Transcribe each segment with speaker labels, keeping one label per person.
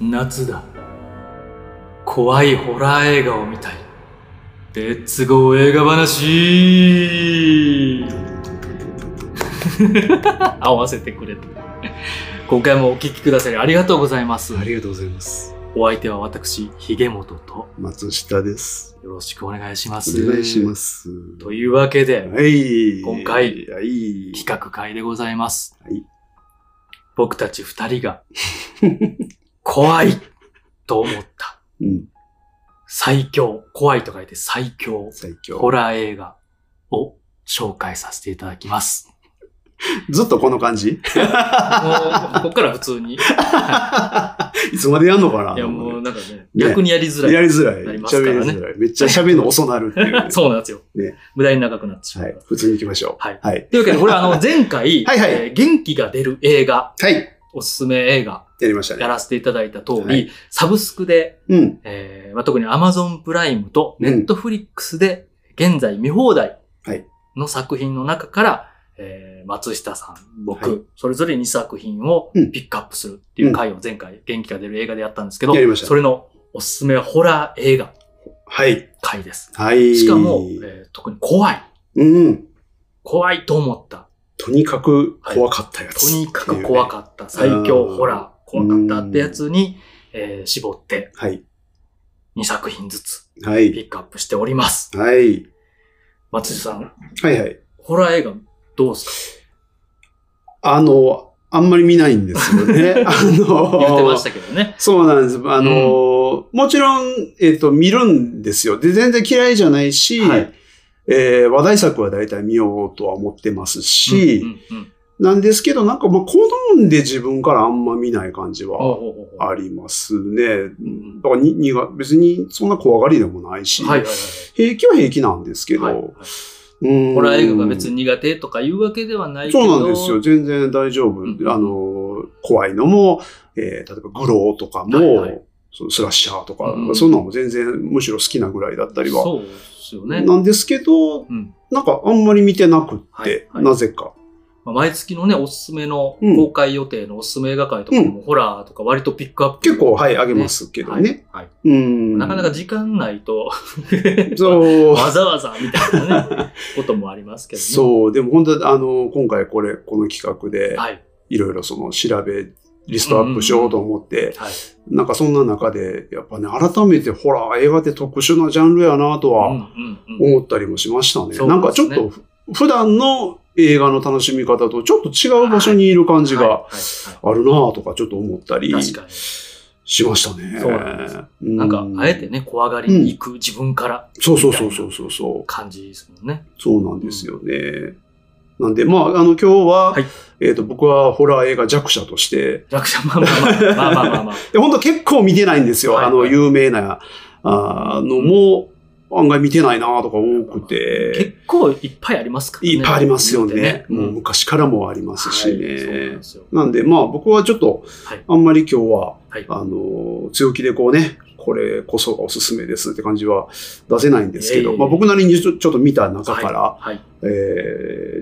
Speaker 1: 夏だ怖いホラー映画を見たいレッツゴー映画話 合わせてくれた今回もお聞きくださりありがとうございます
Speaker 2: ありがとうございます。
Speaker 1: お相手は私ひげもとと
Speaker 2: 松下です。
Speaker 1: よろしくお願いします
Speaker 2: お願いします。
Speaker 1: というわけで、
Speaker 2: はい。
Speaker 1: 今回
Speaker 2: はい。
Speaker 1: 企画会でございます。
Speaker 2: はい
Speaker 1: 僕たち二人が、怖いと思った。
Speaker 2: うん。
Speaker 1: 最強、怖いと書いて最強、
Speaker 2: 最
Speaker 1: ホ
Speaker 2: 強。
Speaker 1: ラー映画を紹介させていただきます。
Speaker 2: ずっとこの感じ
Speaker 1: も う、こっから普通に。い
Speaker 2: いつまでやんのかな
Speaker 1: や、もうなんかね、
Speaker 2: ね
Speaker 1: 逆にやりづらい。
Speaker 2: やりづらい。
Speaker 1: なります
Speaker 2: 喋
Speaker 1: から
Speaker 2: り
Speaker 1: ね
Speaker 2: づらい。めっちゃ喋るの遅なるっていうね、
Speaker 1: そうなんですよ、
Speaker 2: ね
Speaker 1: 無駄に長くなってしまう。
Speaker 2: はい。普通に行きましょう。
Speaker 1: はい
Speaker 2: はい。
Speaker 1: というわけで、これあの、前 回、
Speaker 2: はいはい
Speaker 1: ー元気が出る映画、
Speaker 2: はい。
Speaker 1: おすすめ映画、
Speaker 2: やりました
Speaker 1: や
Speaker 2: ね。
Speaker 1: らせていただいた通り、
Speaker 2: はい
Speaker 1: サブスクで
Speaker 2: うん。
Speaker 1: えーまあ、特に Amazon プライムと
Speaker 2: うん
Speaker 1: Netflix で現在見放題
Speaker 2: はい
Speaker 1: の作品の中から、えー松下さん、僕、
Speaker 2: は
Speaker 1: それぞれ2作品を
Speaker 2: うん
Speaker 1: ピックアップするっていう回を前回、元気が出る映画でやったんですけど、
Speaker 2: やりました
Speaker 1: それのおすすめはホラー映画
Speaker 2: はい。
Speaker 1: 回です。
Speaker 2: はい。
Speaker 1: しかも、えー特に怖い、
Speaker 2: うん。
Speaker 1: 怖いと思った、
Speaker 2: とにかく怖かったや
Speaker 1: と
Speaker 2: つ。
Speaker 1: にかく怖
Speaker 2: っ
Speaker 1: かった、最強ホラー、怖かったってやつに、えー絞って
Speaker 2: た。はい。
Speaker 1: 2作品ずつ
Speaker 2: は
Speaker 1: ピ
Speaker 2: い。
Speaker 1: ックアップしております。
Speaker 2: はい。
Speaker 1: 松下さん、
Speaker 2: はいはい。
Speaker 1: ホラー映画どうです
Speaker 2: あの、あんまり見ないんです よね。あ
Speaker 1: か
Speaker 2: の、
Speaker 1: 言ってましたけどね。
Speaker 2: そうなんです。あの、もちろん、えっ、と、見るんですよ。で、全然嫌いじゃないし、
Speaker 1: はい
Speaker 2: えー話題作は大体見ようとは思ってますし、
Speaker 1: うんうんうん
Speaker 2: なんですけど、なんか、まあ、好んで自分からあんま見ない感じ
Speaker 1: ほう
Speaker 2: は
Speaker 1: ほうほうほう
Speaker 2: ありますね。
Speaker 1: うん
Speaker 2: だからに、にが、別にそんな怖がりでもないし、
Speaker 1: はいはい
Speaker 2: 平気は平気なんですけど、
Speaker 1: はいはい。
Speaker 2: うん
Speaker 1: ホラー映画が別に苦手とかいうわけではないけど。
Speaker 2: そうなんですよ。全然大丈夫。
Speaker 1: うん
Speaker 2: あの、怖いのも、えー例えばグローとかも、
Speaker 1: はいはい
Speaker 2: そのスラッシャーとか、
Speaker 1: うん
Speaker 2: そういうのも全然むしろ好きなぐらいだったりは。
Speaker 1: そうですよね。
Speaker 2: なんですけど、
Speaker 1: うん
Speaker 2: なんかあんまり見てなくって、
Speaker 1: はいはい
Speaker 2: なぜか。
Speaker 1: まあ毎月のね、おすすめの
Speaker 2: うん
Speaker 1: 公開予定のおすすめ映画会とかも、ホラーとか割とピックアップ。
Speaker 2: 結構、はい、あげますけどね。
Speaker 1: はい。はい
Speaker 2: うん。
Speaker 1: なかなか時間ないと、
Speaker 2: そう。
Speaker 1: わざわざみたいなね、こともありますけどね。
Speaker 2: そう。でも本当あの、今回これ、この企画で、
Speaker 1: はい。
Speaker 2: いろいろその調べ、リストアップしようと思って、
Speaker 1: はい。
Speaker 2: なんかそんな中で、やっぱね、改めてホラー映画って特殊なジャンルやなとは、
Speaker 1: うんうんうん
Speaker 2: 思ったりもしましたね。
Speaker 1: そうですね
Speaker 2: なんかちょっとふ普段の映画の楽しみ方とちょっと違う場所にいる感じ
Speaker 1: はい
Speaker 2: が
Speaker 1: はいはい
Speaker 2: あるなぁとかちょっと思ったり
Speaker 1: 確かに。
Speaker 2: しましたね。
Speaker 1: そうなんです
Speaker 2: う
Speaker 1: なんか、あえて。ね、怖がりに行く自分から
Speaker 2: そうそうそうそうそうそう。
Speaker 1: 感じですもんね。
Speaker 2: そうなんですよね。なんで、まあ、あの、今日は、
Speaker 1: はい
Speaker 2: えっ、と、僕はホラー映画弱者として、
Speaker 1: 弱者、まあまあまあ、まあまあ まあまあ。
Speaker 2: で本当結構見てないんですよ。
Speaker 1: はい
Speaker 2: あの、有名な、あのも、案外見てないなぁとか多くて。
Speaker 1: 結構いっぱいありますからね。
Speaker 2: いっぱいありますよね。
Speaker 1: うん
Speaker 2: もう昔からもありますしね。
Speaker 1: はいそうなんですよ。
Speaker 2: なんで、まあ僕はちょっと
Speaker 1: はい、
Speaker 2: あんまり今日は、
Speaker 1: はい
Speaker 2: あの、強気でこうね、これこそがおすすめですって感じは出せないんですけ
Speaker 1: いえいえい
Speaker 2: ど、
Speaker 1: え
Speaker 2: まあ僕なりにちょちょっと見た中から、
Speaker 1: はい。はい
Speaker 2: え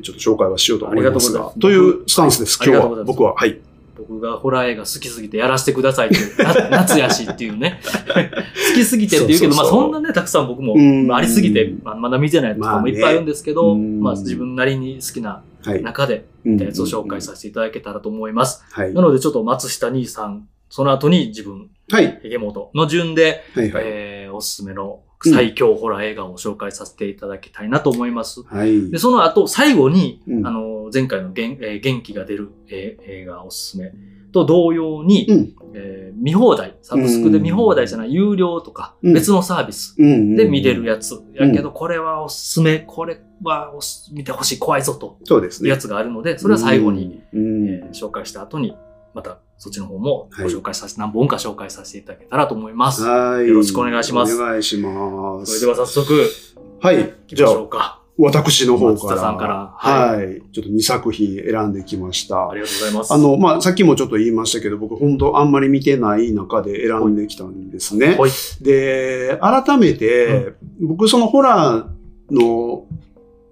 Speaker 2: ーちょっと紹介はしようと思いますが、
Speaker 1: ありがと
Speaker 2: と
Speaker 1: うござい
Speaker 2: い
Speaker 1: ます
Speaker 2: うスタンスです、
Speaker 1: はいあ
Speaker 2: 今
Speaker 1: りがとうご
Speaker 2: 日
Speaker 1: ざい
Speaker 2: は。
Speaker 1: ます
Speaker 2: 僕は、はい。
Speaker 1: 僕がホラー映画好きすぎてやらせてくださいっていう、な夏やしっていうね。 好きすぎてって言うけど、
Speaker 2: そ
Speaker 1: ま
Speaker 2: う
Speaker 1: あ
Speaker 2: そうそう
Speaker 1: そんなね、たくさん僕も
Speaker 2: うん
Speaker 1: まあありすぎて、まあまだ見てないとかもいっぱいあるんですけど、
Speaker 2: まあねうん
Speaker 1: まあ自分なりに好きな
Speaker 2: はい。
Speaker 1: 中で見たやつを紹介させていただけたらと思います。
Speaker 2: せて。はい
Speaker 1: な。のでちょっと松下兄さん、その後に自分、
Speaker 2: はい。
Speaker 1: ヘゲモトの順で、
Speaker 2: はい。はい。
Speaker 1: えーおすすめの最強ホラー映画を紹介させていただきたいなと思います。
Speaker 2: はい。
Speaker 1: で、その後、最後に、
Speaker 2: うん
Speaker 1: あの、前回のげん、えー元気が出る、えー映画おすすめと同様に、
Speaker 2: うん
Speaker 1: えー見放題、サブスクで見放題じゃない、有料とか、
Speaker 2: うん
Speaker 1: 別のサービス
Speaker 2: うんうん
Speaker 1: で見れるやつ。やけど、これはおすすめ、これはおす見てほしい、怖いぞと
Speaker 2: そうです
Speaker 1: いう
Speaker 2: ね。
Speaker 1: やつがあるので、それは最後に、
Speaker 2: うん。
Speaker 1: えー紹介した後に、またそっちの方もご紹介させ、何本か紹介させていただけたらと思います。
Speaker 2: はい。
Speaker 1: よろしくお願いします
Speaker 2: お願いします。
Speaker 1: それでは早速、
Speaker 2: はい。
Speaker 1: 行き
Speaker 2: じゃ
Speaker 1: まし
Speaker 2: あ、
Speaker 1: ょうか。
Speaker 2: 私の方
Speaker 1: 松
Speaker 2: か
Speaker 1: 田
Speaker 2: ら。
Speaker 1: さんから。い。
Speaker 2: はい。ちょっと2作品選んできました
Speaker 1: あ。りがとうございます。
Speaker 2: あの、まあ、さっきもちょっと言いましたけど、僕本当あんまり見てない中で選んできたんですね。
Speaker 1: はい、
Speaker 2: で、改めて、僕そのホラーの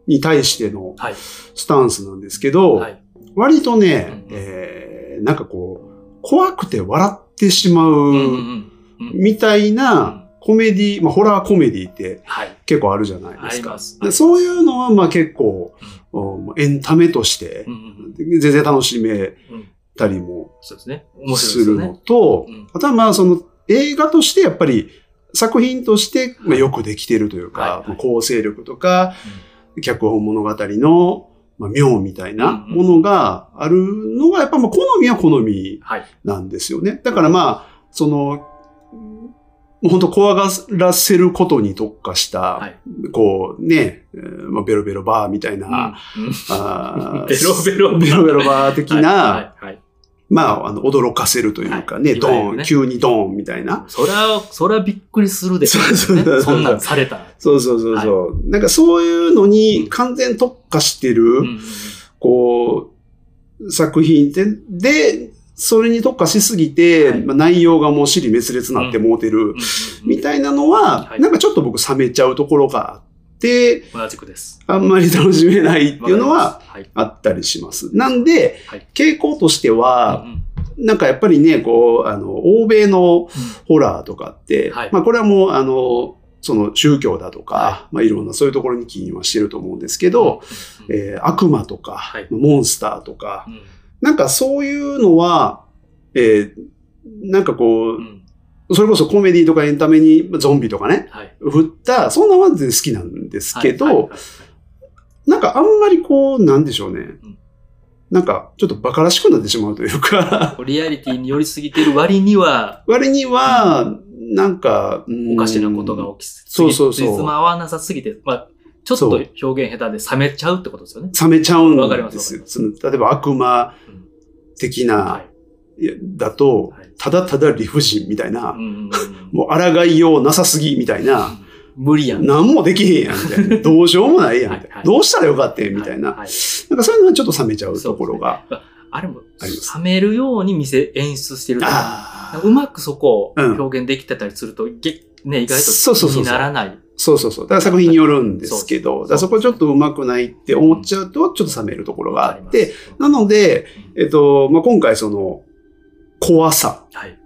Speaker 2: に対しての
Speaker 1: はい
Speaker 2: スタンスなんですけど、
Speaker 1: はい。
Speaker 2: 割とね、
Speaker 1: うんうん
Speaker 2: えーなんかこう、怖くて笑ってしま
Speaker 1: うんうんう
Speaker 2: う、
Speaker 1: んうん。
Speaker 2: みたいなコメディ、まあ、ホラーコメディって
Speaker 1: はい。
Speaker 2: 結構あるじゃないで
Speaker 1: あ
Speaker 2: す
Speaker 1: り
Speaker 2: か。
Speaker 1: ます。
Speaker 2: でそういうのは、まあ結構、うんエンタメとして
Speaker 1: う、ん
Speaker 2: 全然楽しめ
Speaker 1: うんうん。
Speaker 2: たりも
Speaker 1: そうですね。面
Speaker 2: す
Speaker 1: 白いです
Speaker 2: る
Speaker 1: よ
Speaker 2: の
Speaker 1: ね。
Speaker 2: と、
Speaker 1: うん
Speaker 2: あとはまあその映画としてやっぱり作品としてまあよくできてるという
Speaker 1: はい
Speaker 2: か
Speaker 1: は、い
Speaker 2: まあ構成力とか、脚本物語のまあ妙みたいな
Speaker 1: うんうん
Speaker 2: ものがあるのが、やっぱまあ好みは好み
Speaker 1: はい。
Speaker 2: なんですよね。だからまあ、その、本当怖がらせることに特化した、
Speaker 1: はい
Speaker 2: こうね、えーまあ、ベロベロバーみたいな、
Speaker 1: うんうん
Speaker 2: あー
Speaker 1: ベロベロバー
Speaker 2: ベロベロバー的な、
Speaker 1: はいはい。
Speaker 2: まあ、あの、驚かせるというかね、
Speaker 1: はい
Speaker 2: ド
Speaker 1: いわゆ
Speaker 2: ー
Speaker 1: る
Speaker 2: ン、
Speaker 1: ね
Speaker 2: 急にドーンみたいな。
Speaker 1: そりゃ、そりゃびっくりするでしょ
Speaker 2: そうそうそう
Speaker 1: ね。そんなんされたら。
Speaker 2: そうそうそうそう、なんかそういうのに完全特化してる、
Speaker 1: うんうんうん
Speaker 2: こう、作品って、で、それに特化しすぎて、
Speaker 1: はい
Speaker 2: まあ、内容がもう尻滅裂になってもうてる、
Speaker 1: うんうんう
Speaker 2: み
Speaker 1: ん
Speaker 2: たいなのは、
Speaker 1: はい
Speaker 2: なんかちょっと僕冷めちゃうところがあって、
Speaker 1: 同じくです。
Speaker 2: あんまり楽しめないっていうの
Speaker 1: わ
Speaker 2: は、
Speaker 1: かりま
Speaker 2: あったりします。なんで、
Speaker 1: はい
Speaker 2: 傾向として
Speaker 1: す、
Speaker 2: は
Speaker 1: は、い。うん
Speaker 2: なんかやっぱりね、こう、あの、欧米のホラーとかって、
Speaker 1: はい
Speaker 2: まあこれはもう、あの、その宗教だとか、
Speaker 1: はい
Speaker 2: まあいろんなそういうところに起因はしてると思うんですけど、、
Speaker 1: うん
Speaker 2: えー悪魔とか、
Speaker 1: はい
Speaker 2: モンスターとか
Speaker 1: う、ん
Speaker 2: なんかそういうのは、えーなんかこ
Speaker 1: うんうん
Speaker 2: う、それこそコメディとかエンタメにまあゾンビとかね、
Speaker 1: はい。
Speaker 2: 振った、そんなワンズ好きなんですけど、
Speaker 1: はいはいはい
Speaker 2: なんかあんまりこう、なんでしょうね。
Speaker 1: ん
Speaker 2: なんかちょっと馬鹿らしくなってしまうという か、
Speaker 1: はいリアリティに寄りすぎてる割には、
Speaker 2: 割には、なんか、うん
Speaker 1: おかしなことが起きすぎて、
Speaker 2: そうそうそう
Speaker 1: つま合わなさすぎて、まあ、ちょっと表現下手で冷めちゃうってことですよね。
Speaker 2: 冷めちゃうん
Speaker 1: わかりま
Speaker 2: ですす
Speaker 1: わ
Speaker 2: よ
Speaker 1: か。
Speaker 2: その例えば悪魔
Speaker 1: うん
Speaker 2: 的な、いやだと、
Speaker 1: はい
Speaker 2: ただただ理不尽みたいな、
Speaker 1: うんうんうん
Speaker 2: もう抗いようなさすぎみたいな、
Speaker 1: 無理やん。
Speaker 2: 何もできへんやんみた いな、どうしようもないやんみたいな、
Speaker 1: はいはい
Speaker 2: どうしたらよかったんみたいな、
Speaker 1: はいはい
Speaker 2: なんかそういうのはちょっと冷めちゃうところが。
Speaker 1: あれも、冷
Speaker 2: あります
Speaker 1: めるように見せ、演出してるとか
Speaker 2: あ
Speaker 1: う
Speaker 2: あ、
Speaker 1: まくそこを
Speaker 2: うん
Speaker 1: 表現できてたりすると、げね、意外
Speaker 2: そう
Speaker 1: と
Speaker 2: そ
Speaker 1: 気
Speaker 2: うそうそう
Speaker 1: にならない。
Speaker 2: そうそうそう。だから作品によるんですけど、
Speaker 1: そう
Speaker 2: だからそこちょっとうまくないって思っちゃうと、ちょっと冷めるところがあっ
Speaker 1: わか
Speaker 2: て、
Speaker 1: ります、
Speaker 2: なので、えっと、まあ、今回その、怖さ
Speaker 1: はい。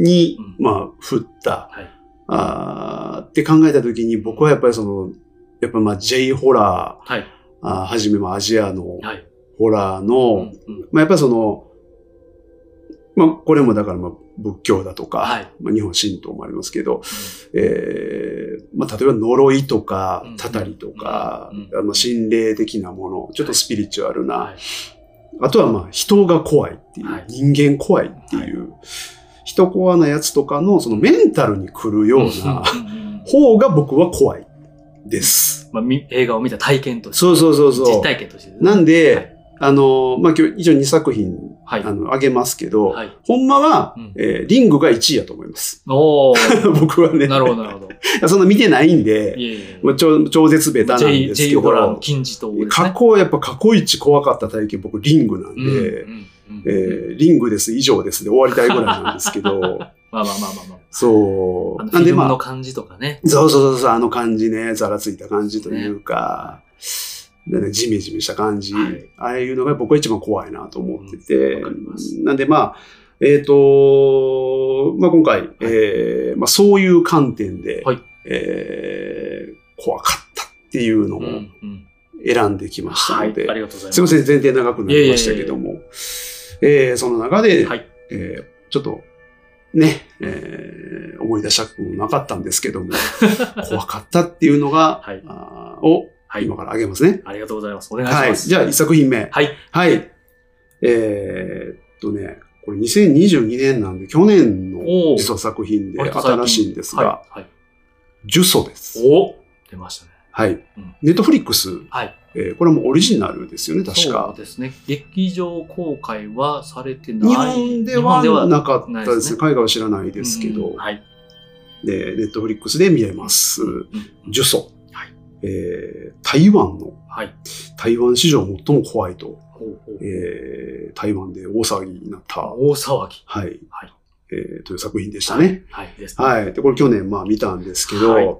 Speaker 2: に
Speaker 1: うん、
Speaker 2: まあ、振った、
Speaker 1: はい
Speaker 2: あーって考えたときに、僕はやっぱりその、やっぱまあ、J ホラー、
Speaker 1: はい。
Speaker 2: あーはじめまあアジアの
Speaker 1: はい。
Speaker 2: ホラー
Speaker 1: う
Speaker 2: の、
Speaker 1: んうん
Speaker 2: まあ、やっぱりその、まあ、これもだからまあ、仏教だとか、
Speaker 1: はい。
Speaker 2: まあ、日本神道もありますけど、えーまあ、例えば呪いとか
Speaker 1: うん、
Speaker 2: たたりとか、
Speaker 1: うん
Speaker 2: あの心霊的なもの、ちょっとスピリチュアルな、
Speaker 1: はい。
Speaker 2: あとはまあ人が怖いっていう、
Speaker 1: はい
Speaker 2: 人間怖いっていう、人怖なやつとかのそのメンタルに来るような
Speaker 1: うんうんうん
Speaker 2: 方が僕は怖いです。
Speaker 1: まあ、み映画を見た体験として、
Speaker 2: そうそうそうそう。
Speaker 1: 実体験としてね、
Speaker 2: なんで、
Speaker 1: はい
Speaker 2: あの、まあ、今日一応2作品、
Speaker 1: はい。
Speaker 2: あの、あげますけど、
Speaker 1: はい。
Speaker 2: ほんまは、
Speaker 1: うん
Speaker 2: えーリングが1位やと思います。
Speaker 1: おお
Speaker 2: 僕はね。
Speaker 1: なるほど、なるほど。
Speaker 2: いやそんな見てないんで、
Speaker 1: いえいえ。
Speaker 2: もう超超絶ベタなん
Speaker 1: J,
Speaker 2: です
Speaker 1: J
Speaker 2: けど、
Speaker 1: ホラーの金字塔ですね。
Speaker 2: 過去、やっぱ過去一怖かった体験、僕リングなんで、
Speaker 1: うんうんうん
Speaker 2: えーリングです、以上ですで終わりたいぐらいなんです けど、
Speaker 1: まあまあまあまあまあ。
Speaker 2: そ
Speaker 1: あ
Speaker 2: う。
Speaker 1: の
Speaker 2: な
Speaker 1: フ
Speaker 2: ん
Speaker 1: ィ
Speaker 2: で
Speaker 1: ルム
Speaker 2: ま
Speaker 1: の
Speaker 2: あ、
Speaker 1: 感じとかね。
Speaker 2: そうそうそうそう、あの感じね、ざらついた感じというか、でねジメジメした感じ、
Speaker 1: はい
Speaker 2: ああいうのが僕は一番怖いなと思ってて、
Speaker 1: うんわかります
Speaker 2: なんでまあ、えっ、と、まあ今回、えーまあそういう観点で、
Speaker 1: はい
Speaker 2: えー怖かったっていうの
Speaker 1: う
Speaker 2: を、
Speaker 1: んうん。
Speaker 2: 選んできました
Speaker 1: はい。あ
Speaker 2: の
Speaker 1: り
Speaker 2: で、
Speaker 1: がとうございます
Speaker 2: すいま。せん、前提長くなりましたけども、えーその中で、
Speaker 1: はい。
Speaker 2: えーちょっと、ね、えー思い出したくもなかったんですけ ども、怖かったっていうのが、
Speaker 1: はい
Speaker 2: あーを
Speaker 1: はい
Speaker 2: 今。からあげますね。
Speaker 1: ありがとうございます。お願いし
Speaker 2: はい。
Speaker 1: ます。
Speaker 2: じゃあ、一作品目。
Speaker 1: はい。
Speaker 2: はい。えーっとね、これ2022年なんで、去年
Speaker 1: おー
Speaker 2: の実は作品で
Speaker 1: 割と最近
Speaker 2: 新しいんですが、
Speaker 1: はい。はい、
Speaker 2: ジュソです。
Speaker 1: お出ましたね。
Speaker 2: はい
Speaker 1: ん。
Speaker 2: ネットフリックス、
Speaker 1: はい。
Speaker 2: えーこれはもうオリジナルですよね、確
Speaker 1: そ
Speaker 2: か
Speaker 1: う。ですね。劇場公開はされてない。
Speaker 2: 日本で
Speaker 1: 日本で
Speaker 2: は
Speaker 1: は
Speaker 2: なかったですね。
Speaker 1: ないですね
Speaker 2: 海外は知らないですけ
Speaker 1: う
Speaker 2: ど
Speaker 1: ん、はい。
Speaker 2: で、ネットフリックスで見れます。
Speaker 1: うん
Speaker 2: ジュソ。
Speaker 1: はい
Speaker 2: えー台湾の、
Speaker 1: はい。
Speaker 2: 台湾史上最も怖いと、
Speaker 1: ほうほう
Speaker 2: えー台湾で大騒ぎになった、
Speaker 1: 大騒ぎ。
Speaker 2: はい、
Speaker 1: はい
Speaker 2: えーという作品でしたね。
Speaker 1: はい。ですね。
Speaker 2: はい。で、これ去年まあ見たんですけど、
Speaker 1: はい。はい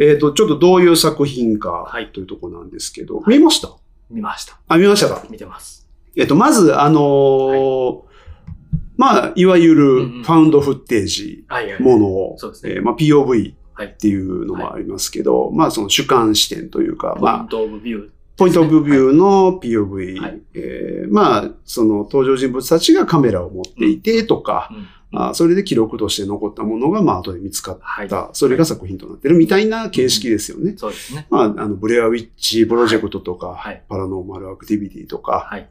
Speaker 2: えっ、と、ちょっとどういう作品か
Speaker 1: はい
Speaker 2: というとこなんですけど、
Speaker 1: は
Speaker 2: 見ました
Speaker 1: 見ました。
Speaker 2: あ、見ましたか
Speaker 1: 見てます。
Speaker 2: えっ、と、まず、あのーまあ、いわゆる
Speaker 1: うんうん
Speaker 2: ファウンドフッテージ
Speaker 1: はいはい。
Speaker 2: ものを、
Speaker 1: そうですね
Speaker 2: えーまあ、POV
Speaker 1: はい
Speaker 2: っていうのもありますけど、まあ、その主観視点というか、
Speaker 1: ポイ
Speaker 2: ま
Speaker 1: ン
Speaker 2: あ、
Speaker 1: トオブビュー。
Speaker 2: ポイントオブビューの POV、
Speaker 1: はい
Speaker 2: えーまあ、その登場人物たちがカメラを持っていてとか、
Speaker 1: うん。
Speaker 2: あそれで記録として残ったものが、まあ、後で見つかっ
Speaker 1: はい。
Speaker 2: た、それが作品となってるみたいな形式ですよね。
Speaker 1: そうですね。
Speaker 2: まあ、あの、ブレアウィッチプロジェクトとか、
Speaker 1: はい
Speaker 2: パラノーマルアクティビティとか、
Speaker 1: はい。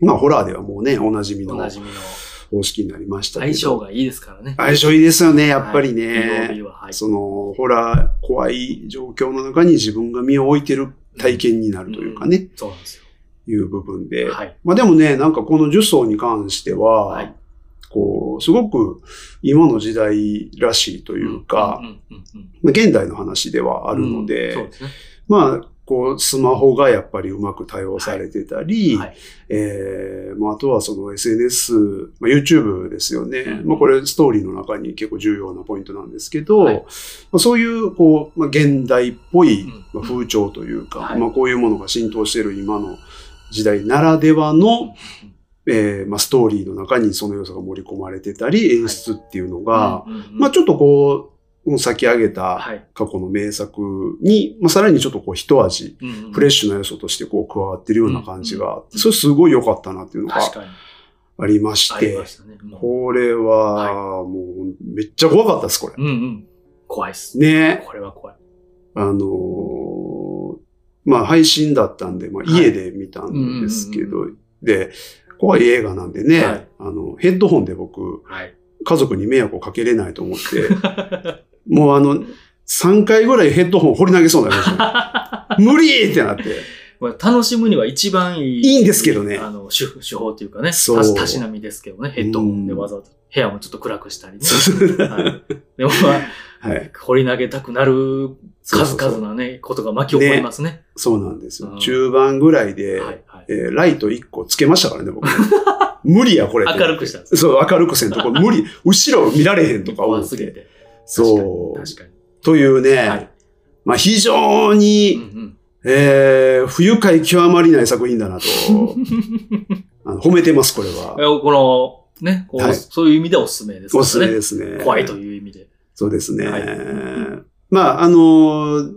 Speaker 2: まあ、ホラーではもうね、おなじみ
Speaker 1: お
Speaker 2: の
Speaker 1: なじみの
Speaker 2: 方式になりましたけど。
Speaker 1: 相性がいいですからね。
Speaker 2: 相性いいですよね、やっぱり
Speaker 1: はい、
Speaker 2: ね。
Speaker 1: POV は、はい。
Speaker 2: その、ホラー、怖い状況の中に自分が身を置いてる体験になるというかね、
Speaker 1: そうなんです
Speaker 2: いう部分で。
Speaker 1: よ。はい。
Speaker 2: まあでもね、なんかこの呪詛に関しては、
Speaker 1: はい。
Speaker 2: こう、すごく今の時代らしいというか
Speaker 1: う、んうんうんうん、
Speaker 2: まあ現代の話ではあるので、
Speaker 1: うんそうですね。
Speaker 2: まあ、こう、スマホがやっぱりうまく対応されてたり、
Speaker 1: はい。
Speaker 2: えーまあ、あとはその SNS、まあ、YouTube ですよね。
Speaker 1: うん
Speaker 2: まあ、これストーリーの中に結構重要なポイントなんですけど、
Speaker 1: はい
Speaker 2: まあ、そういう、こう、まあ、現代っぽい
Speaker 1: うん
Speaker 2: まあ風潮というか、
Speaker 1: はい
Speaker 2: まあ、こういうものが浸透している今の時代ならではの、えーまあ、ストーリーの中にその要素が盛り込まれてたり、演出っていうのが、
Speaker 1: うんうんうん
Speaker 2: まあ、ちょっとこう、先上げた
Speaker 1: はい。
Speaker 2: 過去の名作に、まあ、さらにちょっとこう、一味、フレッ
Speaker 1: シ
Speaker 2: シュな要素としてこう加わってるような感じがあっ
Speaker 1: う
Speaker 2: て、
Speaker 1: ん
Speaker 2: それすごい良かったなっていうのが
Speaker 1: 確かに。
Speaker 2: ありまし
Speaker 1: あり
Speaker 2: て
Speaker 1: ま、したね。うん
Speaker 2: これはもうめっちゃ怖かったです、これ。
Speaker 1: うんうん。怖いっす。
Speaker 2: ね。
Speaker 1: これは怖い。
Speaker 2: あのーまあ配信だったんで、まあ
Speaker 1: はい
Speaker 2: 家で見たんですけ
Speaker 1: うんう
Speaker 2: ど、で、怖い映画なんでね、
Speaker 1: はい
Speaker 2: あの、ヘッドホンで僕、
Speaker 1: はい。
Speaker 2: 家族に迷惑をかけれないと思って、もうあの、3回ぐらいヘッドホン掘り投げそうになりましたね。無理ってなって。
Speaker 1: まあ、楽しむには一番いい。
Speaker 2: いいんですけどね
Speaker 1: あの、手手法というかね。
Speaker 2: そう
Speaker 1: たし。たしなみですけどね。ヘッドホンでわざわざ部屋もちょっと暗くしたりね。 はいでも、まあ、
Speaker 2: はい。
Speaker 1: 掘り投げたくなる数々なね、ことが巻き起こりますね。
Speaker 2: そうなんですよ。
Speaker 1: うん
Speaker 2: 中盤ぐらいで、
Speaker 1: はいはい
Speaker 2: え。ーライト1個つけましたからね、僕。 無理や、これって。
Speaker 1: 明るくしたんです
Speaker 2: そう、明るくせんと、こ れ無理。後ろ見られへんとか思
Speaker 1: 怖
Speaker 2: っ
Speaker 1: すぎ
Speaker 2: て。
Speaker 1: て。
Speaker 2: そう。
Speaker 1: 確かに。
Speaker 2: というね、
Speaker 1: 確かに。はい。
Speaker 2: まあ非常
Speaker 1: うん
Speaker 2: に、
Speaker 1: うん
Speaker 2: えー不愉快極まりない作品だ なと、あの褒めてます、これ
Speaker 1: い
Speaker 2: は。
Speaker 1: やこの、ね、こう
Speaker 2: はい
Speaker 1: そういう意味でおすすめですから
Speaker 2: お
Speaker 1: ね。
Speaker 2: すすめですね。
Speaker 1: 怖いという意味で。
Speaker 2: そうですね。
Speaker 1: はい
Speaker 2: まあ、あのー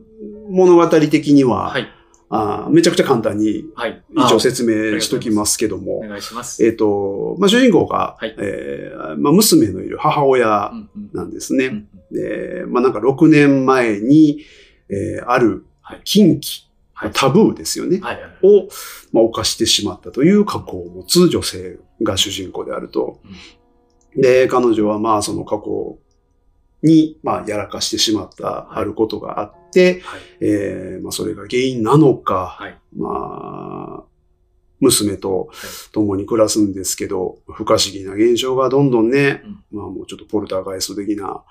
Speaker 2: 物語的には、
Speaker 1: はい。
Speaker 2: あーめちゃくちゃ簡単に
Speaker 1: はい。
Speaker 2: 一応
Speaker 1: あ
Speaker 2: 説明しときますけども、
Speaker 1: お願いします。
Speaker 2: えっ、と、まあ、主人公が、
Speaker 1: はい
Speaker 2: えーまあ、娘のいる母親
Speaker 1: うんうん
Speaker 2: なんですね。
Speaker 1: うん
Speaker 2: で、まあ、なんか6年前に、えーある
Speaker 1: はい
Speaker 2: 禁忌、
Speaker 1: はい
Speaker 2: タブーですよね。
Speaker 1: はいはい。
Speaker 2: を、まあ、犯してしまったという過去を持つ女性が主人公であると。で、彼女はまあその過去に、まあ、やらかしてしまった
Speaker 1: はい
Speaker 2: あることがあって、
Speaker 1: はい
Speaker 2: えーまあ、それが原因なのか、
Speaker 1: はい
Speaker 2: まあ、娘と共に暮らすんですけど、不可思議な現象がどんどんね、まあもうちょっとポルターガイスト的
Speaker 1: う
Speaker 2: な
Speaker 1: ん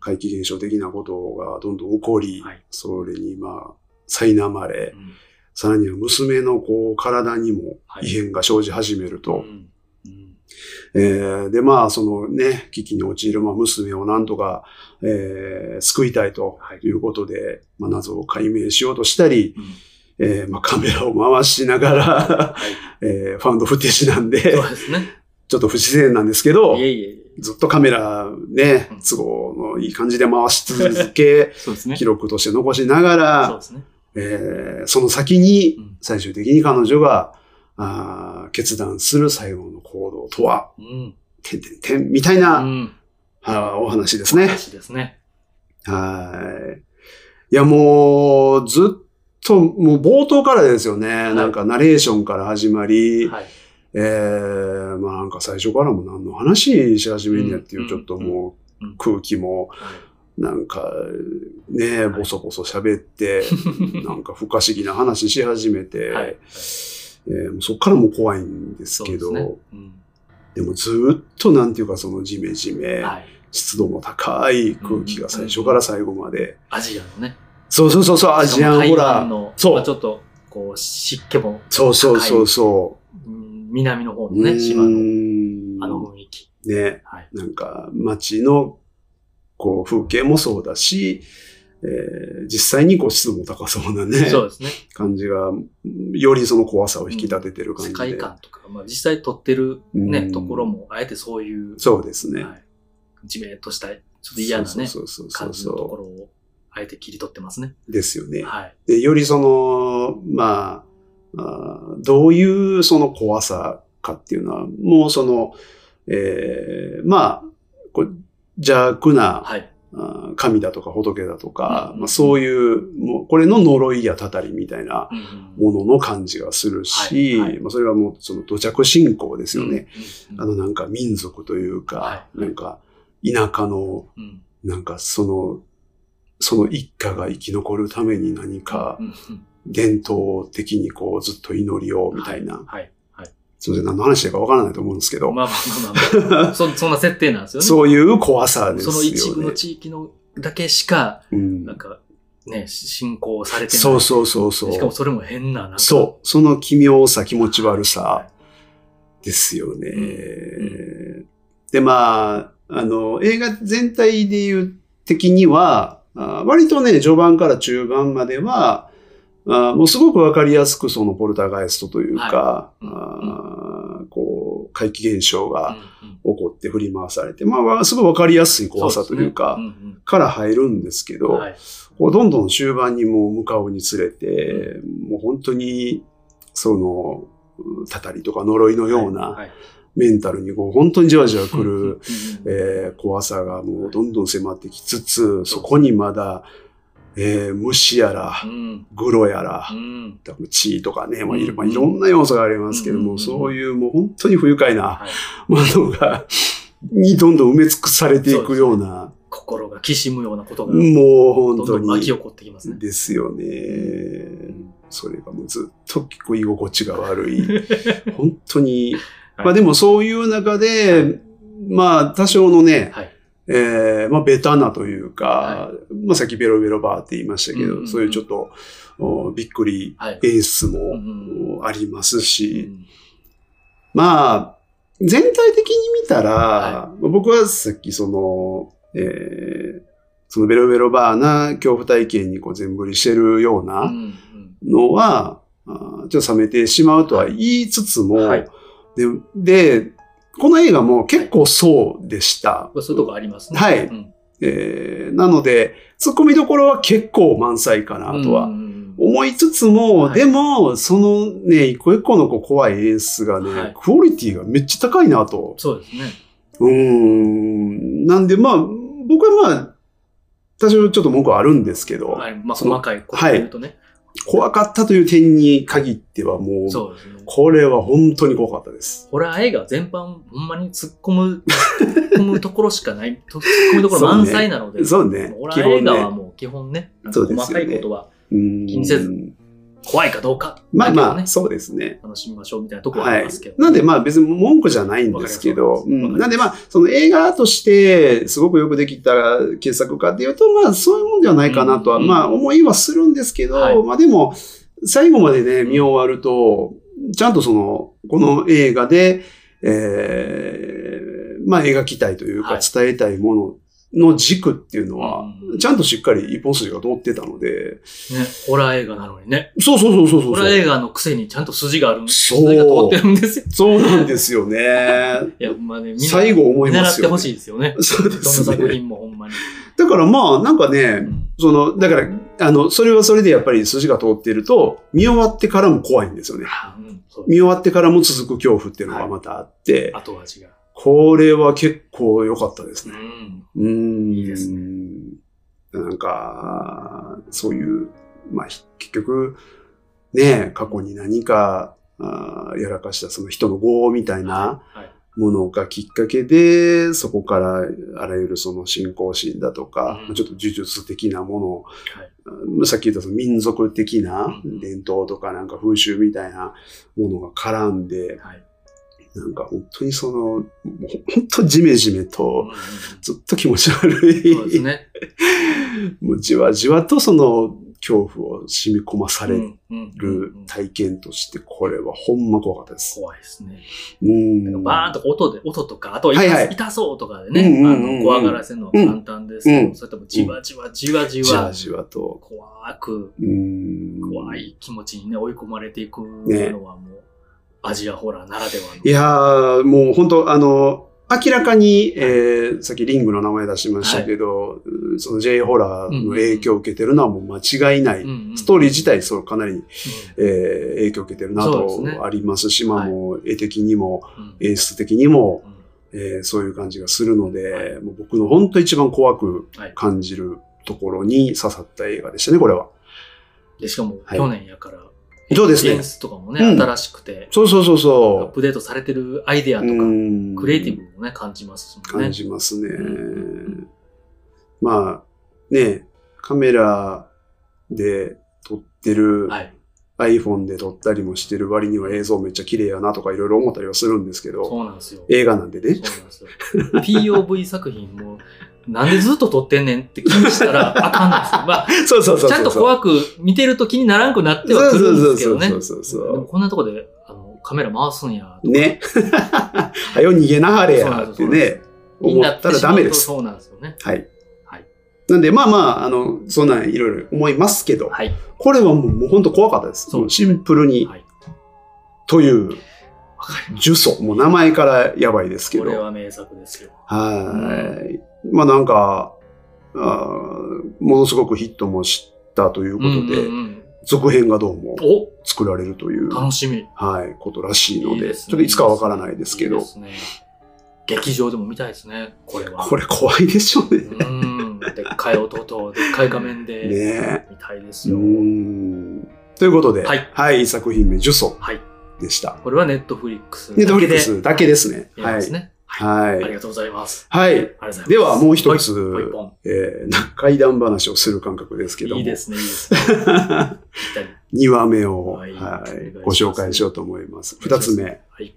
Speaker 2: 怪奇現象的なことがどんどん起こり、
Speaker 1: はい
Speaker 2: それにまあ、苛まれ、
Speaker 1: うん
Speaker 2: さらには娘のこう体にも
Speaker 1: はい
Speaker 2: 異変が生じ始めると。
Speaker 1: うんうん
Speaker 2: えーで、まあ、そのね、危機に陥る、まあ、娘をなんとか、えー救いたいと
Speaker 1: はい
Speaker 2: いうことで、まあ、謎を解明しようとしたり、
Speaker 1: うん
Speaker 2: えーまあ、カメラを回しながら、
Speaker 1: はい。
Speaker 2: えーファンドフテージなんで
Speaker 1: そ、うですね。
Speaker 2: ちょっと不自然なんですけど
Speaker 1: い、えいえいえ。
Speaker 2: ずっとカメラね
Speaker 1: うん、、
Speaker 2: 都合のいい感じで回し続け
Speaker 1: そうですね
Speaker 2: 記。録として残しなが
Speaker 1: そう
Speaker 2: ら
Speaker 1: で、すね。
Speaker 2: えーその先に
Speaker 1: うん
Speaker 2: 最終的に彼女が、あー決断する最後の行動とは、
Speaker 1: うん。
Speaker 2: てんてんてん、みたいな、
Speaker 1: うん。
Speaker 2: あーお話です
Speaker 1: 素晴
Speaker 2: ね
Speaker 1: ら。しいですね。
Speaker 2: はい。いや、もう、ずっと、もう冒頭からですよね。
Speaker 1: い
Speaker 2: なんかナレーションから始まり、
Speaker 1: はい。
Speaker 2: えー、まあなんか最初からも何の話し始めんやっていうう、
Speaker 1: ん
Speaker 2: ちょっとも
Speaker 1: うんうん
Speaker 2: う空気も、なんか、ね、ボソボソ喋って、なんか不可思議な話し始めて、
Speaker 1: はいはい
Speaker 2: えーもうそっからもう怖いんです
Speaker 1: そう
Speaker 2: け
Speaker 1: で
Speaker 2: ど、
Speaker 1: す
Speaker 2: で
Speaker 1: ね。うん
Speaker 2: もずっとなんていうかそのジメジメ、
Speaker 1: はい。
Speaker 2: 湿度の高い空気が最初から最後まで、
Speaker 1: アジアのね。
Speaker 2: そうそうそうそう、アジアンホラー。
Speaker 1: ー
Speaker 2: そう
Speaker 1: そう。ちょっと、こう、湿気も、
Speaker 2: そうそうそうそ
Speaker 1: うん南の方の
Speaker 2: う。
Speaker 1: ね、島
Speaker 2: う
Speaker 1: の、
Speaker 2: ーん
Speaker 1: あの雰囲気。
Speaker 2: ね、
Speaker 1: はい
Speaker 2: なんか街のこう風景もそうだし、えー実際にこう湿度も高 そうなね、
Speaker 1: そうですね。
Speaker 2: 感じが、よりその怖さを引き立ててる感
Speaker 1: 世
Speaker 2: じで。
Speaker 1: 界観とか、まあ、実際撮ってるね、
Speaker 2: うん
Speaker 1: ところも、あえてそういう、
Speaker 2: そうですね。
Speaker 1: はい、じめっとした、ちょっと嫌なね、
Speaker 2: そうそうそ
Speaker 1: 感
Speaker 2: う
Speaker 1: じのとこ
Speaker 2: そ
Speaker 1: ろを、あえて切り取ってますね。
Speaker 2: う。ですよね。
Speaker 1: はい。
Speaker 2: で、よりその、まあ、あーどういうその怖さかっていうのは、もうその、えーまあ、こう邪悪な、
Speaker 1: はい。
Speaker 2: あー神だとか仏だとか、
Speaker 1: うん
Speaker 2: まあ、そういう、もうこれの呪いやたたりみたいな
Speaker 1: うんうん
Speaker 2: ものの感じがするし、
Speaker 1: はいはい
Speaker 2: まあ、それはもうその土着信仰ですよね。。
Speaker 1: うんうん
Speaker 2: あのなんか民族というか、
Speaker 1: はい
Speaker 2: なんか田舎の
Speaker 1: うん
Speaker 2: なんかその、その一家が生き残るために何か
Speaker 1: うんうん
Speaker 2: 伝統的にこうずっと祈りをみたいな、
Speaker 1: はい。はい。
Speaker 2: すいません、何の話だかわからないと思うんですけど、
Speaker 1: まあまあまあまあまあそ、そんな設定なんですよね。
Speaker 2: そういう怖さです
Speaker 1: そ
Speaker 2: よね。
Speaker 1: の一部の地域のだけしか、
Speaker 2: うん
Speaker 1: なんか、ね、信仰されてない。
Speaker 2: そうそうそうそう。
Speaker 1: しかもそれも変な、なんか
Speaker 2: そう。その奇妙さ、気持ち悪さですよね。
Speaker 1: うん
Speaker 2: で、まあ、あの、映画全体でいう的には、あ割とね、序盤から中盤までは、あもうすごくわかりやすくそのポルターガイストというか、
Speaker 1: はいうん
Speaker 2: あこう、怪奇現象
Speaker 1: うん
Speaker 2: が
Speaker 1: うん
Speaker 2: 起こって振り回されて、まあまあ、すごいわかりやすい怖さというか、
Speaker 1: そうですねうん
Speaker 2: から入るんですけど、
Speaker 1: うんはい
Speaker 2: こうどんどん終盤にもう向かうにつれて、もう本当に、その、たたりとか呪いのような
Speaker 1: はいはい
Speaker 2: メンタルにこう本当にじわじわ来
Speaker 1: うんうん
Speaker 2: る、えー怖さがもうどんどん迫ってきつつ、そこにまだ、えー虫やら
Speaker 1: う、ん
Speaker 2: グロやら
Speaker 1: う、ん
Speaker 2: 多分血とかね、まあいろ
Speaker 1: うん
Speaker 2: まあいろんな要素がありますけど
Speaker 1: う
Speaker 2: も、
Speaker 1: ん
Speaker 2: そういうもう本当に不愉快な
Speaker 1: はい
Speaker 2: ものが、にどんどん埋め尽くされていくような、
Speaker 1: 心がきしむようなことが、
Speaker 2: もう
Speaker 1: どん
Speaker 2: 本
Speaker 1: ど
Speaker 2: 当
Speaker 1: ん
Speaker 2: に。
Speaker 1: 巻き起こってきますね。
Speaker 2: ですよね。それがもうずっと結構居心地が悪 い。本当に。
Speaker 1: はい
Speaker 2: まあでもそういう中で、まあ多少のね、
Speaker 1: はい
Speaker 2: えーまあベタなというか、
Speaker 1: は
Speaker 2: まあさっきベロベロバーって言いましたけど、
Speaker 1: うんうんうん
Speaker 2: そういうちょっとおびっくり
Speaker 1: はい。
Speaker 2: 演出も、
Speaker 1: うんうん
Speaker 2: おあります
Speaker 1: う
Speaker 2: し、
Speaker 1: ん
Speaker 2: まあ全体的に見たら、
Speaker 1: は
Speaker 2: 僕はさっきその、えーそのベロベロバーな恐怖体験にこう全振りしてるような、
Speaker 1: うんうん
Speaker 2: のは、あーちょっと冷めてしまうとは言いつつも、
Speaker 1: はい
Speaker 2: で、で、この映画も結構そうでした。
Speaker 1: そういうとこありますね。
Speaker 2: はい
Speaker 1: うん
Speaker 2: えーなので、突っ込みどころは結構満載かなと
Speaker 1: う
Speaker 2: は
Speaker 1: んうんうん
Speaker 2: 思いつつも、
Speaker 1: はい
Speaker 2: でも、そのね、一個一個のこう怖い演出がね、
Speaker 1: はい
Speaker 2: クオリティがめっちゃ高いなと。
Speaker 1: そうですね。
Speaker 2: うーん。なんで、まあ、僕はまあ、多少ちょっと文句はあるんですけど、
Speaker 1: はいまあ、
Speaker 2: その
Speaker 1: 細かいことで言うとね。
Speaker 2: 怖かったという点に限ってはもう、
Speaker 1: そうですね。
Speaker 2: これは本当に怖かったです。
Speaker 1: ホラー映画全般、ほんまに突っ込む、突っ込むところしかない、 と突っ込みどころ満載なので、
Speaker 2: そうね
Speaker 1: ホ。ラ
Speaker 2: 基
Speaker 1: ー映
Speaker 2: 本
Speaker 1: 画は
Speaker 2: ね。
Speaker 1: もう基本ね、
Speaker 2: そうですよね
Speaker 1: 細かいことは
Speaker 2: 気
Speaker 1: にせず。怖いかどうか、
Speaker 2: まあ
Speaker 1: だけを
Speaker 2: ま
Speaker 1: ね
Speaker 2: あ、そうですね。
Speaker 1: 楽しみましょうみたいなところはあ
Speaker 2: は
Speaker 1: り
Speaker 2: い
Speaker 1: ますけど。。
Speaker 2: なんでまあ別に文句じゃないんですけ
Speaker 1: わ
Speaker 2: ど、
Speaker 1: か
Speaker 2: う
Speaker 1: ります
Speaker 2: んなんでまあ、その映画としてすごくよくできた傑作かっていうと、まあそういうもんではないかなとは、
Speaker 1: うん
Speaker 2: まあ思いはするんですけど、
Speaker 1: はい
Speaker 2: まあでも、最後までね、
Speaker 1: ん
Speaker 2: 見終わると、ちゃんとその、この映画で、えーまあ描きたいという
Speaker 1: は
Speaker 2: か
Speaker 1: い
Speaker 2: 伝えたいものの軸っていうのは、
Speaker 1: うん
Speaker 2: ちゃんとしっかり一本筋が通ってたの
Speaker 1: ね、
Speaker 2: で、
Speaker 1: ホラー映画なのにね。
Speaker 2: そうそうそうそうそう。
Speaker 1: ホラー映画のくせにちゃんと筋がある、
Speaker 2: そう
Speaker 1: 筋が通ってるんですよ。
Speaker 2: そうなんで すよね。
Speaker 1: いや、ほんまね、みんな
Speaker 2: 最後思
Speaker 1: 見
Speaker 2: い
Speaker 1: 習
Speaker 2: ま
Speaker 1: っ
Speaker 2: す
Speaker 1: て
Speaker 2: よ、
Speaker 1: ほしいですよね。
Speaker 2: そうで
Speaker 1: どの
Speaker 2: す
Speaker 1: 作
Speaker 2: ね。
Speaker 1: 品もほんまに。
Speaker 2: だからまあ、なんか
Speaker 1: う
Speaker 2: ね、
Speaker 1: ん
Speaker 2: その、だから、あの、それはそれでやっぱり筋が通っていると、見終わってからも怖いんですよね。
Speaker 1: うんそう
Speaker 2: 見終わってからも続く恐怖っていうのがまたあって、
Speaker 1: 後味が。
Speaker 2: これは結構良かったです
Speaker 1: う
Speaker 2: ね。
Speaker 1: ん。
Speaker 2: うーん。
Speaker 1: いいですね
Speaker 2: なんか、そういう、まあ、ひ結局、ね、過去に何か、あーやらかしたその人の業みたいな、
Speaker 1: はい。
Speaker 2: ものがきっかけで、そこからあらゆるその信仰心だとか、
Speaker 1: うん
Speaker 2: ちょっと呪術的なものを、
Speaker 1: はい
Speaker 2: うんさっき言ったその民族的な
Speaker 1: うん
Speaker 2: 伝統とかなんか風習みたいなものが絡んで、
Speaker 1: はい。
Speaker 2: なんか本当にその、もう本当ジメジメ
Speaker 1: うん
Speaker 2: と、
Speaker 1: うん
Speaker 2: ずっと気持ち悪い、
Speaker 1: そうですね。
Speaker 2: もうじわじわとその恐怖を染み込まされ
Speaker 1: うんうん
Speaker 2: る体験として、これはほんま怖かったです。
Speaker 1: 怖いですね。
Speaker 2: うん。
Speaker 1: バーンとか音で、音とか、あとは痛,、
Speaker 2: はいはい
Speaker 1: 痛そうとかで
Speaker 2: う
Speaker 1: ね、
Speaker 2: んう
Speaker 1: あ
Speaker 2: んうんうん
Speaker 1: の、怖がらせるのは簡単ですけど、
Speaker 2: うん
Speaker 1: それともじわじわじわじ
Speaker 2: じ
Speaker 1: わ
Speaker 2: わ、じわと。
Speaker 1: 怖く、
Speaker 2: うん。
Speaker 1: 怖い気持ちにね、追い込まれていくのはもう、アジアホラーならではの。
Speaker 2: いやー、もう本当あの、明らかに、えー、さっきリングの名前出しましたけど、うんその J ホラーの影響を受けてるのはもう間違いない。
Speaker 1: うんうん、
Speaker 2: ストーリー自体、そう、かなり、
Speaker 1: ー、
Speaker 2: えー影響を受けてるな
Speaker 1: そうですね
Speaker 2: とありますし、まあ
Speaker 1: はい
Speaker 2: もう絵的にも、
Speaker 1: うん
Speaker 2: 演出的にも、
Speaker 1: うん
Speaker 2: えーそういう感じがするので、
Speaker 1: はい
Speaker 2: もう僕の本当一番怖く
Speaker 1: はい
Speaker 2: 感じるところに刺さった映画でしたね、これは。
Speaker 1: で、しかも、
Speaker 2: はい
Speaker 1: 去年やから、
Speaker 2: そうですね
Speaker 1: 演出とかもね、
Speaker 2: うん
Speaker 1: 新しくて、
Speaker 2: そうそうそ
Speaker 1: ア
Speaker 2: う
Speaker 1: ッ
Speaker 2: そ
Speaker 1: プデートされてるアイデア
Speaker 2: う。
Speaker 1: とか、
Speaker 2: うん
Speaker 1: クリエイティブもね、感じますもんね。
Speaker 2: 感じますね。
Speaker 1: うん
Speaker 2: まあ、ね、カメラで撮ってる、
Speaker 1: はい。
Speaker 2: iPhone で撮ったりもしてる割には映像めっちゃ綺麗やなとかいろいろ思ったりはするんですけど、
Speaker 1: そうなんですよ。
Speaker 2: 映画なんでね。
Speaker 1: そうなんですよ。POV 作品も、なんでずっと撮ってんねんって気にしたらあかんなんです よ。まあ、
Speaker 2: そうそうそうそう。
Speaker 1: ちゃんと怖く見てると気にならんくなってはくるんですけどね。
Speaker 2: そうそうそうそうそうそう
Speaker 1: でもこんなとこであのカメラ回すんや。
Speaker 2: ね。はよ逃げなはれやってね、
Speaker 1: 気に
Speaker 2: 思
Speaker 1: な
Speaker 2: った
Speaker 1: て
Speaker 2: ら
Speaker 1: しま
Speaker 2: ダ
Speaker 1: うと
Speaker 2: メです。
Speaker 1: そうなんですよね。
Speaker 2: はい。
Speaker 1: はい
Speaker 2: なんで、まあまあ、あの、そんなんいろいろ思いますけど、
Speaker 1: はい。
Speaker 2: これはもうもう本当怖かったです。
Speaker 1: そう
Speaker 2: もうシンプルに、
Speaker 1: はい。
Speaker 2: とい
Speaker 1: わ
Speaker 2: う
Speaker 1: かりま
Speaker 2: 呪詛。もう名前からやばいです
Speaker 1: す。
Speaker 2: け
Speaker 1: これ
Speaker 2: ど。
Speaker 1: は名作ですよ。
Speaker 2: はい。まあなんか、あーものすごくヒットもしたということで、
Speaker 1: うんうん
Speaker 2: 続編がどうも
Speaker 1: うん
Speaker 2: 作られるという
Speaker 1: お、楽しみ。
Speaker 2: はい、ことらしいの
Speaker 1: いい
Speaker 2: で、
Speaker 1: ですね
Speaker 2: ちょっといつかはわからないですけど、
Speaker 1: いいですね劇場でも見たいですね、これは。
Speaker 2: これ怖いでしょうね。
Speaker 1: うん。でっかい音と、でっかい画面で、
Speaker 2: ねえ。
Speaker 1: 見たいです
Speaker 2: う
Speaker 1: よ。
Speaker 2: んということで、
Speaker 1: はい
Speaker 2: い作品名、呪詛
Speaker 1: はい。
Speaker 2: でした。
Speaker 1: これはネットフリックス
Speaker 2: ネットフリック
Speaker 1: で
Speaker 2: スだけですね。
Speaker 1: やります
Speaker 2: はい。
Speaker 1: ね。
Speaker 2: は
Speaker 1: あり
Speaker 2: い。
Speaker 1: がとうございます。
Speaker 2: はい。
Speaker 1: ありがとうございます。
Speaker 2: では、もう一つ、
Speaker 1: もう一本。
Speaker 2: えー な怪談話をする感覚ですけども、
Speaker 1: いい ですね、いいですね。ぴったり。
Speaker 2: 2話目を、は
Speaker 1: はいい
Speaker 2: ご紹介しようと思います。2つ目、
Speaker 1: はい。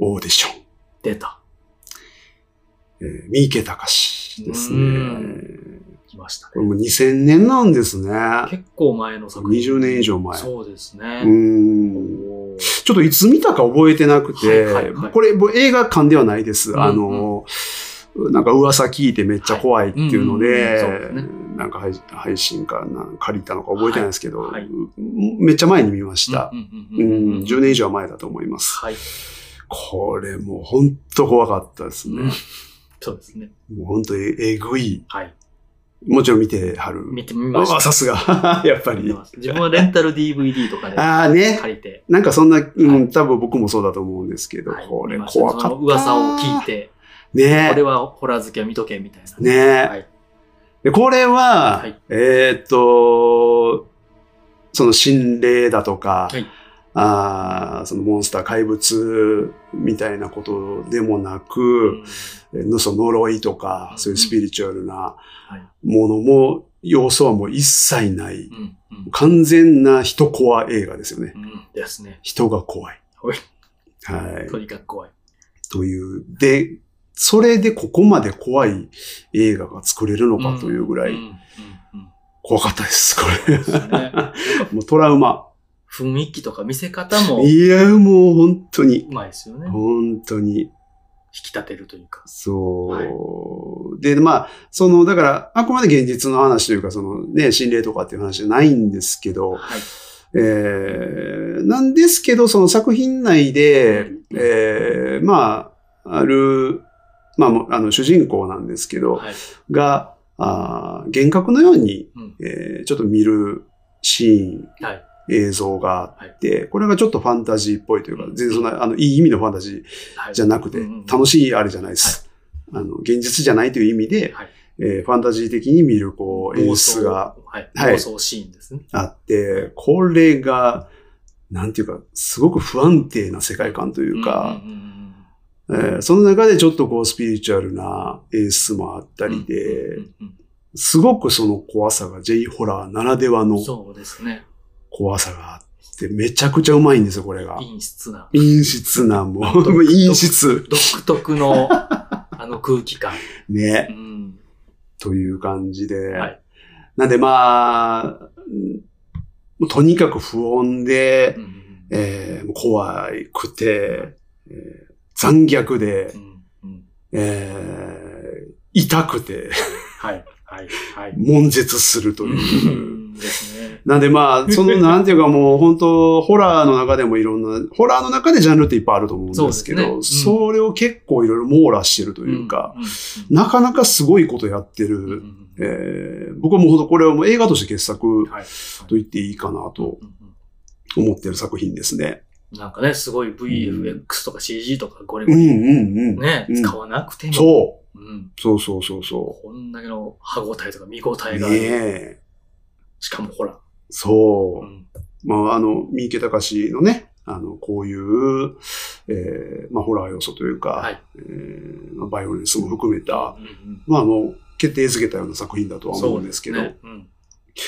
Speaker 2: オーディション。
Speaker 1: 出た。
Speaker 2: えー三池隆です
Speaker 1: う
Speaker 2: ね
Speaker 1: ん。来ました
Speaker 2: これ
Speaker 1: ね。
Speaker 2: も2000年なんですね。
Speaker 1: 結構前の作品。
Speaker 2: 20年以上前
Speaker 1: そうです
Speaker 2: う
Speaker 1: ね。
Speaker 2: ん
Speaker 1: おー
Speaker 2: ちょっといつ見たか覚えてなくて、
Speaker 1: はいはいはい
Speaker 2: これもう映画館ではないです。
Speaker 1: うん
Speaker 2: あの、なんか噂聞いてめっちゃ怖いっていうの
Speaker 1: はい
Speaker 2: で
Speaker 1: うんうんうんそうです、
Speaker 2: なんか配配信かなんか借りたのか覚えてないですけど、
Speaker 1: はいはい
Speaker 2: めっちゃ前に見ました。
Speaker 1: う
Speaker 2: うん
Speaker 1: うんうんうん
Speaker 2: ん、10年以上前だと思います。
Speaker 1: はい。
Speaker 2: これもうほんと怖かったですね。
Speaker 1: うんそうですね。
Speaker 2: もうほんとええぐい。
Speaker 1: はい。
Speaker 2: もちろん見てはる。
Speaker 1: 見てみました
Speaker 2: あ、。さすが。 やっぱ
Speaker 1: 見て
Speaker 2: り。
Speaker 1: ます自分はレンタル DVD とかで
Speaker 2: ああね。
Speaker 1: 借りて、
Speaker 2: なんかそんな、う
Speaker 1: は
Speaker 2: ん、
Speaker 1: い
Speaker 2: 多分僕もそうだと思うんですけど、
Speaker 1: はい
Speaker 2: これ
Speaker 1: 見ました
Speaker 2: 怖かった。
Speaker 1: その噂を聞い。て、
Speaker 2: ね
Speaker 1: これはホラー好きは見とけみたいな。
Speaker 2: ねえ、
Speaker 1: はい
Speaker 2: でこれは、
Speaker 1: はい
Speaker 2: えーっと、その心霊だとか、
Speaker 1: はい
Speaker 2: あーそのモンスター怪物みたいなことでもな
Speaker 1: う
Speaker 2: く、
Speaker 1: ん
Speaker 2: のその呪いとか、
Speaker 1: うん
Speaker 2: そういうスピリチュアルないものも、要素はもう一切ない、
Speaker 1: うんうん
Speaker 2: 完全な人怖映画ですよね。
Speaker 1: うんですね。
Speaker 2: 人が怖い。
Speaker 1: はい
Speaker 2: はい。
Speaker 1: とにかく怖い。
Speaker 2: という。で、それでここまで怖い映画が作れるのかというぐ
Speaker 1: う
Speaker 2: ら
Speaker 1: んう
Speaker 2: い
Speaker 1: んうん
Speaker 2: 怖かったです、こ
Speaker 1: うん
Speaker 2: れ。
Speaker 1: ですねなんか
Speaker 2: もうトラウマ。
Speaker 1: 雰囲気とか見せ方もう
Speaker 2: いや、もう本当に。
Speaker 1: まいですよね。引
Speaker 2: 本当に。
Speaker 1: き立てるというか。
Speaker 2: そう。
Speaker 1: はい
Speaker 2: で、まあ、その、だから、あくまで現実の話というか、そのね、心霊とかっていう話じゃないんですけど、
Speaker 1: はい。
Speaker 2: えー、なんですけど、その作品内で、えー、まあ、ある、まあもう、あの、主人公なんですけど、
Speaker 1: はい。
Speaker 2: が、あー幻覚のように、
Speaker 1: うん
Speaker 2: えーちょっと見るシーン、
Speaker 1: はい
Speaker 2: 映像があって、これがちょっとファンタジーっぽいというか、全然そんな、あの、いい意味のファンタジ
Speaker 1: は
Speaker 2: ー
Speaker 1: い
Speaker 2: じゃなくて
Speaker 1: うんうん、
Speaker 2: 楽しいあれじゃないです。あの、現実じゃないという意味で、
Speaker 1: はい
Speaker 2: えーファンタジー的に見る、こう、演出が。
Speaker 1: 妄想はい。
Speaker 2: はい
Speaker 1: 妄想シーンですね。
Speaker 2: あって、これが、なんていうか、すごく不安定な世界観というか、
Speaker 1: うんうんうん
Speaker 2: えーその中でちょっとこう、スピリチュアルな演出もあった
Speaker 1: うん
Speaker 2: りで、
Speaker 1: うんうん
Speaker 2: すごくその怖さが J ホラーならでは
Speaker 1: う
Speaker 2: の
Speaker 1: んそうですね。
Speaker 2: 怖さがあって、めちゃくちゃうまいんですよ、これが。
Speaker 1: 陰湿な。
Speaker 2: 陰湿な、も う、
Speaker 1: 独
Speaker 2: もう陰湿。
Speaker 1: 独特 の、あの空気感。
Speaker 2: ね
Speaker 1: う。ん
Speaker 2: という感じで、
Speaker 1: はい
Speaker 2: なんでまあ、うんとにかく不穏で
Speaker 1: う、ん
Speaker 2: えー怖くて、えー残虐で
Speaker 1: う、んうん
Speaker 2: えー痛くて、
Speaker 1: はい、はい、はい。
Speaker 2: 悶絶すると
Speaker 1: う
Speaker 2: いう。
Speaker 1: んですね。
Speaker 2: なんでまあ、そのなんていうかもう本当、ホラーの中でもいろんな、ホラーの中でジャンルっていっぱいあると思うんですけど、そ
Speaker 1: そうですねうん
Speaker 2: れを結構いろいろ網羅してると
Speaker 1: と
Speaker 2: いうか、、
Speaker 1: な
Speaker 2: なかなかすごいことやって
Speaker 1: うんう
Speaker 2: る。
Speaker 1: ん
Speaker 2: えー僕はもう本当これはもう映画として傑作
Speaker 1: はい。
Speaker 2: と言っていいかなと
Speaker 1: うんうん
Speaker 2: 思ってる作品ですね。
Speaker 1: なんかね、すごい VFX とか CG とかゴリ
Speaker 2: う
Speaker 1: ゴ
Speaker 2: ん
Speaker 1: リ
Speaker 2: うんうん。
Speaker 1: ね、
Speaker 2: うん
Speaker 1: 使わなくても、。
Speaker 2: そううんそうそうそうそ
Speaker 1: こんだけの歯応えとか見応
Speaker 2: う。
Speaker 1: え
Speaker 2: ね
Speaker 1: がある。
Speaker 2: え。
Speaker 1: しかもほら、
Speaker 2: そうう。
Speaker 1: ん
Speaker 2: まあ、あの、三池隆のね、あの、こういう、えーまあ、ホラー要素というか、
Speaker 1: はい
Speaker 2: えーまあバイオレンスも含めた、
Speaker 1: うんうん
Speaker 2: まあ、あの、決定づけたような作品だとは思うんですけど、
Speaker 1: そうですね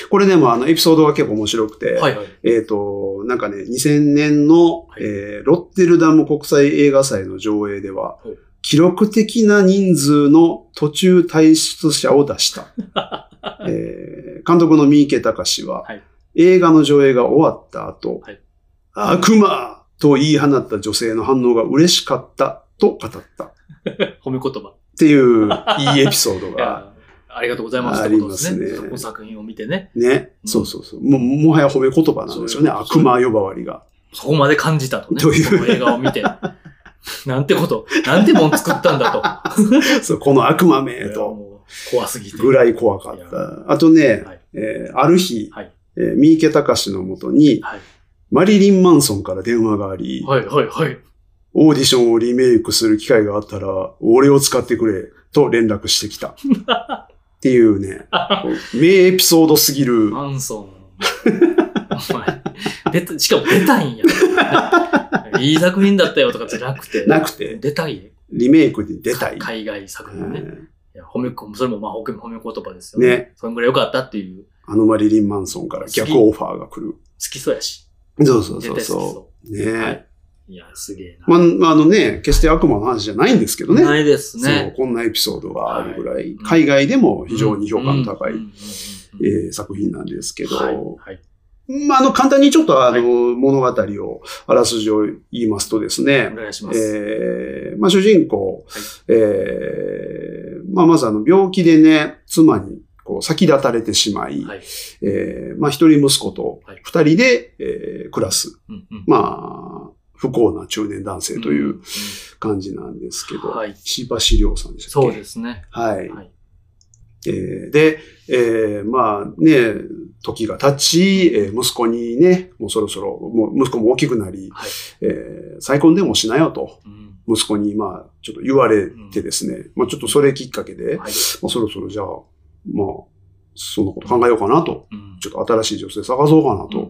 Speaker 2: これでも、あの、エピソードが結構面白くて、
Speaker 1: うんはいはい。
Speaker 2: えっ、と、なんかね、2000年の、
Speaker 1: はい
Speaker 2: えーロッテルダム国際映画祭の上映では
Speaker 1: ほう、
Speaker 2: 記録的な人数の途中退出者を出した。 えー監督の三池隆は、
Speaker 1: はい
Speaker 2: 映画の上映が終わった後、
Speaker 1: はい
Speaker 2: 悪魔と言い放った女性の反応が嬉しかったと語ったっ
Speaker 1: 褒め言葉。
Speaker 2: ていういいエピソード
Speaker 1: い
Speaker 2: が、
Speaker 1: やありがとうございます
Speaker 2: あ
Speaker 1: って
Speaker 2: り
Speaker 1: こと
Speaker 2: ま
Speaker 1: です
Speaker 2: すね
Speaker 1: ね。この作品を見てね、
Speaker 2: ね、
Speaker 1: うん
Speaker 2: そうそうそう。もうもはや褒め言葉なんです
Speaker 1: そ
Speaker 2: よね、
Speaker 1: ういうこと
Speaker 2: 悪魔呼ばわりが。
Speaker 1: そこまで感じたとね、
Speaker 2: と
Speaker 1: こ
Speaker 2: いう
Speaker 1: の映画を見て。 なんてこと、なんてもん作ったんだと。
Speaker 2: そうこの悪魔め
Speaker 1: いや
Speaker 2: と。
Speaker 1: もう怖すぎて。
Speaker 2: ぐらい怖かっ
Speaker 1: い
Speaker 2: た。あとね、
Speaker 1: はい
Speaker 2: えーある日、
Speaker 1: はい
Speaker 2: えー三池隆のもとに、
Speaker 1: はい
Speaker 2: マリリン・マンソンから電話があり、
Speaker 1: はいはいはい。
Speaker 2: オーディションをリメイクする機会があったら、俺を使ってくれ、と連絡して きた。っていうね、こう名エピソードすぎる、
Speaker 1: マンソン。お前出た、しかも出たいんや。いい作品だったよとかじゃなくて。
Speaker 2: なくて、
Speaker 1: 出たい。
Speaker 2: リメイクで出たい。
Speaker 1: か海外作品ね。い
Speaker 2: えー
Speaker 1: や褒めこ、それもまあ褒め褒め言葉ですよね。
Speaker 2: ね
Speaker 1: それぐらい良かったっていう。
Speaker 2: あのマリリン・マンソンから逆オファーが来る。
Speaker 1: 好きそうやし。
Speaker 2: そうそう
Speaker 1: 絶対
Speaker 2: そう
Speaker 1: 好き
Speaker 2: そ。
Speaker 1: そう
Speaker 2: ね、
Speaker 1: う。はい。いや、すげえな。
Speaker 2: まあ、まああのね、決して悪魔の話じゃないんですけどね。
Speaker 1: ないです
Speaker 2: そう、
Speaker 1: ね。
Speaker 2: こんなエピソードがあるぐらい、
Speaker 1: いうん
Speaker 2: 海外でも非常に評価の高い、
Speaker 1: うんうんうんうんうん
Speaker 2: えー作品なんですけど、
Speaker 1: はいはい。
Speaker 2: まあ、あの、簡単にちょっとあ
Speaker 1: は
Speaker 2: の、
Speaker 1: い
Speaker 2: 物語を、あらすじを言いますとですね
Speaker 1: お、願いします。
Speaker 2: えーまあ、主人公、
Speaker 1: はい
Speaker 2: えーまあ、まずあの、病気でね、妻に、こう、先立たれてしまい、
Speaker 1: はい。
Speaker 2: えーまあ、一人息子と
Speaker 1: はい
Speaker 2: 二人で、えー暮らす、
Speaker 1: うんうん
Speaker 2: まあ、不幸な中年男性とい
Speaker 1: ん
Speaker 2: う感じなんですけど、
Speaker 1: はい
Speaker 2: 石橋亮さんでしたっ
Speaker 1: そ
Speaker 2: け
Speaker 1: うですね。
Speaker 2: はい。
Speaker 1: はい
Speaker 2: えーで、えーまあね、時が経ち、えー息子にね、もうそろそろ、もう息子も大きくなり、
Speaker 1: はい
Speaker 2: えー再婚でもしなよと、
Speaker 1: うん
Speaker 2: 息子にまあ、ちょっと言われてですね、まあちょっとそれきっかけで、
Speaker 1: はい
Speaker 2: まあそろそろじゃあ、まあ、そのこと考えようかなと、
Speaker 1: うん
Speaker 2: ちょっと新しい女性探そうかな
Speaker 1: うんうん
Speaker 2: と
Speaker 1: うん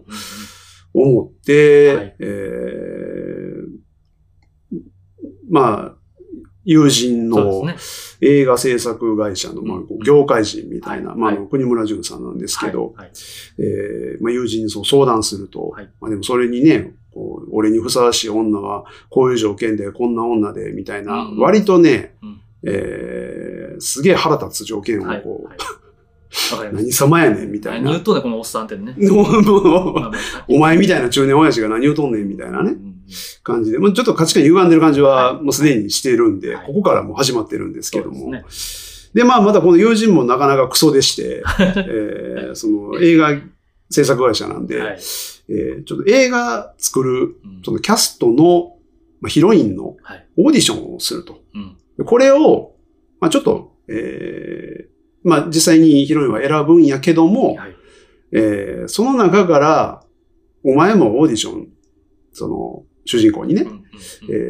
Speaker 2: 思って、
Speaker 1: はい
Speaker 2: えーまあ、友人の、
Speaker 1: そうですね。
Speaker 2: 映画制作会社の、まあ
Speaker 1: うんうん、
Speaker 2: 業界人みたいな、
Speaker 1: はい
Speaker 2: まああの
Speaker 1: は
Speaker 2: 国村淳さんなんですけど、
Speaker 1: はいはい
Speaker 2: えーまあ、友人にそう相談すると、
Speaker 1: はい
Speaker 2: まあでもそれにね、こう俺にふさわしい女は、こういう条件で、こんな女で、みたいな、
Speaker 1: うん
Speaker 2: 割とね、
Speaker 1: うん
Speaker 2: えーすげえ腹立つ条件をこう、
Speaker 1: はいはいわかります
Speaker 2: 何様やねん、みたい
Speaker 1: 何
Speaker 2: な。
Speaker 1: 言うとんねんこのおっさんって ね。
Speaker 2: もう も
Speaker 1: ま
Speaker 2: う
Speaker 1: あまあ
Speaker 2: お前みたいな中年親父が何をとんねんみたいな
Speaker 1: うんう
Speaker 2: ね、
Speaker 1: ん
Speaker 2: 感じで。もうちょっと価値観歪んでる感じは
Speaker 1: はい
Speaker 2: もうすでにしているんで、
Speaker 1: はい
Speaker 2: ここからもう始まってるんですけども。
Speaker 1: そうです
Speaker 2: で、まあ、またこの友人もなかなかクソ でして、えーその映画制作会社なんで、
Speaker 1: ねはい
Speaker 2: えーちょっと映画作る、
Speaker 1: うん
Speaker 2: そのキャストの、まあ、ヒロインの
Speaker 1: はい
Speaker 2: オーディションをすると。
Speaker 1: うん
Speaker 2: でこれを、まあ、ちょっと、えーまあ、実際にヒロインは選ぶんやけども、
Speaker 1: はい
Speaker 2: えーその中から、お前もオーディション、その、主人公にね、
Speaker 1: うんうんうん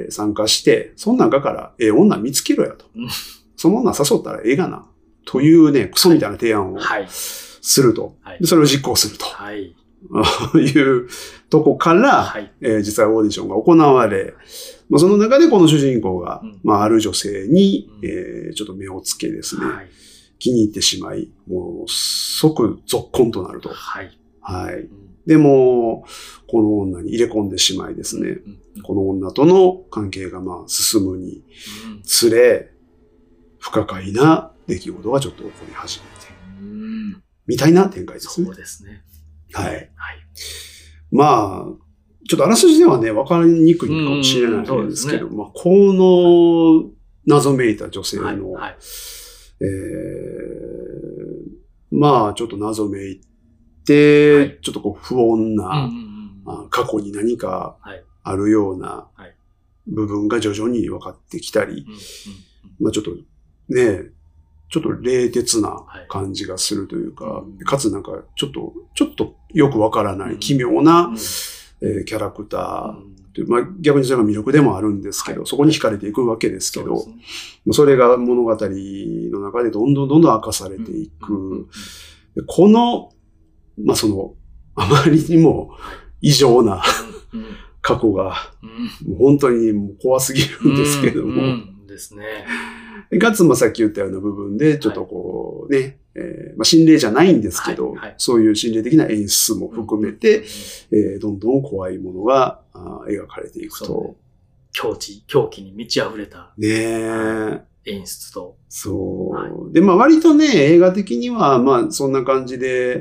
Speaker 2: えー参加して、その中から、ええ女見つけろやと
Speaker 1: うん。
Speaker 2: その女誘ったらええがな。というね、クソみたいな提案を
Speaker 1: はい。
Speaker 2: すると。
Speaker 1: はい
Speaker 2: で。それを実行する
Speaker 1: はい。
Speaker 2: というとこから、
Speaker 1: はい。
Speaker 2: えー実際オーディションが行われ、まあ、その中でこの主人公が、
Speaker 1: うん
Speaker 2: まあ、ある女性に、
Speaker 1: うん
Speaker 2: えーちょっと目をつけですね、
Speaker 1: はい。
Speaker 2: 気に入ってしまい、もう即続婚となると。
Speaker 1: はい。
Speaker 2: はい。
Speaker 1: うん
Speaker 2: でも、この女に入れ込んでしまいですね、
Speaker 1: うんうん
Speaker 2: この女との関係がまあ進むに
Speaker 1: うん
Speaker 2: つれ、不可解な出来事がちょっと起こり始めて。
Speaker 1: うん
Speaker 2: みたいな展開です
Speaker 1: そ
Speaker 2: ね
Speaker 1: う。ですね。
Speaker 2: はい。
Speaker 1: はい。
Speaker 2: まあ、ちょっとあらすじではね、わかりにくいかもしれないんですけど、
Speaker 1: う
Speaker 2: まあ、この謎めいた女性の、
Speaker 1: はい。はい。
Speaker 2: えーまあ、ちょっと謎めいて、
Speaker 1: はい
Speaker 2: ちょっとこう不穏な、
Speaker 1: うんうんうん。
Speaker 2: まあ過去に何か
Speaker 1: はい
Speaker 2: あるような
Speaker 1: はい
Speaker 2: 部分が徐々に分かってきたり、
Speaker 1: うんうん
Speaker 2: まあちょっとね、ちょっと冷徹な
Speaker 1: はい
Speaker 2: 感じがするというか、
Speaker 1: うん
Speaker 2: かつなんかちょっと、ちょっとよくわからな
Speaker 1: う
Speaker 2: い
Speaker 1: ん
Speaker 2: 奇妙な、
Speaker 1: うん
Speaker 2: えーキャラクタ
Speaker 1: う
Speaker 2: ー
Speaker 1: んうん
Speaker 2: という、まあ逆にそれが魅力でもあるんですけど、そこに惹かれていくわけですけ
Speaker 1: そう
Speaker 2: ど、
Speaker 1: で
Speaker 2: そ
Speaker 1: すね
Speaker 2: れが物語の中でどんどんどんどん明かされていく、
Speaker 1: うんうんうん
Speaker 2: でこの、まあその、あまりにも異常な過去が
Speaker 1: うん
Speaker 2: もう本当にもう怖すぎるんですけども、
Speaker 1: うんうんですね。
Speaker 2: かつまあさっき言ったような部分で、ちょっとこうね、えーまあ、心霊じゃないんですけど、
Speaker 1: はいはい
Speaker 2: そういう心霊的な演出も含め
Speaker 1: うん
Speaker 2: て、
Speaker 1: うん、
Speaker 2: えーどんどん怖いものがあー描かれていくと
Speaker 1: そ。狂気、狂気に満ち溢れた
Speaker 2: ねえ。
Speaker 1: 演出と。
Speaker 2: そう。
Speaker 1: はい
Speaker 2: で、まあ割とね、映画的には、まあそんな感じで、え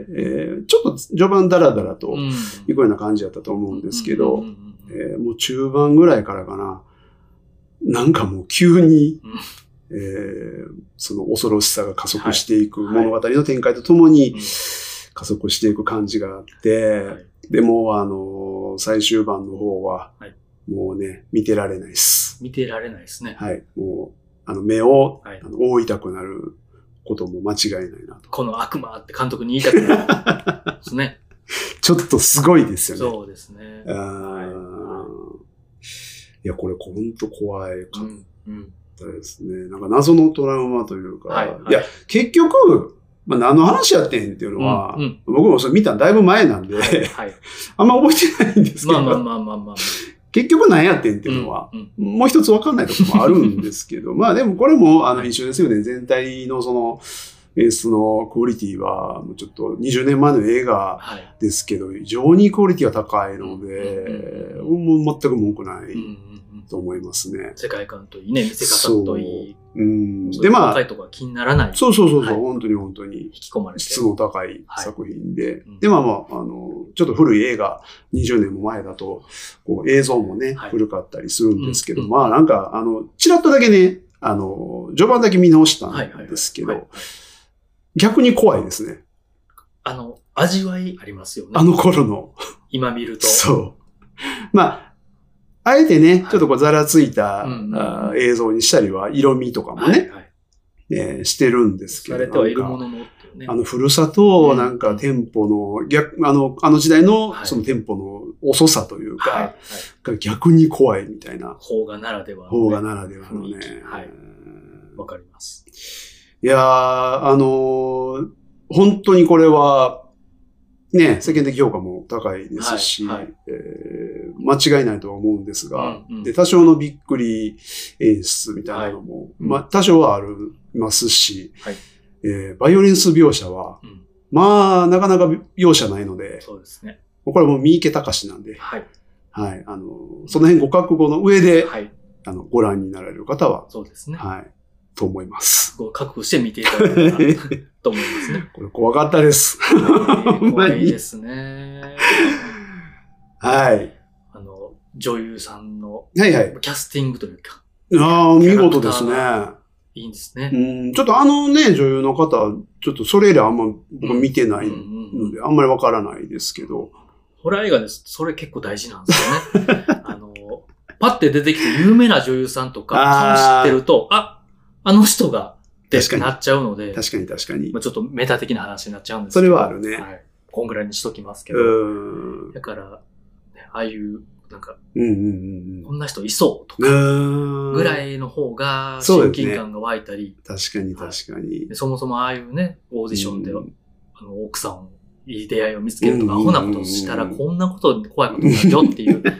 Speaker 2: ーちょっと序盤ダラダラと
Speaker 1: うん
Speaker 2: いくような感じだったと思うんですけ
Speaker 1: う
Speaker 2: ど、
Speaker 1: んうんうんうん
Speaker 2: えーもう中盤ぐらいからかな、なんかもう急に
Speaker 1: うん、
Speaker 2: えーその恐ろしさが加速していく
Speaker 1: はい
Speaker 2: 物語の展開とともに
Speaker 1: うん
Speaker 2: 加速していく感じがあって、
Speaker 1: はい
Speaker 2: でもうあのー最終盤の方は
Speaker 1: はい、
Speaker 2: もうね、見てられないです。
Speaker 1: 見てられないですね。
Speaker 2: はい。もう、あの、目を、
Speaker 1: はい
Speaker 2: あの覆いたくなることも間違いないなと。
Speaker 1: この悪魔って監督に言いたくなる。 ですね。
Speaker 2: ちょっとすごいですよね。
Speaker 1: そうですね。
Speaker 2: あー
Speaker 1: はい
Speaker 2: や、これほんと怖いかっ
Speaker 1: うんうん
Speaker 2: そうですね。なんか謎のトラウマというか、
Speaker 1: はい
Speaker 2: い
Speaker 1: はい
Speaker 2: や、結局、まあ、何の話やってんっていうのは、
Speaker 1: うんうん
Speaker 2: 僕もそれ見たのだいぶ前なんで、
Speaker 1: はいはい。
Speaker 2: あんま覚えてないんですけど、
Speaker 1: まあまあまあまあまあ。っ
Speaker 2: 結局何やってんっていうのは、。
Speaker 1: うん
Speaker 2: もう一つわかんないところもあるんで すけど、まあでもこれもあの
Speaker 1: はい
Speaker 2: 一緒ですよね。全体のその演出のクオリティは、もうちょっと20年前の映画
Speaker 1: はい。
Speaker 2: ですけど、非常にクオリティが高いので、
Speaker 1: う
Speaker 2: もう全く文句な
Speaker 1: うんうん
Speaker 2: い
Speaker 1: うん
Speaker 2: と思いますね。
Speaker 1: 世界観といいね、見せ方といい。
Speaker 2: うん。
Speaker 1: そうい
Speaker 2: で
Speaker 1: う
Speaker 2: まあ
Speaker 1: 細、かいとこが気にならない。
Speaker 2: そうそうそうそう、
Speaker 1: はい
Speaker 2: 本当に本当に
Speaker 1: 引。き込まれて。
Speaker 2: 質の高い
Speaker 1: はい
Speaker 2: 作品で。
Speaker 1: うん
Speaker 2: で、まあまあ、あの、ちょっと古い映画、20年も前だと、こう映像もね、
Speaker 1: はい
Speaker 2: 古かったりするんですけど、
Speaker 1: うん
Speaker 2: まあなんか、あの、ちらっとだけね、あの、序盤だけ見直した
Speaker 1: はいはいは
Speaker 2: ん
Speaker 1: い
Speaker 2: ですけど、
Speaker 1: はい
Speaker 2: 逆に怖いですね。
Speaker 1: あの、味わいありますよね。
Speaker 2: あの頃の。
Speaker 1: 今見ると。
Speaker 2: そう。まあ、あえて
Speaker 1: は、
Speaker 2: ね
Speaker 1: い
Speaker 2: ちょっとこうざらついた、
Speaker 1: うん
Speaker 2: あー映像にしたりは、色味とかも
Speaker 1: はい
Speaker 2: ね、
Speaker 1: はい。
Speaker 2: えーしてるんですけ
Speaker 1: さ
Speaker 2: ど。
Speaker 1: れてはいる
Speaker 2: なんか
Speaker 1: もののっていうね。
Speaker 2: あの、古さと、
Speaker 1: うん
Speaker 2: なんか、店舗の、逆、あの、あの時代の
Speaker 1: は、い
Speaker 2: その店舗の遅さという
Speaker 1: はいは
Speaker 2: か
Speaker 1: い、
Speaker 2: が逆に怖いみたいな、
Speaker 1: 邦画ならではのね。
Speaker 2: 方がならではのね
Speaker 1: 雰囲気。はいわかります。
Speaker 2: いやー、あのー本当にこれは、ね、世間的評価も高いですし、
Speaker 1: はいはい
Speaker 2: えー間違いないとは思うんですが、
Speaker 1: うんうん
Speaker 2: で、多少のびっくり演出みたいなのも、
Speaker 1: うん
Speaker 2: まあ、多少はありますし、
Speaker 1: はい
Speaker 2: えーバイオレンス描写は、
Speaker 1: うん
Speaker 2: まあ、なかなか描写ないので、
Speaker 1: そうですね。
Speaker 2: これはもう三池隆なんで、
Speaker 1: はい。
Speaker 2: はい、あのー、その辺ご覚悟の上で、
Speaker 1: はい。
Speaker 2: あの、ご覧になられる方は、
Speaker 1: そうですね。
Speaker 2: はい、と思います。
Speaker 1: ご覚悟して見ていただけたらと思います ね。
Speaker 2: これ怖かったです。 んま
Speaker 1: 怖
Speaker 2: に
Speaker 1: いですね。
Speaker 2: はい。
Speaker 1: あの、女優さんの
Speaker 2: はいはい。
Speaker 1: キャスティングというか、
Speaker 2: ああ、見事ですね。
Speaker 1: いいんですね。
Speaker 2: うん、ちょっとあのね、女優の方、ちょっとそれ以来あんま僕見てない
Speaker 1: うんうんう
Speaker 2: の
Speaker 1: ん
Speaker 2: で、あんまりわからないですけど。
Speaker 1: ホラー映画です。それ結構大事なんですよ ね。あの、パッて出てきて有名な女優さんとか、
Speaker 2: あー
Speaker 1: 知ってると、あ、あの人が、って
Speaker 2: 確かに
Speaker 1: なっちゃうので、
Speaker 2: 確かに確かに
Speaker 1: ま。あ、ちょっとメタ的な話になっちゃうんです
Speaker 2: そ
Speaker 1: けど。
Speaker 2: れはあるね。
Speaker 1: はい。こんぐらいにしときますけ
Speaker 2: う
Speaker 1: ど。
Speaker 2: ん。うん
Speaker 1: だから、ねああいう、なんか、
Speaker 2: うん
Speaker 1: こんな人いそうと
Speaker 2: う
Speaker 1: か、
Speaker 2: ん。
Speaker 1: ぐら
Speaker 2: い。
Speaker 1: いの方が、
Speaker 2: そ
Speaker 1: 親
Speaker 2: うですね
Speaker 1: 近感が湧いたり、
Speaker 2: 確かに確かに
Speaker 1: で。そもそもああいうね、オー
Speaker 2: ポ
Speaker 1: ディションでは、あの奥さんを、いい出会いを見つけるとか、アホなことをしたら、
Speaker 2: うん
Speaker 1: こんなこと、怖いことになるよって いう、ちょ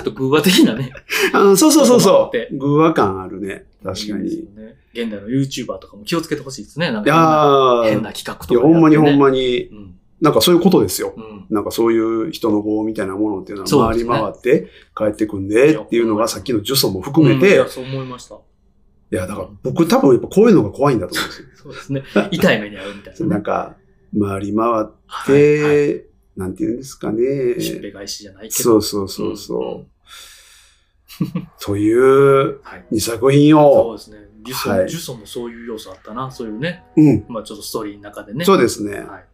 Speaker 1: っと偶話的なね、
Speaker 2: あそうそうそう
Speaker 1: ちょっ
Speaker 2: そ
Speaker 1: と待っ
Speaker 2: う。偶話感あるね。確か
Speaker 1: いい
Speaker 2: に
Speaker 1: で。すよね。現代の YouTuber とかも気をつけてほしいですね。なん
Speaker 2: いや
Speaker 1: か変
Speaker 2: ー
Speaker 1: な変な企画とか、
Speaker 2: いや、ほんまにほん
Speaker 1: ま
Speaker 2: まに、
Speaker 1: うん。
Speaker 2: なんかそういうことですよ。
Speaker 1: うん。
Speaker 2: なんかそういう人の棒みたいなものっていうの
Speaker 1: そう
Speaker 2: は回
Speaker 1: です
Speaker 2: り
Speaker 1: ね
Speaker 2: 回って帰ってくんでっていうのがさっきの呪詛も含め
Speaker 1: うんい
Speaker 2: て、
Speaker 1: やそう思いました。
Speaker 2: いや、だから僕多分やっぱこういうのが怖いんだと思うんです
Speaker 1: そうですね。痛い目に遭うみたいな
Speaker 2: よ。な
Speaker 1: ね
Speaker 2: ん。か、回り回っ
Speaker 1: はいはい
Speaker 2: て、なんていうんですかね。
Speaker 1: しっぺ返しじゃないけど。
Speaker 2: そうそうそうそう。という
Speaker 1: はい。
Speaker 2: 2作品
Speaker 1: そ
Speaker 2: を、
Speaker 1: うですね。ジュソン、
Speaker 2: はい
Speaker 1: ジュソンもそういう要素あったな。そういうね。
Speaker 2: うん、
Speaker 1: まあちょっとストーリーの中でね。
Speaker 2: そう
Speaker 1: う
Speaker 2: ですね。
Speaker 1: はい。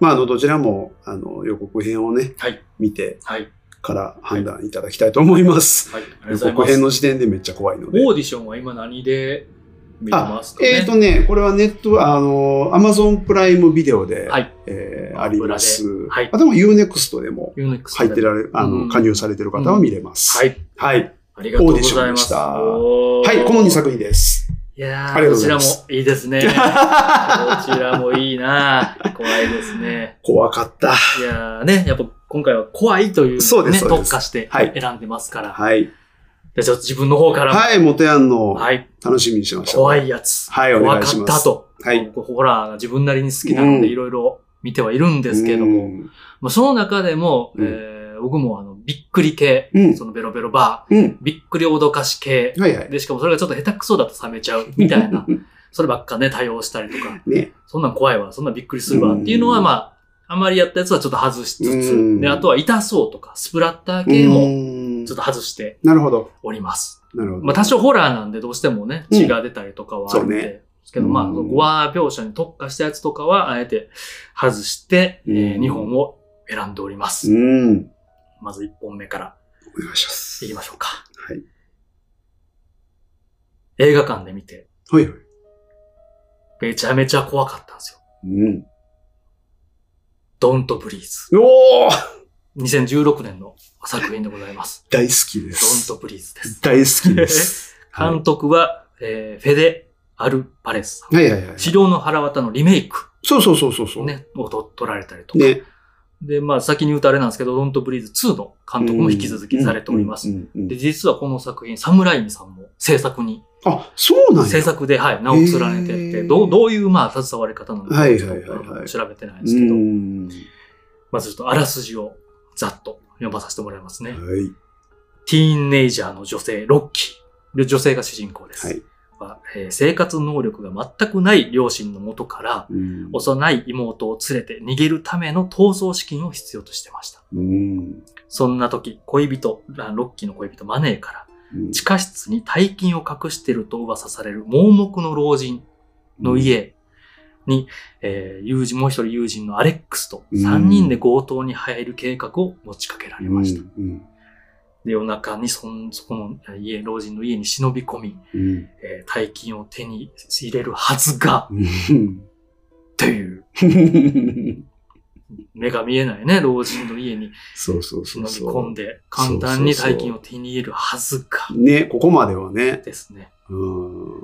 Speaker 2: まあ、あの、どちらも、あの、予告編をね、
Speaker 1: はい。
Speaker 2: 見て
Speaker 1: はい。
Speaker 2: から判断いただきたいと思います。
Speaker 1: はい。あり
Speaker 2: 予
Speaker 1: がとう
Speaker 2: 告
Speaker 1: ござい
Speaker 2: 編
Speaker 1: ま
Speaker 2: の
Speaker 1: す。
Speaker 2: 時点でめっちゃ怖いので。
Speaker 1: オーディションは今何で見れますかね
Speaker 2: えっ、とね、これはネット、あの、アマゾンプライムビデオで、
Speaker 1: はい
Speaker 2: えー
Speaker 1: ア
Speaker 2: あ
Speaker 1: マプラで
Speaker 2: ります。
Speaker 1: はい
Speaker 2: あとも UNEXT でも
Speaker 1: Unix
Speaker 2: 入ってられ、あ
Speaker 1: うん
Speaker 2: の、加入されてる方は見れます。
Speaker 1: はい。
Speaker 2: はい。
Speaker 1: ありがとうござい
Speaker 2: オーディション
Speaker 1: ま。
Speaker 2: ですした
Speaker 1: おー
Speaker 2: はい、この2。作品です。
Speaker 1: いや
Speaker 2: あり
Speaker 1: ー、ど
Speaker 2: がとうご
Speaker 1: ち
Speaker 2: ざい
Speaker 1: ら
Speaker 2: ま
Speaker 1: も
Speaker 2: す
Speaker 1: いいですね。どちらもいいな怖いですね。
Speaker 2: 怖かった。
Speaker 1: いやーね、やっぱ今回は怖いというの
Speaker 2: そう
Speaker 1: を
Speaker 2: で
Speaker 1: ね、
Speaker 2: すそうで
Speaker 1: 特
Speaker 2: す
Speaker 1: 化して
Speaker 2: はい
Speaker 1: 選んでますから。
Speaker 2: はい。
Speaker 1: じゃあちょっと自分の方からも。
Speaker 2: はい、モテヤンの
Speaker 1: はい。
Speaker 2: 楽しみにしてました。
Speaker 1: 怖いやつ。
Speaker 2: はい、お
Speaker 1: 怖
Speaker 2: 願い
Speaker 1: か
Speaker 2: し
Speaker 1: っ
Speaker 2: ます。
Speaker 1: たと。
Speaker 2: はい
Speaker 1: 僕ホラーが自分なりに好きなので、
Speaker 2: うん
Speaker 1: いろいろ見てはいるんですけども。
Speaker 2: も。
Speaker 1: まあ、その中でも、
Speaker 2: うん
Speaker 1: えー僕もあの、びっくり系、
Speaker 2: うん
Speaker 1: そのベロベロバ
Speaker 2: うん。
Speaker 1: ー、びっくり脅かし系、
Speaker 2: はいはい。
Speaker 1: で、しかもそれがちょっと下手くそだと冷めちゃう、みたい な。そればっかね、対応したりとか、
Speaker 2: ね。
Speaker 1: そんなん怖いわ、そんなんびっくりするわ、
Speaker 2: うん
Speaker 1: っていうのは、まあ、あんまりやったやつはちょっと外しつつ、
Speaker 2: うん
Speaker 1: で、あとは痛そうとか、スプラッター
Speaker 2: う
Speaker 1: 系も
Speaker 2: ん
Speaker 1: ちょっと外して
Speaker 2: なるほど。
Speaker 1: おります。
Speaker 2: なるほど。
Speaker 1: まあ、多少ホラーなんでどうしてもね、
Speaker 2: うん
Speaker 1: 血が出たりとかはあるんで。
Speaker 2: そうね
Speaker 1: ですけど、まあ、
Speaker 2: うん
Speaker 1: ゴア描写に特化したやつとかは、あえて外して、え
Speaker 2: うん
Speaker 1: 2本を選んでおります。
Speaker 2: うん。
Speaker 1: まず1本目から
Speaker 2: お願いします。
Speaker 1: いきましょうか。
Speaker 2: はい。
Speaker 1: 映画館で見て、
Speaker 2: はいはい。
Speaker 1: めちゃめちゃ怖かったんですよ。
Speaker 2: うん。
Speaker 1: ドントブリー
Speaker 2: おー
Speaker 1: ズ。2016年の作品でございます。
Speaker 2: 大好きで
Speaker 1: ド
Speaker 2: す。
Speaker 1: ントブリーズです。
Speaker 2: 大好き です。は
Speaker 1: 監督は、えーフェデ・アル・パレスさん。
Speaker 2: いはいはいはい。
Speaker 1: 治療の腹渡のリメイク、
Speaker 2: そうそうそうそうそう。ね。
Speaker 1: ね、をと取られたりとか。で、まあ先に言うとあれなんですけど、ドントブリーズ2の監督も引き続きされております。
Speaker 2: うんうんうん
Speaker 1: で、実はこの作品、サムライミさんも制作に、
Speaker 2: あ、そうなんや
Speaker 1: 制作で、はい、名を連ねて
Speaker 2: へ
Speaker 1: て、
Speaker 2: ー
Speaker 1: どう、どういう、まあ、携わり方なのか、
Speaker 2: はい
Speaker 1: ちょっ
Speaker 2: はいはいはい
Speaker 1: と調べてないんで
Speaker 2: う
Speaker 1: すけど、
Speaker 2: ん。
Speaker 1: まずちょっとあらすじをざっと読まさせてもらいますね。
Speaker 2: はい。
Speaker 1: ティーンネイジャーの女性、ロッキー。女性が主人公です。
Speaker 2: はい。
Speaker 1: はえー生活能力が全くない両親のもとから、
Speaker 2: うん
Speaker 1: 幼い妹を連れて逃げるための逃走資金を必要としてました。
Speaker 2: うん。
Speaker 1: そんな時、恋人、あロッキーの恋人マネーから、
Speaker 2: うん
Speaker 1: 地下室に大金を隠してると噂される盲目の老人の。家に、えー友人、もう一人友人のアレックスと
Speaker 2: うん
Speaker 1: 3人で強盗に入る計画を持ちかけら
Speaker 2: あ
Speaker 1: れました。
Speaker 2: うん。
Speaker 1: で、夜中にそん、そこの家、老人の家に忍び込み、
Speaker 2: うん。
Speaker 1: えー大金を手に入れるはずが、
Speaker 2: うん
Speaker 1: という、目が見えないね、老人の家に
Speaker 2: そうそうそ
Speaker 1: 忍び
Speaker 2: うそう。
Speaker 1: 込んで、簡単に大金を手に入れるはずが、
Speaker 2: ね、ここまではね。
Speaker 1: ですね。
Speaker 2: うーん。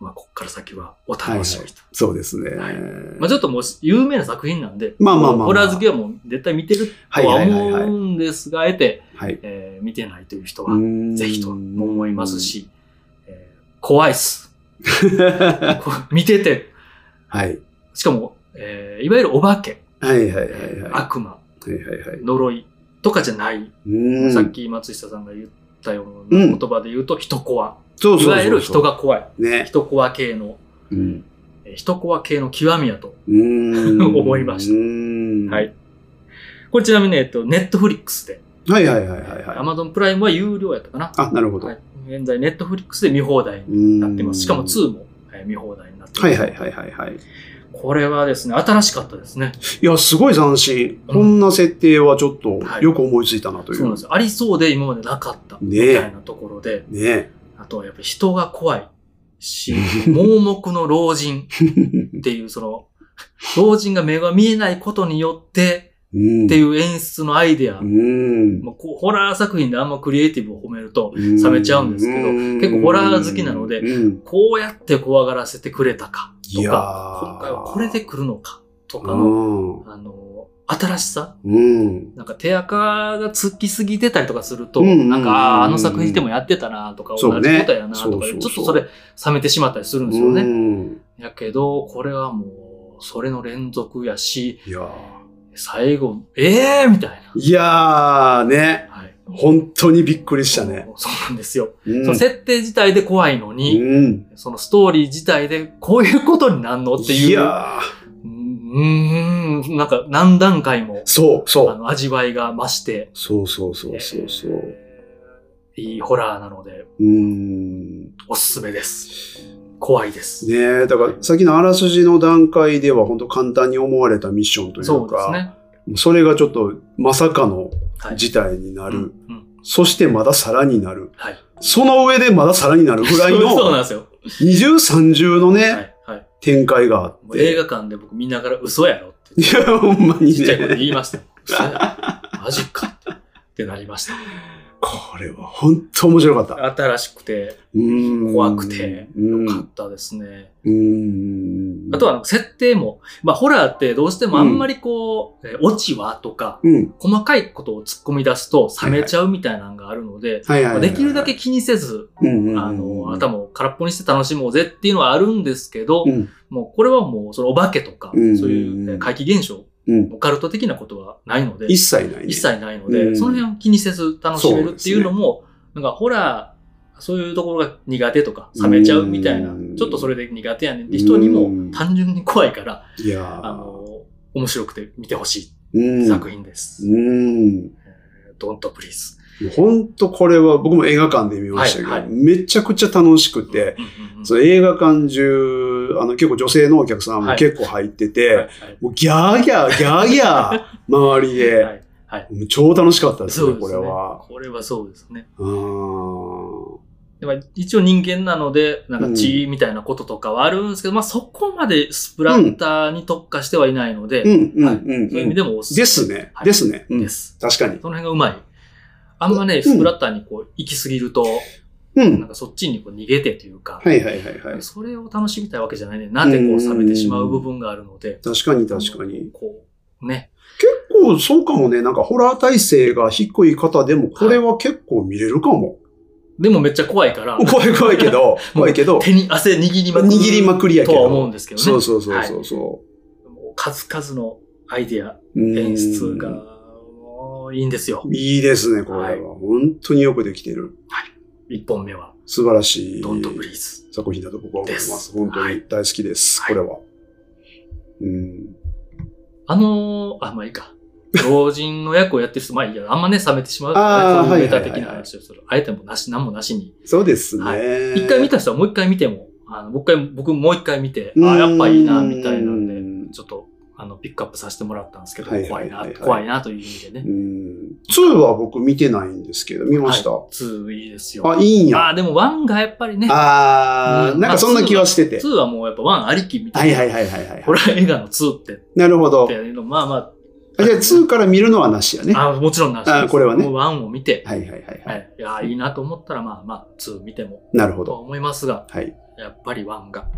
Speaker 1: まあ、こっから先はお楽しみと。
Speaker 2: そうですね。
Speaker 1: はいまあ、ちょっともう有名な作品なんで、
Speaker 2: まあまあまあまあ
Speaker 1: ホラー好きはもう絶対見てる
Speaker 2: は
Speaker 1: と
Speaker 2: い
Speaker 1: は
Speaker 2: はいはいはい
Speaker 1: 思うんですが、あえて、
Speaker 2: はい。
Speaker 1: えー見てないという人
Speaker 2: う
Speaker 1: は、
Speaker 2: ーん
Speaker 1: ぜひとも思います。し、えー怖いっす。
Speaker 2: は
Speaker 1: こう 見てて、
Speaker 2: い。
Speaker 1: しかも、えーいわゆるお化け、
Speaker 2: はいはいはいはい。は
Speaker 1: 悪魔、
Speaker 2: いはいはい。
Speaker 1: 呪いとかじゃない、
Speaker 2: うーん
Speaker 1: さっき松下さんが言ったような言葉で言うと、人怖。
Speaker 2: そうそうそうそう
Speaker 1: いわゆる人。が怖い。
Speaker 2: ね。
Speaker 1: 人怖系の、
Speaker 2: うん。
Speaker 1: えー人怖系の極みやと。
Speaker 2: うー ん
Speaker 1: 思いました
Speaker 2: うーん
Speaker 1: は。い。これちなみに、えっと、ネットフリックスで、
Speaker 2: はいはいはいはいはい。
Speaker 1: Amazon プライムは有料やったかな。
Speaker 2: あ、なるほど。
Speaker 1: は
Speaker 2: う
Speaker 1: い、現在、ネットフリックスで見放題に
Speaker 2: ーん
Speaker 1: なってます。しかも2も、えー見放題になってます。
Speaker 2: はいはいはいはいはい。
Speaker 1: これはですね、新しかったですね。
Speaker 2: いや、すごい斬新。
Speaker 1: うん
Speaker 2: こんな設定はちょっと
Speaker 1: はい
Speaker 2: よく思いついたなとい。
Speaker 1: そううなんですよ。ありそうで今までなかった。み
Speaker 2: ね
Speaker 1: た
Speaker 2: え
Speaker 1: いなところで、
Speaker 2: ね
Speaker 1: あとはやっぱ人が怖い し、盲目の老人っていう、その、老人が目が見えないことによって
Speaker 2: うん。
Speaker 1: っていう演出のアイデア。
Speaker 2: うん。
Speaker 1: もうこうホラー作品であんまクリエイティブを褒めると、冷めちゃうんですけど結構ホラー好きなので
Speaker 2: うん
Speaker 1: こうやって怖がらせてくれたかと
Speaker 2: いやー
Speaker 1: か、今回はこれで来るのかとかの、
Speaker 2: う
Speaker 1: あの、新しさ
Speaker 2: ん。
Speaker 1: なんか手垢がつきすぎてたりとかすると、
Speaker 2: うんうんうんうん
Speaker 1: なんか、あーあの作品でもやってたなとか、
Speaker 2: そ
Speaker 1: 同
Speaker 2: う
Speaker 1: じ
Speaker 2: ね
Speaker 1: ことやなとかで、
Speaker 2: そう
Speaker 1: ちょ
Speaker 2: そ
Speaker 1: っ
Speaker 2: うそ
Speaker 1: と
Speaker 2: う
Speaker 1: それ冷めてしまったりするんですよ
Speaker 2: う
Speaker 1: ね。
Speaker 2: ん
Speaker 1: やけど、これはもう、それの連続やし、
Speaker 2: いやー
Speaker 1: 最後、ええーみたい
Speaker 2: いやーね。
Speaker 1: な。はい。
Speaker 2: 本当にびっくりしたね。
Speaker 1: そうなんですよ。
Speaker 2: うん
Speaker 1: その設定自体で怖いのに、
Speaker 2: うん
Speaker 1: そのストーリー自体でこういうことになんのってい
Speaker 2: いうやー
Speaker 1: うんうーん、なんか何段階も、
Speaker 2: そう、そ
Speaker 1: あ
Speaker 2: う。
Speaker 1: の、味わいが増して、
Speaker 2: そうそうそうそうそう。う
Speaker 1: えーいいホラーなので、
Speaker 2: ーん。
Speaker 1: おすすめです。怖いです。
Speaker 2: ねえ、だから、さっきのあらすじの段階では、本当簡単に思われたミッションというか、
Speaker 1: そうですね。
Speaker 2: それがちょっと、まさかの
Speaker 1: はい。
Speaker 2: 事態になる。
Speaker 1: うんうん
Speaker 2: そしてまださらになる。
Speaker 1: はい。
Speaker 2: その上でまださらになるぐらい
Speaker 1: そうな
Speaker 2: の
Speaker 1: んですよ。
Speaker 2: 20、30のね、
Speaker 1: はい。はい。
Speaker 2: 展開があっ
Speaker 1: もう
Speaker 2: て。
Speaker 1: 映画館で僕見ながら嘘やろって、
Speaker 2: いや、ほんまに
Speaker 1: ちっちゃい声で
Speaker 2: ね。
Speaker 1: 言いました。嘘やろ。マジかってってなりました。
Speaker 2: これは本当面白かった。
Speaker 1: 新しくて、
Speaker 2: うーん
Speaker 1: 怖くて、
Speaker 2: うん
Speaker 1: よかったですね。
Speaker 2: うーん。
Speaker 1: あとは、設定も、まあ、ホラーってどうしてもあんまりこう、えーオチはとか、
Speaker 2: うん。
Speaker 1: 細かいことを突っ込み出すと冷めちゃうみたいなのがあるので、
Speaker 2: はいはいはいはい、
Speaker 1: まあできるだけ気にせず、
Speaker 2: うんうんうん、
Speaker 1: あの、頭を空っぽにして楽しもうぜっていうのはあるんですけど、
Speaker 2: うん
Speaker 1: もうこれはもうそのお化けとか、
Speaker 2: うんうんうん
Speaker 1: そういうね怪奇現象、
Speaker 2: うん。
Speaker 1: オカルト的なことはないので、
Speaker 2: 一切ない、ね。
Speaker 1: 一切ないので、
Speaker 2: うん
Speaker 1: その辺を気にせず楽しめるっていうのも、なんかホラー、そういうところが苦手とか、冷めちゃうみたいな
Speaker 2: うん、
Speaker 1: ちょっとそれで苦手やねんって人に
Speaker 2: うん
Speaker 1: も単純に怖いから、
Speaker 2: いやー
Speaker 1: あの、面白くて見てほし
Speaker 2: うん
Speaker 1: い作品です。
Speaker 2: うん。
Speaker 1: ドントプリーズ。
Speaker 2: ほんとこれは僕も映画館で見ましたけど、
Speaker 1: はいはい
Speaker 2: めちゃくちゃ楽しくて、
Speaker 1: うんうんうん
Speaker 2: その映画館中、あの結構女性のお客さんも
Speaker 1: はい
Speaker 2: 結構入ってて、
Speaker 1: はいはい
Speaker 2: もうギャーギャー、ギャーギャー、周りで、
Speaker 1: はい
Speaker 2: もう超楽しかったです
Speaker 1: そう
Speaker 2: ね、
Speaker 1: ですね。
Speaker 2: これは。
Speaker 1: これはそうですね。
Speaker 2: うーん
Speaker 1: でまあ一応人間なので、なんか血みたいなこととかはあるんですけど、まあそこまでスプラッターに特化してはいないので、
Speaker 2: うん、うん、
Speaker 1: はい
Speaker 2: うん
Speaker 1: そういう意
Speaker 2: う
Speaker 1: 味
Speaker 2: ん。
Speaker 1: でもおすすめ
Speaker 2: ですね、
Speaker 1: はい
Speaker 2: ですね、うん
Speaker 1: で。す。
Speaker 2: 確かに。
Speaker 1: その辺がうまい。あんまね、スプラッターにこう行き過ぎると、
Speaker 2: う
Speaker 1: なん
Speaker 2: ん。
Speaker 1: かそっちにこう逃げてというか、
Speaker 2: はいはいはいはい。
Speaker 1: それを楽しみたいわけじゃないねんなってこう冷めてしまう部分があるので、
Speaker 2: 確かに確かに。
Speaker 1: こう、ね。
Speaker 2: 結構そうかもね、なんかホラー体制が低い方でも、これは結構見れるかも。
Speaker 1: でもめっちゃ怖いから、
Speaker 2: 怖い怖い けど、怖いけど。
Speaker 1: 手に汗握りまく
Speaker 2: 握りまくりやけ
Speaker 1: と
Speaker 2: ど。
Speaker 1: は思うんですけどね。
Speaker 2: そうそうそうそうそ
Speaker 1: もう数々のアイデア、
Speaker 2: う。うん
Speaker 1: 演出が、もういいんですよ。
Speaker 2: いいですね、これは。
Speaker 1: はい
Speaker 2: 本当によくできてる。
Speaker 1: 一本目は、
Speaker 2: 素晴らしい
Speaker 1: ドントブリーズ。
Speaker 2: 作品だと僕は思いま。
Speaker 1: ですす
Speaker 2: 本当
Speaker 1: は
Speaker 2: に
Speaker 1: い
Speaker 2: 大好きです、
Speaker 1: はい
Speaker 2: これは。うん。
Speaker 1: あのー、あ、まあいいか。老人の役をやってる人、まあい いや、あんまね、冷めてしまうから、
Speaker 2: あー
Speaker 1: そういうメ
Speaker 2: は
Speaker 1: タ
Speaker 2: いはいはい
Speaker 1: 的な話をする。あえてもなし、なんもなしに。
Speaker 2: そうですね。
Speaker 1: は一回見た人はもう一回見ても、あの僕一回僕もう一回見て、あーやっぱいいな、みたいなんで、
Speaker 2: で。
Speaker 1: ちょっと、あの、ピックアップさせてもらったんですけど、
Speaker 2: はいは
Speaker 1: 怖
Speaker 2: い
Speaker 1: い
Speaker 2: はい
Speaker 1: な
Speaker 2: はい、
Speaker 1: 怖いなという意味でね。
Speaker 2: うん。2は僕見てないんですけど、見ました。
Speaker 1: はい、2いいですよ。
Speaker 2: あ、いいんや。
Speaker 1: あー、でも1がやっぱりね、
Speaker 2: あー、
Speaker 1: うん
Speaker 2: なんかそんな気はしてて。
Speaker 1: 2はもうやっぱ1ありきみた
Speaker 2: はいい
Speaker 1: な。
Speaker 2: はいはいはいはい
Speaker 1: ホ。ラー映画の2って、
Speaker 2: なるほど
Speaker 1: って。いうの、まあまあ、
Speaker 2: あじゃあ2から見るのはなしやね。は
Speaker 1: あもちろんなしです
Speaker 2: あこれはね
Speaker 1: もう1を見て
Speaker 2: い、はいはいは。
Speaker 1: はいい、いや、いいなと思ったら、まあまあ、2見ても
Speaker 2: なるほ
Speaker 1: とは
Speaker 2: ど。
Speaker 1: 思いますが、
Speaker 2: はい。
Speaker 1: やっぱり1が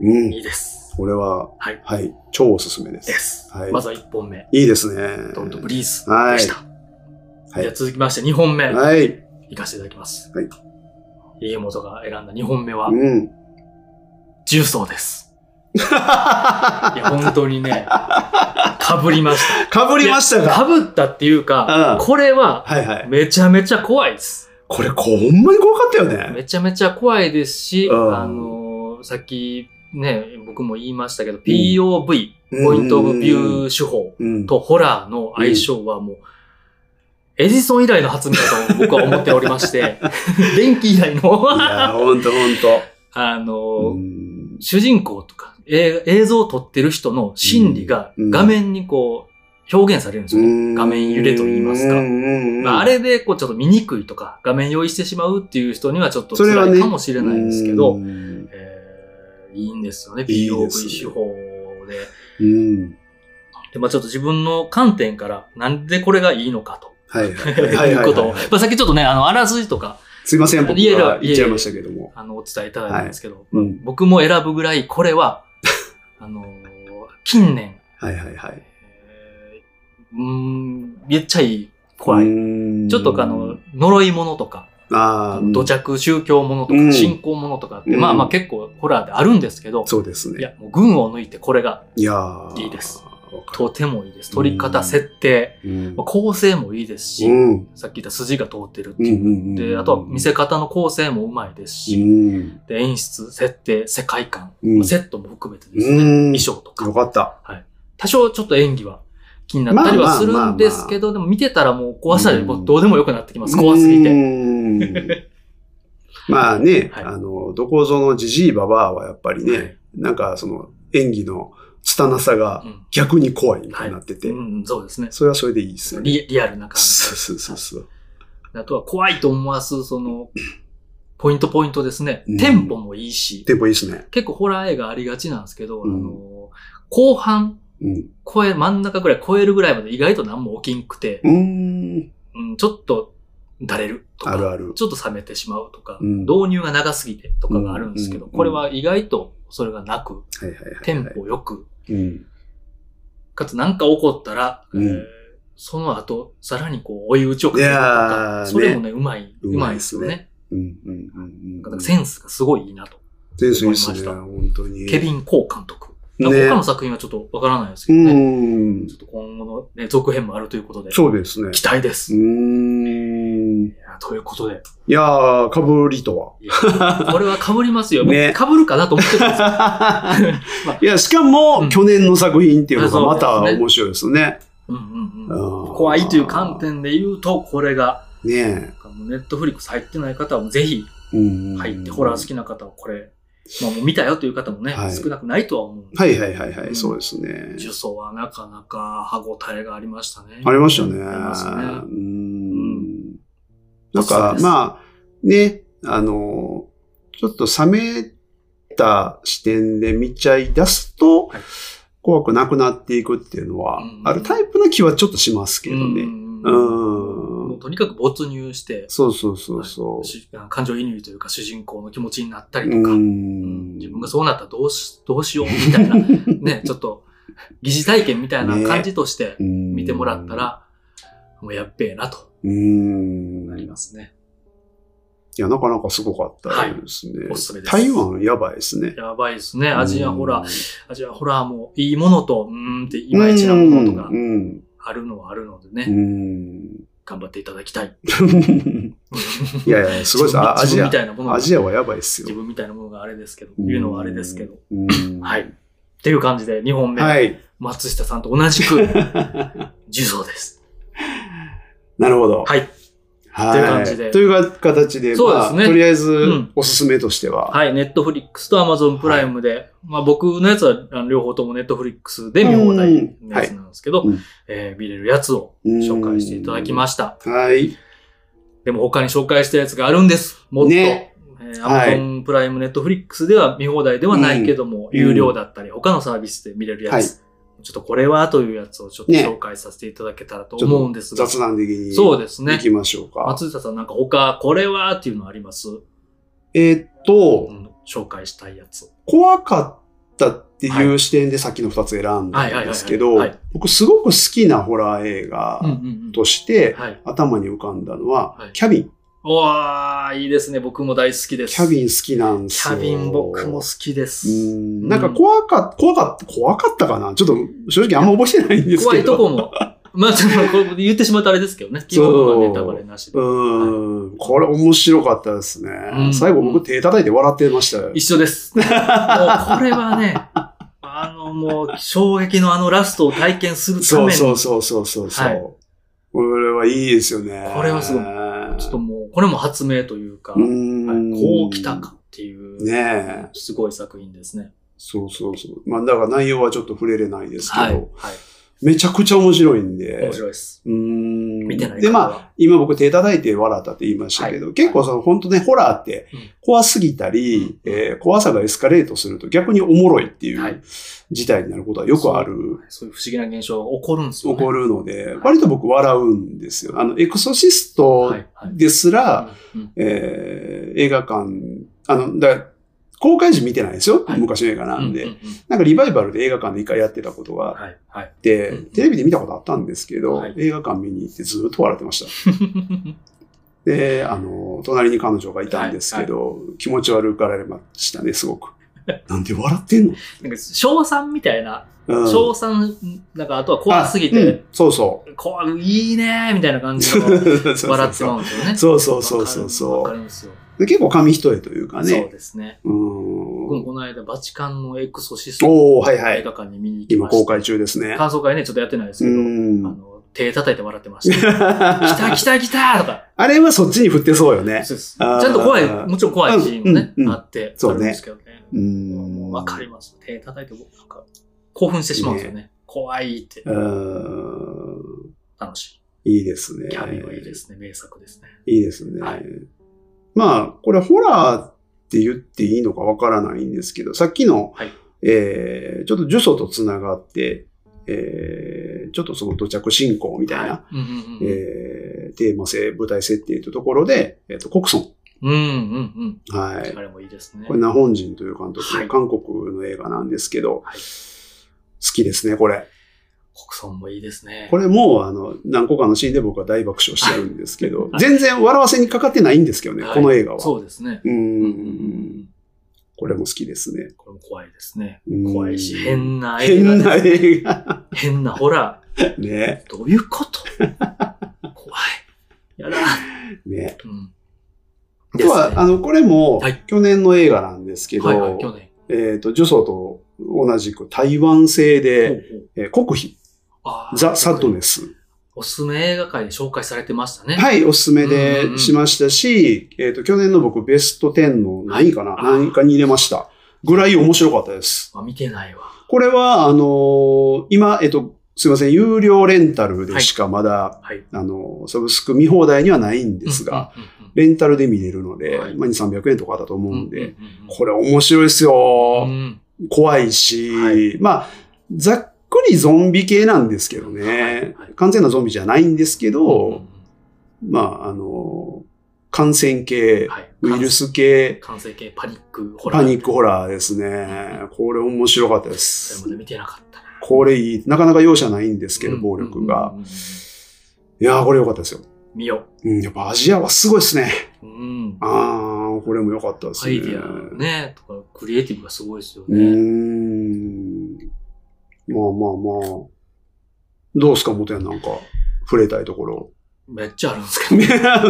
Speaker 2: うん。
Speaker 1: いいです。
Speaker 2: これは、
Speaker 1: はい
Speaker 2: 超おすすめで。
Speaker 1: ですす。
Speaker 2: はい
Speaker 1: まずは1本目、
Speaker 2: いいですね。
Speaker 1: ドントブリーズ
Speaker 2: はい
Speaker 1: でした。
Speaker 2: はい
Speaker 1: じゃあ続きまして2本目、い、
Speaker 2: はい。
Speaker 1: かせていただきます。
Speaker 2: はい。
Speaker 1: 家元が選んだ2本目は、
Speaker 2: うん。
Speaker 1: 重曹です。い や、本当にね、かぶりまし
Speaker 2: かぶりました
Speaker 1: た。
Speaker 2: か
Speaker 1: かぶったっていうか
Speaker 2: う、ん
Speaker 1: これは、
Speaker 2: はいはい。
Speaker 1: めちゃめちゃ怖いです。
Speaker 2: これ、こうほんまに怖かったよね。
Speaker 1: めちゃめちゃ怖いですし、
Speaker 2: うん
Speaker 1: あのーさっきね、僕も言いましたけど、POV、ポイントオブビュー
Speaker 2: ー。
Speaker 1: 手法
Speaker 2: うん。
Speaker 1: とホラーの相性はもう、エジソン以来の発明だと僕は思っておりま して、電気以来の、
Speaker 2: いや、ほんとほ んと。
Speaker 1: あのー
Speaker 2: うん
Speaker 1: 主人公とか、え映像を撮ってる人の心理が
Speaker 2: うん
Speaker 1: 画面にこう、表現されるんですよね。画面揺れと言いますか
Speaker 2: うんうんうん
Speaker 1: まあ、あれで、こう、ちょっと見にくいとか、画面用意してしまうっていう人にはちょっと
Speaker 2: それはね
Speaker 1: 辛いかもしれないんですけど、
Speaker 2: うん
Speaker 1: えーいいんですよね。
Speaker 2: いいですね
Speaker 1: POV 手法で。
Speaker 2: うん。
Speaker 1: で、まあちょっと自分の観点から、なんでこれがいいのかと。
Speaker 2: はいはいい。はいは
Speaker 1: う
Speaker 2: い
Speaker 1: ことを。
Speaker 2: は
Speaker 1: ま
Speaker 2: い。
Speaker 1: あさっきちょっとね、あの、あらすじとか、
Speaker 2: すいません、僕
Speaker 1: いえいえ
Speaker 2: が言っちゃいましたけども。
Speaker 1: あの、お伝えいただいたんですけど、
Speaker 2: うん。
Speaker 1: 僕も選ぶぐらい、これ は、あのー近年、
Speaker 2: はいはいはい。
Speaker 1: えーうーん、めっちゃいい、怖い。
Speaker 2: い
Speaker 1: ちょっとあの、、呪いものとか、
Speaker 2: ああ、うん
Speaker 1: 土着宗教ものと
Speaker 2: うん
Speaker 1: か、信仰ものとかって、
Speaker 2: うん
Speaker 1: まあまあ結構ホラーであるんですけど、
Speaker 2: そうです
Speaker 1: い
Speaker 2: ね。
Speaker 1: や、もう群を抜いてこれが
Speaker 2: いやー
Speaker 1: いいです。
Speaker 2: わか
Speaker 1: とてもいいです。撮り
Speaker 2: う
Speaker 1: 方、
Speaker 2: ん
Speaker 1: 設定、
Speaker 2: るうん
Speaker 1: まあ構成もいいですし、
Speaker 2: うん
Speaker 1: さっき言った筋が通ってるって
Speaker 2: うんう
Speaker 1: い
Speaker 2: ん
Speaker 1: う。
Speaker 2: うん
Speaker 1: で、あとは見せ方の構成もうまいです
Speaker 2: う
Speaker 1: し、
Speaker 2: ん。
Speaker 1: で演出、設定、世界観、
Speaker 2: うん
Speaker 1: まあセットも含めてですね、
Speaker 2: うん
Speaker 1: 衣装とか、
Speaker 2: よかった。
Speaker 1: はい多少ちょっと演技は気になったりはするんですけど、でも見てたらもう怖さよりもどうでもよくなってきます。怖すぎて。
Speaker 2: て。まあね、
Speaker 1: はい
Speaker 2: あの、どこぞのじじいばばあはやっぱりね、
Speaker 1: はい
Speaker 2: なんかその演技の拙さが
Speaker 1: うん
Speaker 2: 逆に怖いみたいになってて、
Speaker 1: うん、そうですね。
Speaker 2: それはそれでいいですよね。
Speaker 1: リリアルな感じ。
Speaker 2: そうそうそうそう。
Speaker 1: あとは怖いと思わす、その、ポイントポイントですね
Speaker 2: うん。
Speaker 1: テンポもいいし、
Speaker 2: テンポいいですね。
Speaker 1: 結構ホラー映画ありがちなんですけど、
Speaker 2: うん
Speaker 1: あの、後半、
Speaker 2: うん。
Speaker 1: 超え、真ん中ぐらい超えるぐらいまで意外と何も起きんくて、
Speaker 2: うーん。
Speaker 1: うん、ちょっと、だれるとか、
Speaker 2: あるある。
Speaker 1: ちょっと冷めてしまうとか、
Speaker 2: うん
Speaker 1: 導入が長すぎてとかがあるんですけど、
Speaker 2: うん
Speaker 1: これは意外とそれがなく、
Speaker 2: はいはいはいはい。
Speaker 1: テンポよく、
Speaker 2: うん。
Speaker 1: かつ何か起こったら、
Speaker 2: うん
Speaker 1: えーその後、さらにこう、追い打ちをかけると
Speaker 2: いやー
Speaker 1: か、それもね、うまい、
Speaker 2: う
Speaker 1: うま
Speaker 2: ま
Speaker 1: い
Speaker 2: いで
Speaker 1: ですす
Speaker 2: ね
Speaker 1: よね。
Speaker 2: うん。うん。うん。
Speaker 1: だか
Speaker 2: う
Speaker 1: ら
Speaker 2: ん。
Speaker 1: センスがすごいいいなと。
Speaker 2: センスいいっすね。
Speaker 1: 思いま
Speaker 2: 本当に。
Speaker 1: ケビン・コー監督。
Speaker 2: ね
Speaker 1: 他の作品はちょっとわからないですけどね。
Speaker 2: うん
Speaker 1: ちょ。っと今後の、ね、続編もあるということで、
Speaker 2: そうですね。
Speaker 1: 期待で
Speaker 2: う
Speaker 1: す。い
Speaker 2: ーん。
Speaker 1: やということで、
Speaker 2: いやー、かぶりとは。
Speaker 1: いやこれは被りますよ。
Speaker 2: ね
Speaker 1: 僕被るかなと思ってたんです よ まあ
Speaker 2: いや、しかも、
Speaker 1: うん
Speaker 2: 去年の作品っていうのがまた
Speaker 1: そうですね
Speaker 2: 面白いですね。
Speaker 1: うんうんうん
Speaker 2: あー
Speaker 1: 怖いという観点で言うと、これが、
Speaker 2: ね
Speaker 1: ネットフリックス入ってない方はもうぜひ
Speaker 2: え。うん
Speaker 1: 入って、ホラー好きな方はこれ、まあもう見たよという方もね、
Speaker 2: はい
Speaker 1: 少なくないとは思うんで、
Speaker 2: はいはいはいはい、
Speaker 1: うん
Speaker 2: そうですね。
Speaker 1: 呪詛はなかなか歯応えがありましたね。
Speaker 2: ありましたね。
Speaker 1: ありますね
Speaker 2: うん。
Speaker 1: ん
Speaker 2: なん
Speaker 1: そう
Speaker 2: か
Speaker 1: で、す
Speaker 2: まあ、ね、あの、ちょっと冷めた視点で見ちゃい出すと
Speaker 1: はい、
Speaker 2: 怖くなくなっていくっていうの
Speaker 1: う
Speaker 2: は
Speaker 1: ん、
Speaker 2: あるタイプな気はちょっとしますけど
Speaker 1: う
Speaker 2: ね。
Speaker 1: ん
Speaker 2: うん
Speaker 1: もうとにかく没入して、
Speaker 2: そうそうそうそ
Speaker 1: し感情移入というか主人公の気持ちになった
Speaker 2: う。
Speaker 1: りとか、
Speaker 2: ん
Speaker 1: 自分がそうなったらどうしどうしようみた いな、ね、ちょっと疑似体験みたいな感じとして見
Speaker 2: 見
Speaker 1: てもらった、ら、もうやっべえなと
Speaker 2: うーん。
Speaker 1: なり
Speaker 2: い
Speaker 1: ますね。
Speaker 2: や、なかなかすごかったですね。
Speaker 1: いおすすめです
Speaker 2: 台湾やばいですね。
Speaker 1: やばいですね。アジアホラー、
Speaker 2: ー、
Speaker 1: アジアホラーもいいものと、うーんっていまいちなものとか
Speaker 2: うん。
Speaker 1: あるのはあるので
Speaker 2: う
Speaker 1: ね、
Speaker 2: ん。
Speaker 1: 頑張っていただきたい。
Speaker 2: いやいや、すごいです。あア
Speaker 1: 自
Speaker 2: ジ
Speaker 1: 分
Speaker 2: ア
Speaker 1: み。たいなものが
Speaker 2: アジアはやばいっす
Speaker 1: 自
Speaker 2: よ。
Speaker 1: 分みたいなものがあれですけど、言うのはあれですけど。
Speaker 2: うん。
Speaker 1: はい。っていう感じで、2本目、
Speaker 2: はい。
Speaker 1: 松下さんと同じ く、受賞です。
Speaker 2: なるほど。
Speaker 1: はい。
Speaker 2: はい。
Speaker 1: という感じで
Speaker 2: という形で、
Speaker 1: そうですね
Speaker 2: まあとりあえず、
Speaker 1: ん
Speaker 2: おすすめとしては。
Speaker 1: はい、ネットフリックスとアマゾンプライムで、まあ僕のやつはあの両方ともネットフリックスで見放題のやつなんですけど、
Speaker 2: うんはいうん
Speaker 1: えー見れるやつを紹介していただきました。
Speaker 2: はい。
Speaker 1: でも他に紹介したやつがあるんです。もっと。
Speaker 2: ね
Speaker 1: えー
Speaker 2: はい
Speaker 1: Amazon プライム、ネットフリックスでは見放題ではないけども、
Speaker 2: うん
Speaker 1: 有料だったり、他のサービスで見れるやつ、
Speaker 2: はい
Speaker 1: ちょっとこれはというやつをちょっと
Speaker 2: ね
Speaker 1: 紹介させていただけたらと思うんですが、
Speaker 2: 雑談的に。
Speaker 1: そうです
Speaker 2: 行
Speaker 1: ね。
Speaker 2: きましょうか。
Speaker 1: 松下さんなんか他、これはっていうのあります、
Speaker 2: えーっと
Speaker 1: う、ん紹介したいやつ。
Speaker 2: 怖かったっていう視点でさっきの2つ選んだんですけど
Speaker 1: はいはいはいはいはい、
Speaker 2: 僕すごく好きなホラー映画
Speaker 1: うんうんうん。
Speaker 2: として
Speaker 1: はい。
Speaker 2: 頭に浮かんだのは
Speaker 1: はい、
Speaker 2: キャビン。
Speaker 1: おー、いいですね。僕も大好きです。
Speaker 2: キャビ
Speaker 1: ン。
Speaker 2: ン好きなんで
Speaker 1: キ
Speaker 2: すよ。
Speaker 1: ャビン僕も好きです。
Speaker 2: うんなんか怖かった、怖かった、怖かったかなちょっと正直あんま覚えてないんです
Speaker 1: 怖
Speaker 2: け
Speaker 1: い
Speaker 2: ど。
Speaker 1: とこも。まあ、ちょっとこれ言ってしまうとあれですけどね。基本はネタバレなしで。
Speaker 2: うん。これ面白かったですね。
Speaker 1: ん
Speaker 2: 最後僕手叩いて笑ってましたよ。
Speaker 1: 一緒 です。もうこれはね、あのもう衝撃のあのラストを体験するた
Speaker 2: そ
Speaker 1: め
Speaker 2: う
Speaker 1: に、
Speaker 2: そうそうそうそうそ。
Speaker 1: はいう
Speaker 2: これはいいですよね。
Speaker 1: これはすごいちょっともう、これも発明というか、はい
Speaker 2: うん
Speaker 1: こう来たかっていう、
Speaker 2: ねえ。
Speaker 1: すごい作品ですね。
Speaker 2: そうそうそう。まあ、だから内容はちょっと触れれないですけど、
Speaker 1: はい。はい。
Speaker 2: めちゃくちゃ面白いんで。
Speaker 1: 面白いです。
Speaker 2: うーん。
Speaker 1: 見てない
Speaker 2: で、まあ、
Speaker 1: あ、
Speaker 2: 今僕手叩いて笑ったって言いましたけど、
Speaker 1: はい
Speaker 2: 結構その、本当ね、ホラーって
Speaker 1: うん
Speaker 2: 怖すぎたり、
Speaker 1: うん
Speaker 2: えー怖さがエスカレートすると逆におもろいってい
Speaker 1: はいう
Speaker 2: 事態になることはよくある。
Speaker 1: そういう不思議な現象が起こるんですよ、
Speaker 2: 起
Speaker 1: ね。
Speaker 2: こるので、割と僕笑うんですよ。あの、エクソシスト
Speaker 1: はい。はい。
Speaker 2: ですら、
Speaker 1: うんうん
Speaker 2: えー映画館、あの、だから公開時見てないですよ。
Speaker 1: はい
Speaker 2: 昔の映画なんで。
Speaker 1: うううん
Speaker 2: なんかリバイバルで映画館で一回やってたことがあっ
Speaker 1: はい、はい。
Speaker 2: て、
Speaker 1: うん
Speaker 2: テレビで見たことあったんですけど、
Speaker 1: はい
Speaker 2: 映画館見に行ってずっと笑ってました。 で、あの、隣に彼女がいたんですけど、気持ち悪がられましたね、すごく。なんで笑ってんの
Speaker 1: なんか、賞賛みたいな、
Speaker 2: うん
Speaker 1: 賞賛、なんか、あとは怖すぎ
Speaker 2: あう
Speaker 1: て
Speaker 2: ん、そうそう。
Speaker 1: 怖い、いいねーみたいな感じ
Speaker 2: そう
Speaker 1: の、
Speaker 2: そうそう
Speaker 1: 笑ってまうんですよね。
Speaker 2: そうそうそうそうそう
Speaker 1: わかるわかるんですよ。
Speaker 2: で結構紙一重というか
Speaker 1: そう
Speaker 2: ね。
Speaker 1: ですね。
Speaker 2: うん
Speaker 1: 僕もこの間、バチカンのエクソシスト
Speaker 2: おおはいは
Speaker 1: 映
Speaker 2: い。
Speaker 1: 画館に見に行き
Speaker 2: 今
Speaker 1: ました。
Speaker 2: 公開中ですね。
Speaker 1: 感想会ね、ちょっとやってないです
Speaker 2: う
Speaker 1: けど、あ
Speaker 2: ん。
Speaker 1: の、手叩いて笑ってました。来た来た来たとか。
Speaker 2: あれはそっちに振ってそうよね。
Speaker 1: そうですち
Speaker 2: あー
Speaker 1: ゃんと怖い、もちろん怖いシーンもね、
Speaker 2: うんうんうん
Speaker 1: あって、
Speaker 2: そうね
Speaker 1: あるんですけどね。
Speaker 2: う
Speaker 1: も
Speaker 2: ん。
Speaker 1: うわかります。手叩いて、僕なんか、興奮してしまうんですよね。怖いって。
Speaker 2: うん。
Speaker 1: 楽し
Speaker 2: いいですね。
Speaker 1: い。キャビンはいいですね。名作ですね。
Speaker 2: いいですね。
Speaker 1: はい
Speaker 2: まあ、これホラーって言っていいのかわからないんですけど、さっきの、
Speaker 1: はい
Speaker 2: えーちょっと呪詛とつながって、えーちょっとその土着信仰みたいな、
Speaker 1: うんうんうん。
Speaker 2: えーテーマ性、舞台設定というところで、えっ、と、コクソ
Speaker 1: うんうん
Speaker 2: ン。は
Speaker 1: う
Speaker 2: い
Speaker 1: ん。あ。れもいいですね。
Speaker 2: これ、日本人という監督の、
Speaker 1: はい
Speaker 2: 韓国の映画なんですけど、
Speaker 1: はい
Speaker 2: 好きですね、これ。
Speaker 1: 国村もいいですね。
Speaker 2: これもう、あの、何個かのシーンで僕は大爆笑してるんですけど、
Speaker 1: はい
Speaker 2: 全然笑わせにかかってないんですけどね、
Speaker 1: はい
Speaker 2: この映画は。
Speaker 1: そうですね。
Speaker 2: う。
Speaker 1: うんうんん
Speaker 2: これも好きですね。
Speaker 1: これも怖いですね。
Speaker 2: うん
Speaker 1: 怖いし、変な映画
Speaker 2: 変
Speaker 1: です
Speaker 2: な映画。
Speaker 1: 変なホラ
Speaker 2: ね。
Speaker 1: ー。どういう こと怖い。やだ。
Speaker 2: ね。
Speaker 1: うん。
Speaker 2: あとは、
Speaker 1: ですね
Speaker 2: あの、これも
Speaker 1: はい、
Speaker 2: 去年の映画なんですけど、
Speaker 1: はいはい、去年。
Speaker 2: えっと、呪詛と同じく台湾製で、
Speaker 1: ほうほう
Speaker 2: えー国費、
Speaker 1: あー
Speaker 2: ザ・サッドネス。
Speaker 1: おすすめ映画界で紹介されてましたね。い。
Speaker 2: はい、おすすめ
Speaker 1: うんう
Speaker 2: で
Speaker 1: ん
Speaker 2: しましたし、えっ、と、去年の僕ベスト10の何位かな
Speaker 1: あー
Speaker 2: 何位かに入れました。ぐらい面白かったです。
Speaker 1: あ、見てないわ。
Speaker 2: これは、あのー今、えっ、と、すいません、有料レンタルでしかまだ、
Speaker 1: はい。
Speaker 2: あのーサブスク見放題にはないんですが、
Speaker 1: うんうんうんうん、
Speaker 2: レンタルで見れるので、
Speaker 1: はい
Speaker 2: まあ、2、300円とかだと思うんで、
Speaker 1: うんうんうん、
Speaker 2: これ面白いですよ。
Speaker 1: うん
Speaker 2: 怖いし、
Speaker 1: はい
Speaker 2: まあ、ざっくりゾンビ系なんですけどね、
Speaker 1: はいはい
Speaker 2: 完全なゾンビじゃないんですけ
Speaker 1: うん
Speaker 2: ど、まあ、あの、感染系、
Speaker 1: はい、
Speaker 2: ウイルス系、
Speaker 1: 感染系パニックホラー。
Speaker 2: パニックホラーですね。これ面白かったで
Speaker 1: それ
Speaker 2: す
Speaker 1: ま。で見てなかったな。
Speaker 2: これいい。なかなか容赦ないんですけど、
Speaker 1: うん
Speaker 2: 暴力が
Speaker 1: うん。うんうん
Speaker 2: いやー、これ良かったですよ。
Speaker 1: 見よ
Speaker 2: うん、やっぱアジアはすごいですね。
Speaker 1: う。うん。
Speaker 2: あー、これも良かったです
Speaker 1: ア
Speaker 2: ね。
Speaker 1: イディアね、とか、クリエイティブがすごいですよ
Speaker 2: うー
Speaker 1: ね。
Speaker 2: ん。まあまあまあ。どうすか、モテンなんか、触れたいところ。
Speaker 1: めっちゃあるんですけ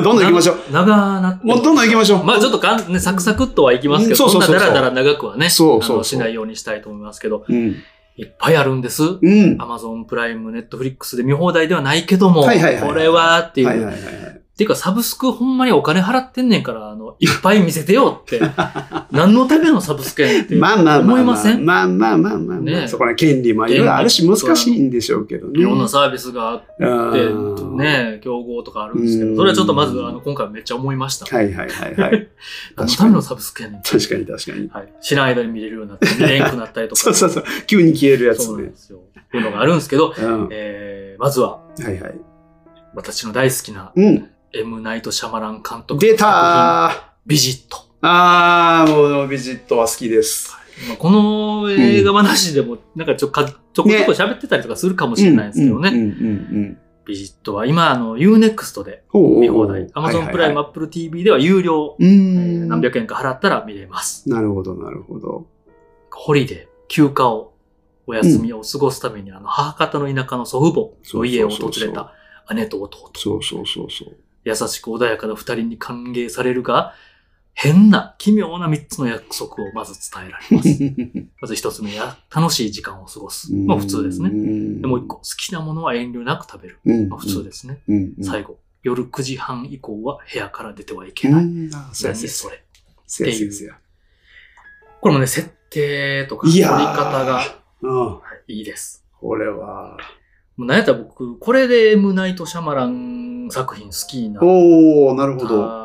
Speaker 2: どんどん行きましょう。
Speaker 1: ど。長なって。
Speaker 2: もうどんどん行きましょう。
Speaker 1: まあちょっとかん、ね、サクサクっとはいきますけど、
Speaker 2: うん
Speaker 1: そん
Speaker 2: そう
Speaker 1: な
Speaker 2: そうそうそう
Speaker 1: だらだら長くはね、
Speaker 2: そうそうそう
Speaker 1: あのしないようにしたいと思いますけど、
Speaker 2: うん。
Speaker 1: いっぱいあるんです。
Speaker 2: うん。
Speaker 1: アマゾンプライム、ネットフリックスで見放題ではないけども、
Speaker 2: はいはいはい
Speaker 1: これはっていう、
Speaker 2: はいはいはいはい。
Speaker 1: っていうかサブスクほんまにお金払ってんねんから、あの、いっぱい見せてよ って。何のためのサブスクやねんって。
Speaker 2: まあまあまあ。
Speaker 1: 思いません
Speaker 2: まあまあまあまあま
Speaker 1: ね
Speaker 2: あ。そこら権利もいろいろあるし、難しいんでしょうけどね。
Speaker 1: いろんなサービスがあって、
Speaker 2: うん。
Speaker 1: ね、競合とかあるんですけ
Speaker 2: う
Speaker 1: ど、
Speaker 2: ん
Speaker 1: それはちょっとまず、あの、今回めっちゃ思いました。
Speaker 2: はいはいはいはい。
Speaker 1: 何のためのサブスクやねんって。
Speaker 2: 確かに確か に。
Speaker 1: はい。知らん間に見れるようになって、見れんくなったりとか。
Speaker 2: そうそうそう。急に消えるやつ
Speaker 1: そうなん
Speaker 2: ね
Speaker 1: で。すよ。っていうのがあるんですけど、
Speaker 2: うん。は
Speaker 1: えー、まずはい
Speaker 2: はい。
Speaker 1: 私の大好きな
Speaker 2: うん。
Speaker 1: M. ナイト・シャマラン監督の
Speaker 2: 出
Speaker 1: 作
Speaker 2: たー
Speaker 1: 品ビジット。
Speaker 2: あー、もうビジットは好きです。
Speaker 1: まあ、この映画話でも、なんかちょかちょこちょこ喋ってたりとかするかもしれないですけどね。
Speaker 2: うんうんうんうん。
Speaker 1: ビジットは今、あの、Unext で見
Speaker 2: 見
Speaker 1: 放題。Amazon プライム、Apple TV では有料、
Speaker 2: うー
Speaker 1: え
Speaker 2: ん
Speaker 1: ー何百円か払ったら見れます。
Speaker 2: なるほど、なるほど。
Speaker 1: ホリデー、休暇を、お休みを過ごすために、あの、母方の田舎の祖父母の家を訪
Speaker 2: そうそ
Speaker 1: れ
Speaker 2: うそう
Speaker 1: た姉と弟。
Speaker 2: そうそうそうそう。
Speaker 1: 優しく穏やかな二人に歓迎されるが、変な、奇妙な三つの約束をまず伝えられ ます。まず一つ目は、楽しい時間を過ごす。 まあ普通ですね。でもう一個、好きなものは遠慮なく食べる。
Speaker 2: うん。
Speaker 1: まあ普通ですね。
Speaker 2: うん。うん。
Speaker 1: 最後、夜9時半以降は部屋から出てはいけない。
Speaker 2: うん。あそうや
Speaker 1: 何
Speaker 2: そ
Speaker 1: そ
Speaker 2: うや
Speaker 1: れ。
Speaker 2: そうやそうやそうや
Speaker 1: これもね、設定とか、
Speaker 2: い
Speaker 1: 取り
Speaker 2: やー
Speaker 1: 方がは
Speaker 2: うん。
Speaker 1: いいいです。
Speaker 2: これは。
Speaker 1: もうなんやったら僕、これで M. ナイト・シャマラン作品好きになっ
Speaker 2: おー、なるほど。
Speaker 1: た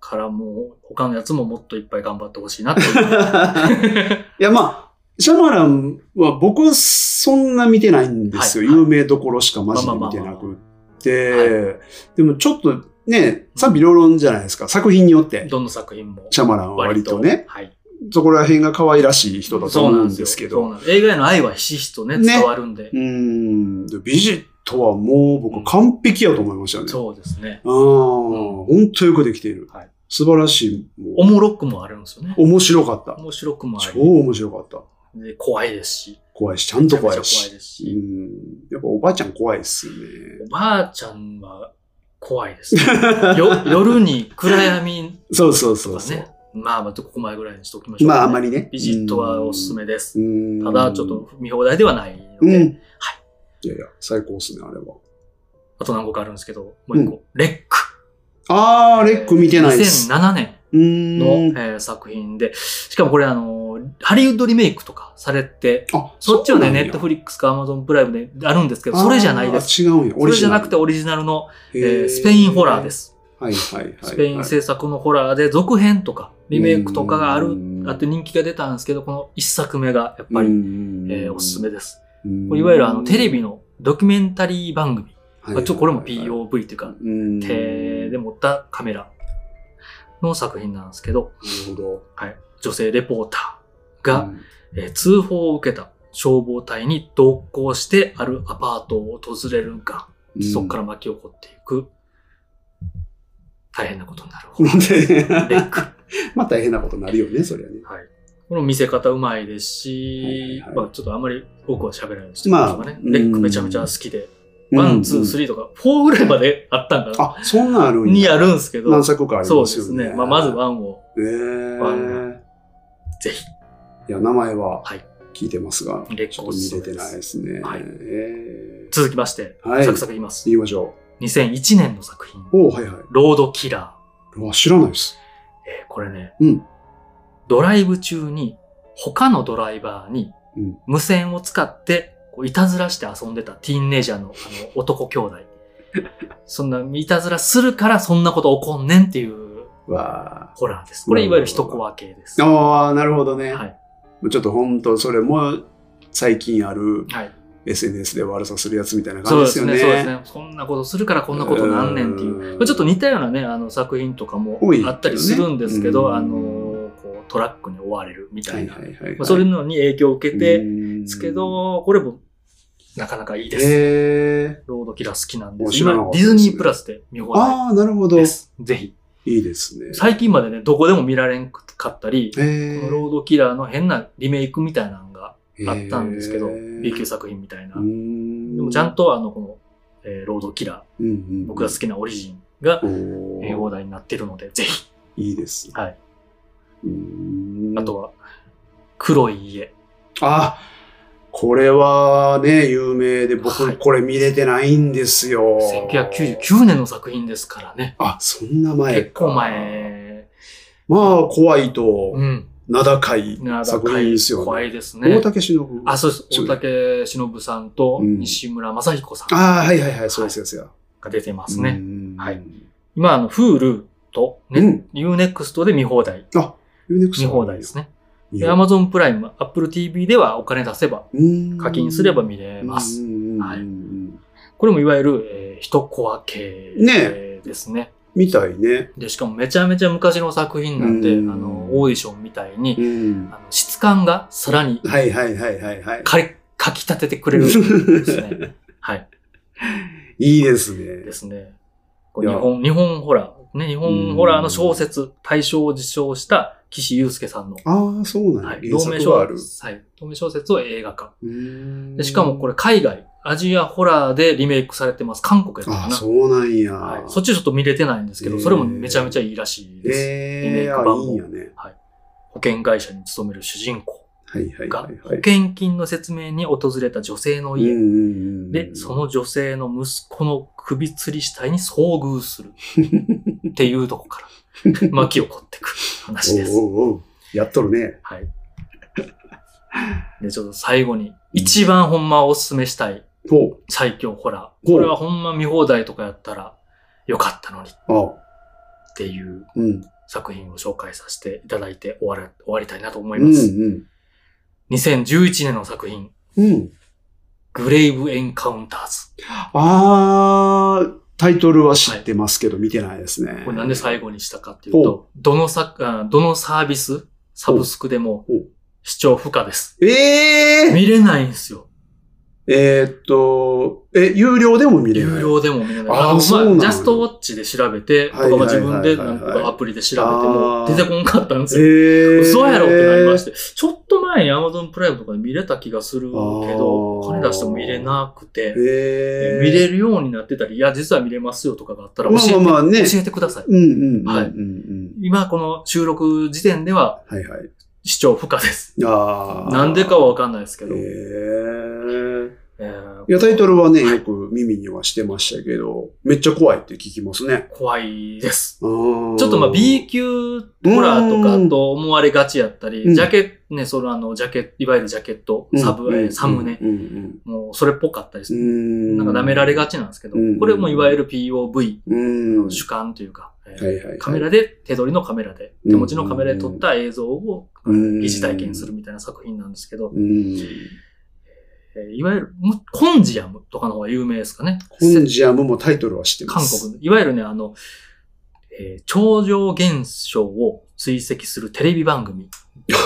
Speaker 1: からもう、他のやつももっといっぱい頑張ってほしいなっていう。
Speaker 2: いや、まあ、シャマランは僕、そんな見てないんですよ。
Speaker 1: はいはい
Speaker 2: 有名どころしかマジで見てなくって。
Speaker 1: まあまあま
Speaker 2: でもちょっとね、賛否両論じゃないですか。作品によ って。
Speaker 1: どの作品も。
Speaker 2: シャマランは割とね。
Speaker 1: はい。
Speaker 2: そこら辺が可愛らしい人だと
Speaker 1: そう
Speaker 2: 思
Speaker 1: な
Speaker 2: うんん
Speaker 1: で
Speaker 2: です
Speaker 1: す
Speaker 2: け
Speaker 1: け
Speaker 2: ど
Speaker 1: ど。そう。なんです映画への愛はひしひしとね、
Speaker 2: ね
Speaker 1: 伝わるんで
Speaker 2: う。ーん。でビジットはもう僕完璧やと思いましたね。
Speaker 1: そうですね。
Speaker 2: ああ、本当よくできている。
Speaker 1: はい
Speaker 2: 素晴らしい。も
Speaker 1: おもろくもあるんですよね。
Speaker 2: う面白かった。
Speaker 1: 面白くもあ
Speaker 2: 超
Speaker 1: り、
Speaker 2: 面白かった。
Speaker 1: で怖いですし、
Speaker 2: 怖いし、ちゃんと怖い
Speaker 1: めちゃめちゃ怖いで
Speaker 2: し。
Speaker 1: す
Speaker 2: う
Speaker 1: し、
Speaker 2: ん。やっぱおばあちゃん怖いっすよ
Speaker 1: おばあちゃんは怖いですね。
Speaker 2: ね。
Speaker 1: よ夜に暗闇
Speaker 2: そうそうそ
Speaker 1: と
Speaker 2: う
Speaker 1: か
Speaker 2: そう、
Speaker 1: ね、まあ、まあ、ここ前ぐらいにしておきましょう、
Speaker 2: まあ、あまりね。
Speaker 1: ビジットはおすすめです。
Speaker 2: め
Speaker 1: ただ、ちょっと見放題ではないの
Speaker 2: うん。
Speaker 1: で、
Speaker 2: はい。
Speaker 1: はい
Speaker 2: やいや、最高っすね、あれは。
Speaker 1: あと何個かあるんですけど、もう一個、レック。
Speaker 2: あー、レック見てないです。
Speaker 1: 2007年
Speaker 2: う
Speaker 1: の、
Speaker 2: ーん。
Speaker 1: えー作品で、しかもこれあの、ハリウッドリメイクとかされて、
Speaker 2: あ、
Speaker 1: そっちはね、ネット
Speaker 2: フ
Speaker 1: フリックスかアマゾンプライムであるんですけど、それじゃないです。。
Speaker 2: あー違うんや。
Speaker 1: それじゃなくて
Speaker 2: オ
Speaker 1: オリジナルの、
Speaker 2: リジナル、。
Speaker 1: えースペインホラーですす。
Speaker 2: はいはいはい。
Speaker 1: スペイン制作のホラーで続編とかリメイクとかがある、あって人気が出たんですけど、この一作目がやっぱり、えーおすすめです。これいわゆるあのテレビ
Speaker 2: の、
Speaker 1: のドキュメンタリー番組。
Speaker 2: はい
Speaker 1: まあちょっとこれも
Speaker 2: はいはい
Speaker 1: POV っていうか、
Speaker 2: うん
Speaker 1: 手で持ったカメラの作品なんですけど、
Speaker 2: なるほど。
Speaker 1: はい、女性レポーターが、
Speaker 2: うん
Speaker 1: えー通報を受けた消防隊に同行してあるアパートを訪れるが、そこから巻き起こっていく、大変なことになる。レック。
Speaker 2: まあ大変なことになるよね、そりゃね。
Speaker 1: はい。この見せ方うまいですし、
Speaker 2: はいはいはい
Speaker 1: まあちょっとあんまり僕は喋らないですけど、まあね、レックめちゃめちゃ好きで、ワン、ツー、ス
Speaker 2: リー。
Speaker 1: リーとか、フォーぐらいまであったんか
Speaker 2: あ、そんなんある
Speaker 1: な、
Speaker 2: ん
Speaker 1: に
Speaker 2: や。
Speaker 1: あるんですけど、
Speaker 2: 何作かあり
Speaker 1: そう
Speaker 2: ま
Speaker 1: です
Speaker 2: よね。
Speaker 1: すね。まあまず
Speaker 2: は。
Speaker 1: ワンを
Speaker 2: え
Speaker 1: ワ
Speaker 2: ー
Speaker 1: ンぜひ。
Speaker 2: いや、名前は
Speaker 1: はい
Speaker 2: 聞いてますが、
Speaker 1: レッ
Speaker 2: ち
Speaker 1: ク
Speaker 2: ょっ
Speaker 1: お
Speaker 2: と
Speaker 1: すすめ
Speaker 2: 見れて
Speaker 1: で
Speaker 2: ない
Speaker 1: す。
Speaker 2: ですね。
Speaker 1: はい
Speaker 2: えー
Speaker 1: 続きまして、
Speaker 2: はい
Speaker 1: サクサク言います。
Speaker 2: 言いましょ
Speaker 1: 2001年の作品、
Speaker 2: う。おうはいはい。
Speaker 1: ロードキラ
Speaker 2: うわ知らないです。
Speaker 1: ー。えーこれね、
Speaker 2: うん
Speaker 1: ドライブ中に他のドライバーに
Speaker 2: うん
Speaker 1: 無線を使ってこういたずらして遊んでたティーンネイジャーのあの男兄 弟。そんな、いたずらするからそんなこと起こんねんっていう
Speaker 2: わ
Speaker 1: ホラーです。これいわゆる一コア系です。
Speaker 2: ー
Speaker 1: は
Speaker 2: ああ、なるほど
Speaker 1: い。
Speaker 2: ね。
Speaker 1: はい。
Speaker 2: ちょっと本当それも最近ある SNS で悪さするやつみたいな
Speaker 1: そうで
Speaker 2: 感じです
Speaker 1: す
Speaker 2: よ
Speaker 1: ね、
Speaker 2: ね。
Speaker 1: そうですね。こんなことするからこんなことなんねんっていう。
Speaker 2: う
Speaker 1: ま
Speaker 2: ん
Speaker 1: あちょっと似たようなね、あの作品とかも
Speaker 2: 多いよね
Speaker 1: あったりするんですけど、
Speaker 2: うん
Speaker 1: あの、こうトラックに追われるみたいな。
Speaker 2: はいはいはい、はい。
Speaker 1: まあそれのに影響を受けて、
Speaker 2: で
Speaker 1: ですけ、ど、これもなかなかいいです。
Speaker 2: え
Speaker 1: ロードキラー好きなんで
Speaker 2: 面
Speaker 1: す。
Speaker 2: 白
Speaker 1: 今
Speaker 2: いな、
Speaker 1: ディズニープラスで見放
Speaker 2: ー、
Speaker 1: 題
Speaker 2: ああ、なるほど。
Speaker 1: で
Speaker 2: い
Speaker 1: す。ぜひ。
Speaker 2: いですね。
Speaker 1: 最近までね、どこでも見られんかったり、こ
Speaker 2: え
Speaker 1: のロードキラーの変なリメイクみたいなのがあったんですけど、B 級
Speaker 2: さ
Speaker 1: 作品みたいな。
Speaker 2: うー
Speaker 1: で
Speaker 2: ん。
Speaker 1: もちゃんとあの、この、えーロードキラー、
Speaker 2: うんうんうん、
Speaker 1: 僕が好きなオリジンが
Speaker 2: おー
Speaker 1: 見放題になってるので、ぜひ。
Speaker 2: いいです。
Speaker 1: はい。
Speaker 2: うーん
Speaker 1: あとは、黒い家。
Speaker 2: あ、これはね、有名で、僕、
Speaker 1: はい
Speaker 2: これ見れてないんですよ。
Speaker 1: 1999年の作品ですからね。
Speaker 2: あ、そんな前か。
Speaker 1: 結構。前。
Speaker 2: まあ、怖いと
Speaker 1: う、ん。
Speaker 2: 名高い作品ですよね。
Speaker 1: 怖いですね。
Speaker 2: 大竹しのぶ。
Speaker 1: あ、そうです。
Speaker 2: そう
Speaker 1: 大竹しのぶさんと
Speaker 2: うん
Speaker 1: 西村正彦さん
Speaker 2: あーはいはいはい、そうです、そうで
Speaker 1: が出てますす
Speaker 2: よ。
Speaker 1: ね。
Speaker 2: うん
Speaker 1: はい。今、あの、Hulu と、
Speaker 2: う
Speaker 1: ね、
Speaker 2: ん。
Speaker 1: Unext で見放題。
Speaker 2: ユーネクスト
Speaker 1: 見放題ですね。
Speaker 2: 見
Speaker 1: で、
Speaker 2: 放題。
Speaker 1: Amazon プライム、Apple TV ではお金出せば、
Speaker 2: うん
Speaker 1: 課金すれば見れます。
Speaker 2: うんうんうんうん
Speaker 1: はいこれもいわゆる、えー一コア系
Speaker 2: ね
Speaker 1: ですね
Speaker 2: みたいね。
Speaker 1: で、しかもめちゃめちゃ昔の作品なんで、あ
Speaker 2: うん
Speaker 1: の、オーディションみたいに、
Speaker 2: うん
Speaker 1: あの質感がさらに
Speaker 2: はいはいはいはいはい。
Speaker 1: かれ、かき立ててくれるんです ね。はい。
Speaker 2: いいですね
Speaker 1: で。すね。こう
Speaker 2: い
Speaker 1: 日
Speaker 2: や
Speaker 1: 本、日本ホラー。ね、日本ホラーの小説、大賞を受賞した岸優介さんの、
Speaker 2: ああ、そうなんだ。
Speaker 1: はい、
Speaker 2: 原
Speaker 1: 同名
Speaker 2: 作
Speaker 1: 小
Speaker 2: はある。
Speaker 1: 説、はい、同名小説を映画化。
Speaker 2: で
Speaker 1: でしかもこれ、海外、アジアホラーでリメイクされてます。韓国やったか
Speaker 2: ああ、
Speaker 1: な。
Speaker 2: そうなんや。
Speaker 1: はい、そっちちょっと見れてないんですけど、
Speaker 2: えー
Speaker 1: それもめちゃめちゃいいらしいです。リメイ
Speaker 2: ええ
Speaker 1: ク
Speaker 2: あ
Speaker 1: 版も
Speaker 2: いいんやね。
Speaker 1: 保険会社に勤める主人公
Speaker 2: はいはい
Speaker 1: が
Speaker 2: はい
Speaker 1: 保
Speaker 2: はい。
Speaker 1: 険金の説明に訪れた女性の家。
Speaker 2: うんうんうん
Speaker 1: で、その女性の息子の首吊り死体に遭遇す る。っていうとこから巻き起こってくる話です。
Speaker 2: おうおうおうやっとるね。
Speaker 1: はい。で、ちょっと最後に、一番ほんまおすすめしたい
Speaker 2: おう
Speaker 1: 最強ホラー。
Speaker 2: ほう
Speaker 1: これはほんま見放題とかやったらよかったのにっ
Speaker 2: あ
Speaker 1: ていう
Speaker 2: うん。
Speaker 1: 作品を紹介させていただいて終わら終わりたいなと思い
Speaker 2: うんう
Speaker 1: ます。
Speaker 2: ん。
Speaker 1: 2011年の作品、
Speaker 2: うん。
Speaker 1: グレイブ・エンカウンターズ。
Speaker 2: ああ、タイトルは知ってますけど、見てないですね。
Speaker 1: これなんで最後にしたかっていうと、どのさあどのサービス、サブスクでも
Speaker 2: ほう
Speaker 1: 視聴不可です。
Speaker 2: ええ
Speaker 1: 見れないんですよ。
Speaker 2: えーっと、え、有料でも見れる
Speaker 1: 有料でも見れない。
Speaker 2: あー
Speaker 1: のま
Speaker 2: そうなんや
Speaker 1: ジャストウォッチで調べて、と
Speaker 2: はい
Speaker 1: か
Speaker 2: はいはい
Speaker 1: 自
Speaker 2: は
Speaker 1: 分
Speaker 2: い
Speaker 1: でなんかアプリで調べても
Speaker 2: あ
Speaker 1: 出
Speaker 2: ー
Speaker 1: てこんかったんですよ。
Speaker 2: ええ。
Speaker 1: 嘘やろってなりましてて、ちょっと前に Amazon プライムとかで見れた気がするけど、
Speaker 2: あー
Speaker 1: 金出しても見れなくて、
Speaker 2: ええ
Speaker 1: 見れるようになってたり、いや、実は見れますよとかがあったら
Speaker 2: ま
Speaker 1: 教
Speaker 2: あ
Speaker 1: えて,、
Speaker 2: まあまあね
Speaker 1: 教えてください。
Speaker 2: うんうんうんうんうん。
Speaker 1: はい
Speaker 2: うん
Speaker 1: 今この収録時点では
Speaker 2: はいはい。
Speaker 1: 視聴不可です。
Speaker 2: ああ。
Speaker 1: なんでかはわかんないですけ
Speaker 2: え
Speaker 1: ど。
Speaker 2: ー
Speaker 1: えー
Speaker 2: いや、タイトルはね、よく耳にはしてましたけど、めっちゃ怖いって聞きますね。
Speaker 1: 怖いです。
Speaker 2: ちょ
Speaker 1: ちょっとまあ B 級ホラーとかと思われがちやった
Speaker 2: う
Speaker 1: り、
Speaker 2: ん
Speaker 1: ジャケット、ね、そのあの、ジャケット、いわゆるジャケット、サブ、えーサムネ、
Speaker 2: うん
Speaker 1: もうそれっぽかったり
Speaker 2: う
Speaker 1: する。
Speaker 2: ん。
Speaker 1: なんか舐められがちなんですけど
Speaker 2: うん、
Speaker 1: これもいわゆる POV、
Speaker 2: うん。
Speaker 1: 主観というか、えー
Speaker 2: はいはいはい
Speaker 1: カメラで、手取りのカメラで、手持ちのカメラで撮った映像を
Speaker 2: うん
Speaker 1: 疑似体験するみたいな作品なんですけど、
Speaker 2: うん。
Speaker 1: えーいわゆるもうコンジアムとかの方が有名ですかね。
Speaker 2: コンジアムもタイトルは知ってま
Speaker 1: 韓
Speaker 2: す。
Speaker 1: 国の、いわゆるね、あの、えー超常現象を追跡するテレビ番 組、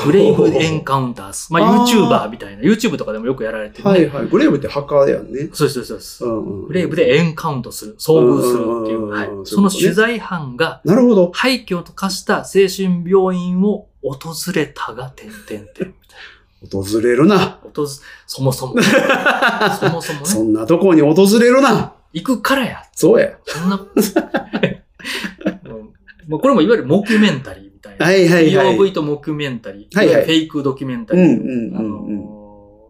Speaker 1: ブレイブエンカウンターズ。まあ、
Speaker 2: あー
Speaker 1: YouTuber みたいな、YouTube とかでもよくやられてるね。
Speaker 2: はいはい。ブレイブってハッカーだよね。
Speaker 1: そうです、そうです。そうです
Speaker 2: ブ
Speaker 1: ブレイブ。でエンカウントする、遭遇するっていう。
Speaker 2: うん
Speaker 1: はい
Speaker 2: うんうんうん。
Speaker 1: その
Speaker 2: そういう
Speaker 1: 取
Speaker 2: こと
Speaker 1: 材班が、
Speaker 2: なるほど。
Speaker 1: 廃墟と化した精神病院を訪れたが、てんてんてんみたい
Speaker 2: 訪れるな。
Speaker 1: な。訪そも そも、そもそも
Speaker 2: そ
Speaker 1: ね、
Speaker 2: んなとこに訪れるな。
Speaker 1: 行くからや。
Speaker 2: そうや。
Speaker 1: そんな、 うんもうこれもいわゆるモキュメンタリーみたいな。
Speaker 2: はいはいはい。
Speaker 1: POV とモキュメンタリー、
Speaker 2: はいはい
Speaker 1: わゆるフェイクドキュメンタリーを、
Speaker 2: うんうんうんうん
Speaker 1: あの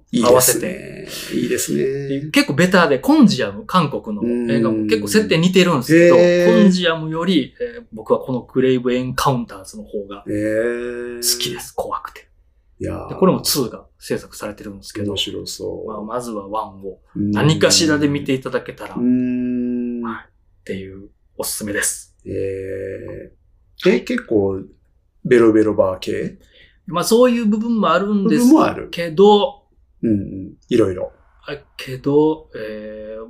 Speaker 1: ー合わせて。
Speaker 2: て。いいですね。
Speaker 1: 結構ベターで、コンジアム、韓国の映画
Speaker 2: う
Speaker 1: も
Speaker 2: ん
Speaker 1: 結構設定似てるんですけど、
Speaker 2: へー
Speaker 1: コンジアムより、えー僕はこのクレイブエンカウンターズの方が
Speaker 2: え
Speaker 1: 好
Speaker 2: ー
Speaker 1: きで。す。怖くて。
Speaker 2: いや
Speaker 1: でこれも
Speaker 2: つ
Speaker 1: 2が制作されてるんですけど
Speaker 2: 面、白そう。
Speaker 1: まあ、まずは1を
Speaker 2: うん
Speaker 1: 何かしらで見ていただけたらっ
Speaker 2: うーん。
Speaker 1: はいていうおすすめです。
Speaker 2: えー、え、結構、ベロベロバー系
Speaker 1: まあそういう部分もあるん
Speaker 2: 部
Speaker 1: です
Speaker 2: 分もある。
Speaker 1: けど、
Speaker 2: うんうん。いろいろ。
Speaker 1: あけど、えー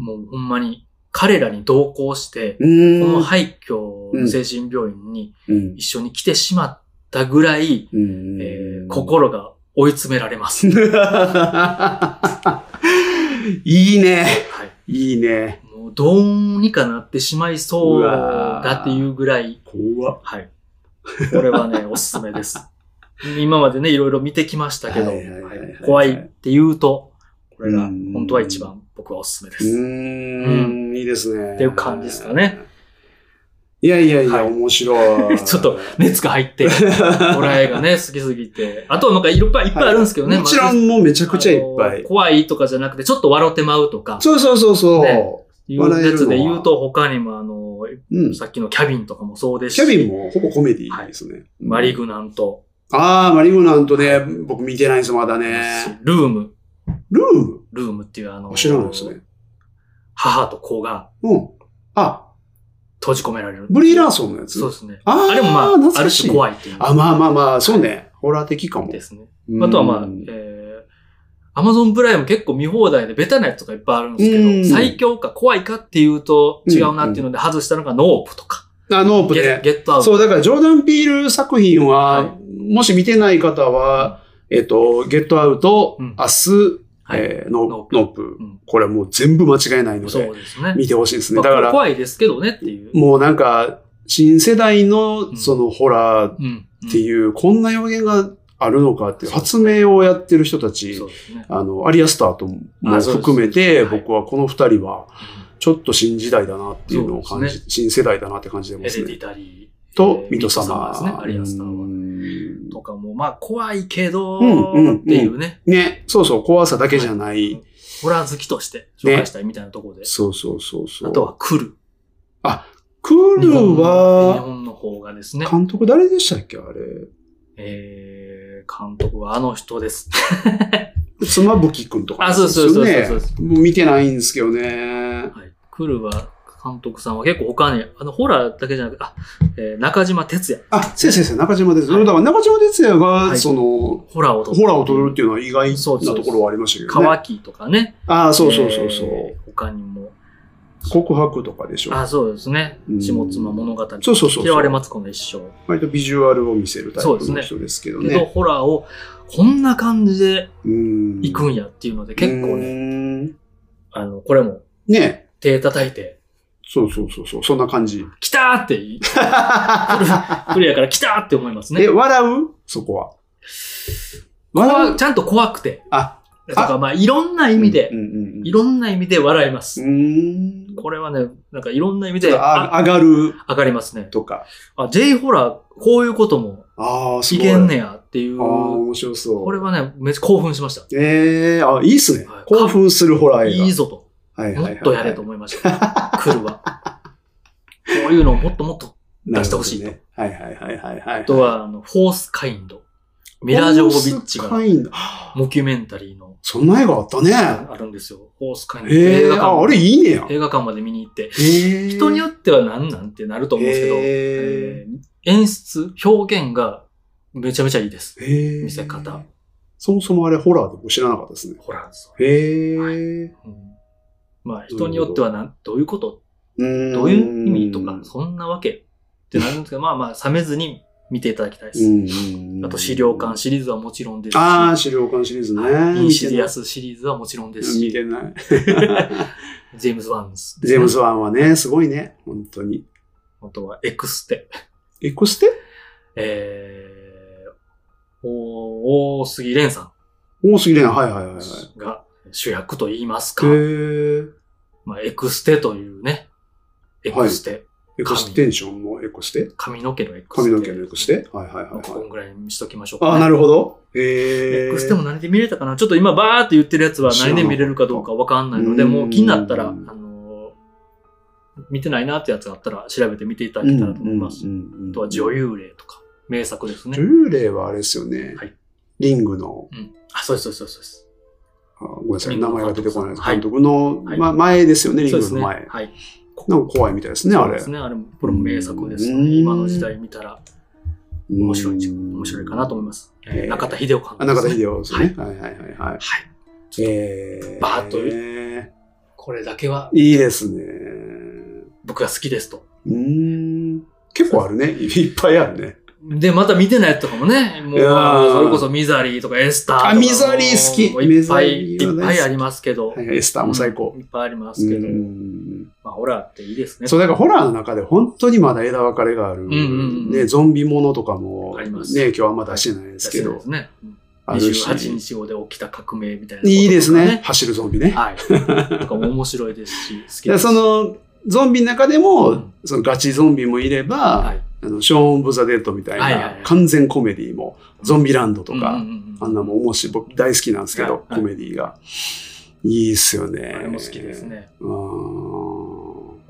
Speaker 1: もうほんまに彼らに同行して、
Speaker 2: う
Speaker 1: この
Speaker 2: ーん。
Speaker 1: 廃墟の精神病院に
Speaker 2: うん
Speaker 1: 一緒に来てしまったぐらい、
Speaker 2: うん
Speaker 1: えー心が追い詰められます。
Speaker 2: いいね。
Speaker 1: はい、
Speaker 2: いいね。
Speaker 1: もうどうにかなってしまいそうだっていうぐらい、
Speaker 2: 怖っ。
Speaker 1: はい、これは ね、おすすめです。今までね、いろいろ見てきましたけど、
Speaker 2: はいはいはいはい
Speaker 1: はい怖いって言うと、これが
Speaker 2: うん
Speaker 1: 本当は一番僕はおすすめで
Speaker 2: う
Speaker 1: す。
Speaker 2: ーん、いいですね。
Speaker 1: っていう感じですかね。
Speaker 2: いやいやい
Speaker 1: は
Speaker 2: や、
Speaker 1: い
Speaker 2: 面白 い。
Speaker 1: ちょっと熱が入って、ホラー映画 ね、好きすぎて。あとはなんかいっぱいいっぱいあるんですけどね。
Speaker 2: もちろ
Speaker 1: ま
Speaker 2: ん、もうめち
Speaker 1: あ
Speaker 2: ゃくちゃいっぱ
Speaker 1: あの
Speaker 2: い。
Speaker 1: 怖いとかじゃなくて、ちょっと笑ってまうとか、
Speaker 2: そうそうそうそう。
Speaker 1: ねいうやつで
Speaker 2: 笑えるのは
Speaker 1: 言うと、他にもあの、
Speaker 2: うん。
Speaker 1: さっきのキャビンとかもそうですし、
Speaker 2: キャビンもほぼコメディですね。
Speaker 1: マリグナント、
Speaker 2: ああ、マリグナントね、僕見てないんですよ、まだね。
Speaker 1: ルーム、
Speaker 2: ルー
Speaker 1: ルームっていうあの
Speaker 2: ム、知らないですね。
Speaker 1: 母と子が
Speaker 2: うん。あ、
Speaker 1: 閉じ込められる。
Speaker 2: ブリー・ラーソンのやつ
Speaker 1: そうですね。
Speaker 2: あ
Speaker 1: あれもまあ、
Speaker 2: 懐
Speaker 1: あ
Speaker 2: か
Speaker 1: る
Speaker 2: し
Speaker 1: 種
Speaker 2: い。
Speaker 1: 怖いっていう
Speaker 2: あ、まあまあまあ、そうね。ホラー的かも。
Speaker 1: ですね。あとはまあ、
Speaker 2: うん
Speaker 1: えー、Amazon プライム結構見放題でベタなやつとかいっぱいあるんです
Speaker 2: うん
Speaker 1: けど、最強か怖いかっていうと違うなっていうので外したのがノープとか、
Speaker 2: あ、ノープ
Speaker 1: ゲ
Speaker 2: ね
Speaker 1: ッ。ゲットアウト。
Speaker 2: そう、だからジョーダン・ピール作品は、
Speaker 1: は
Speaker 2: もし見てない方は、えっと、ゲットアウト、
Speaker 1: うん
Speaker 2: 明日、
Speaker 1: はい
Speaker 2: えーノ
Speaker 1: ノー
Speaker 2: ノ
Speaker 1: プ
Speaker 2: ープ、
Speaker 1: うん
Speaker 2: これはもう全部間違いないの
Speaker 1: そ
Speaker 2: で
Speaker 1: う、ですね。
Speaker 2: 見てほしいですね。
Speaker 1: まあ
Speaker 2: だから、
Speaker 1: 怖いですけどねっていう。
Speaker 2: もうなんか、新世代
Speaker 1: う
Speaker 2: の
Speaker 1: ん
Speaker 2: そのホラーっ
Speaker 1: うんうん。
Speaker 2: ていう、こんな予言があるのかっていう、発明をやってる人たち
Speaker 1: そ、うですね。
Speaker 2: あの、アリアスターとも
Speaker 1: あそうです
Speaker 2: 含め
Speaker 1: は
Speaker 2: て、
Speaker 1: い
Speaker 2: 僕はこの二人は、ちょっと新時代だなっていうのを感
Speaker 1: そう
Speaker 2: じ、新世代だなって感じて
Speaker 1: うん
Speaker 2: ま
Speaker 1: ヘ
Speaker 2: す
Speaker 1: レ
Speaker 2: ね
Speaker 1: デ。ィタリー。
Speaker 2: と
Speaker 1: え、ー
Speaker 2: ミトサ
Speaker 1: ミ
Speaker 2: マ
Speaker 1: ッドサ
Speaker 2: ー。
Speaker 1: マーですね。アリアスターは。
Speaker 2: ー
Speaker 1: とかも、まあ怖いけど、
Speaker 2: うんうんうん
Speaker 1: っていうね、
Speaker 2: ね、そうそう、怖さだけじゃない。
Speaker 1: はいホラー好きとして紹介したいみたいなところで。
Speaker 2: そうそうそうそう。
Speaker 1: あとは、来る。
Speaker 2: クー
Speaker 1: 日本
Speaker 2: ル
Speaker 1: の日
Speaker 2: は、
Speaker 1: 本の方がですね。
Speaker 2: 監督誰でしたっけあれ。
Speaker 1: えー、監督はあの人です。
Speaker 2: 妻夫木くんとか、
Speaker 1: あそうそうそうそう
Speaker 2: ですよね
Speaker 1: そ
Speaker 2: もう見てないんですけどね。
Speaker 1: はい。クルは、監督さんは結構他に、あの、ホラーだけじゃなくて、あ、えー中島哲也。
Speaker 2: あ、先生、先生、中島です。
Speaker 1: はい
Speaker 2: だから中島哲也が、
Speaker 1: い
Speaker 2: その、
Speaker 1: ホラーを撮
Speaker 2: ホラーを撮るってていうのは意外
Speaker 1: そうそう
Speaker 2: なところはありましたけどね。
Speaker 1: 川木とかね。
Speaker 2: ああ、そうそうそうそう。
Speaker 1: えー他にも。
Speaker 2: 告白とかでしょ。
Speaker 1: あ、そうですね
Speaker 2: うん。
Speaker 1: 下妻物語。
Speaker 2: そうそうそう
Speaker 1: 嫌われ松子の一生。
Speaker 2: 割とビジュアルを見せるタイ
Speaker 1: そうで
Speaker 2: プ
Speaker 1: す
Speaker 2: の
Speaker 1: ね
Speaker 2: 人ですけど
Speaker 1: けど、
Speaker 2: ね。
Speaker 1: ホラーをこんな感じで
Speaker 2: うん
Speaker 1: 行くんやっていうので、結構ね、
Speaker 2: ね。
Speaker 1: あの、これも
Speaker 2: ね。
Speaker 1: 手叩いて、
Speaker 2: そうそうそうそう、そんな感じ。
Speaker 1: 来たーって言い、クルやから来たーって思いますね
Speaker 2: え、。笑うそこは。
Speaker 1: これ
Speaker 2: 笑
Speaker 1: は
Speaker 2: う
Speaker 1: ちゃんと怖くて。
Speaker 2: あ、
Speaker 1: とか、まあ、いろんな意味で
Speaker 2: う、んうん
Speaker 1: いろんな意味で笑います。
Speaker 2: うん。うーん。
Speaker 1: これはね、なんかいろんな意味
Speaker 2: ちょっ
Speaker 1: で、
Speaker 2: とあ
Speaker 1: あ
Speaker 2: 上がる
Speaker 1: 上がりますね。
Speaker 2: とか。
Speaker 1: あ、J ホラー、こういうことも
Speaker 2: ああ、す
Speaker 1: い
Speaker 2: ごい。
Speaker 1: けんねやっていう、
Speaker 2: ああ、
Speaker 1: こ
Speaker 2: 面白そう。
Speaker 1: れはね、めっちゃ興奮しました。
Speaker 2: ええあ、いいっすね
Speaker 1: はい。
Speaker 2: 興奮するホラー映画。
Speaker 1: いいぞと。
Speaker 2: はいはい
Speaker 1: も
Speaker 2: はい、
Speaker 1: っとやれと思いました。来るわ。こういうのをもっともっと。出してほしいと
Speaker 2: なるほどね。はいはいはいはいはい。
Speaker 1: あと、は、あの、フォースカインド。ミラージョボビッチが、
Speaker 2: が。
Speaker 1: モキュメンタリーの、
Speaker 2: そんな映画あったね。
Speaker 1: あるんですよ。フォースカインド。
Speaker 2: ええあ、あれいいねや。
Speaker 1: 映画館まで見に行って。
Speaker 2: ええ
Speaker 1: 人によ
Speaker 2: って
Speaker 1: っては何なんてなると思うんですけど、
Speaker 2: へー
Speaker 1: えー演出、表現がめちゃめちゃいいです。見せ方。
Speaker 2: そもそもあれホラーでも知らなかったですね。
Speaker 1: ホラーです。
Speaker 2: へえ、
Speaker 1: はうんまあ、人によってはなんどういうことどういう意味とか、そんなわけってなるんですけど、まあまあ、冷めずに見ていただきたいです。あと、資料館シリーズはもちろんですし、
Speaker 2: ああ、資料館シリーズ
Speaker 1: はい
Speaker 2: ね。
Speaker 1: インシディアスシリーズはもちろんです
Speaker 2: 見
Speaker 1: し、
Speaker 2: てない。
Speaker 1: ジェームズ・ワンス、
Speaker 2: ジェームズ・ワンはね、すごいね。本当に。
Speaker 1: あとはエクステ、
Speaker 2: エクステ
Speaker 1: えー、お大杉蓮さん。
Speaker 2: 多すぎね。はいはいはいはい。
Speaker 1: が主役と言いますか、
Speaker 2: へえ。
Speaker 1: まあ、エクステというね、エクステ、
Speaker 2: エクステンションのエクステ
Speaker 1: 髪の毛のエクステ。
Speaker 2: 髪の毛のエクステはいはいはい
Speaker 1: まあここ
Speaker 2: はい。
Speaker 1: ぐらいにしときましょうか、
Speaker 2: ああ、な
Speaker 1: る
Speaker 2: るほど。へえ。
Speaker 1: エクステも何で見れたかなちょっと今バーって言ってるやつは何で見れるかどうかわかんないので、
Speaker 2: うん
Speaker 1: もう気になったら、あ
Speaker 2: うん
Speaker 1: のー見てないなってやつがあったら調べてみていただけたらと思います。
Speaker 2: うんうんうんうん
Speaker 1: あとは女優霊とか、名作ですね。
Speaker 2: 女優霊はあれですよね。
Speaker 1: はい
Speaker 2: リングの、
Speaker 1: うん、あ、そうです、そうです、そうです。
Speaker 2: あごめんなさ
Speaker 1: リ
Speaker 2: い、
Speaker 1: ング
Speaker 2: 名
Speaker 1: の
Speaker 2: 前が出てこないです。
Speaker 1: 監
Speaker 2: 監督の、
Speaker 1: はい
Speaker 2: ま、前ですよね、リン
Speaker 1: そう
Speaker 2: グ
Speaker 1: です
Speaker 2: の
Speaker 1: ね。
Speaker 2: 前。
Speaker 1: はい。
Speaker 2: なんか怖いみたいですね、あ
Speaker 1: そうで
Speaker 2: れ
Speaker 1: す。ね。あれも、これも名作ですよ
Speaker 2: うん
Speaker 1: ね。今の時代見たら面
Speaker 2: 面。
Speaker 1: 白いんじゃ、面白いかなと思いますす。え
Speaker 2: え
Speaker 1: ー
Speaker 2: ー
Speaker 1: 中田秀夫監督
Speaker 2: あ中田
Speaker 1: ですね
Speaker 2: 秀夫ですね。はいはいはいはい。
Speaker 1: はい。ちょっと
Speaker 2: えー、
Speaker 1: バーッと
Speaker 2: え
Speaker 1: これだけは
Speaker 2: ーいいですね。
Speaker 1: 僕が好きですと。
Speaker 2: うーん。結構あるね。いっぱいあるね。
Speaker 1: で、また見てないやつとかもね、もう、
Speaker 2: いやー
Speaker 1: それこそミザリーとかエスターとか
Speaker 2: あミザリー好き
Speaker 1: もういっぱい、
Speaker 2: ミザリーは
Speaker 1: いっ
Speaker 2: 大好き
Speaker 1: ぱいありますけど。
Speaker 2: はいはいエスターも最高
Speaker 1: うん。いっぱいありますけど
Speaker 2: う。ん
Speaker 1: まあ、ホラーっていいですね。
Speaker 2: そう、だからホラーの中で本当にまだ枝分かれがある。
Speaker 1: んうんうん
Speaker 2: ね、ゾンビものとかも、
Speaker 1: あ
Speaker 2: ね、
Speaker 1: り
Speaker 2: 今
Speaker 1: ます
Speaker 2: 日はあんま出してないですけ
Speaker 1: そうで
Speaker 2: ど
Speaker 1: す、ね。うん
Speaker 2: あるし。
Speaker 1: 28日後で起きた革命みたいな、
Speaker 2: いいですね。。走るゾンビね。
Speaker 1: はい。とかも面白いですし、好き
Speaker 2: で
Speaker 1: です。
Speaker 2: その、ゾンビの中でも、
Speaker 1: うん
Speaker 2: そのガチゾンビもいれば、
Speaker 1: はい、
Speaker 2: あのショーン・オブ・ザ・デッドみたいな、
Speaker 1: はいはいはい
Speaker 2: 完全コメディも、ゾンビランドとか、
Speaker 1: うんうんうん
Speaker 2: あんなもん面白い、僕大好きなんですけど、
Speaker 1: はいはい
Speaker 2: コメディが。いいっすよね。
Speaker 1: あれも好きです。ね。
Speaker 2: うーん。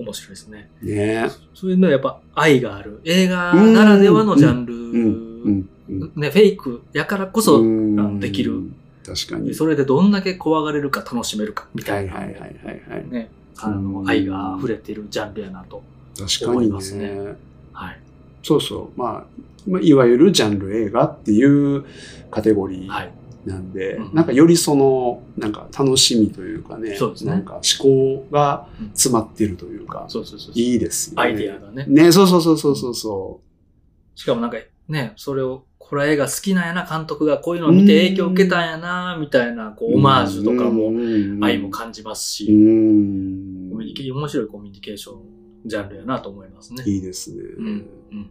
Speaker 1: 面白いですね。
Speaker 2: ね
Speaker 1: そういうのはやっぱ愛がある。映画ならではのジャンル、
Speaker 2: うん。うん
Speaker 1: ね、フェイクやからこそ、
Speaker 2: うん
Speaker 1: できる。
Speaker 2: 確かに。
Speaker 1: それでどんだけ怖がれるか楽しめるかみ
Speaker 2: は
Speaker 1: たい
Speaker 2: い
Speaker 1: な、
Speaker 2: はいはいはいはい。
Speaker 1: ね、あの
Speaker 2: うん
Speaker 1: 愛が溢れてるジャンルやなと、
Speaker 2: 確か
Speaker 1: 思い
Speaker 2: に
Speaker 1: ますね
Speaker 2: ね。
Speaker 1: はい
Speaker 2: そうそう。まあ、まあいわゆるジャンル映画っていうカテゴリー
Speaker 1: はい、
Speaker 2: なんで、
Speaker 1: うん
Speaker 2: なんかよりその、なんか楽しみというかね、
Speaker 1: そうですね
Speaker 2: なんか思考が
Speaker 1: うん
Speaker 2: 詰まってるというか、
Speaker 1: そうそうそう
Speaker 2: いいですよね。
Speaker 1: アイディアがね
Speaker 2: ね、そうそうそうそうそうそ
Speaker 1: しかもなんかねそれをこれ映画好きなんやな監督がこういうのを見て影響を受けたんやなみたいなこ
Speaker 2: う。
Speaker 1: うオマージュとかも
Speaker 2: も
Speaker 1: 愛も感じます
Speaker 2: う
Speaker 1: し、
Speaker 2: ん
Speaker 1: コミュニケ面白いコミュニケーションジャンルやなと思いますね。
Speaker 2: いいですね。
Speaker 1: うんうんうん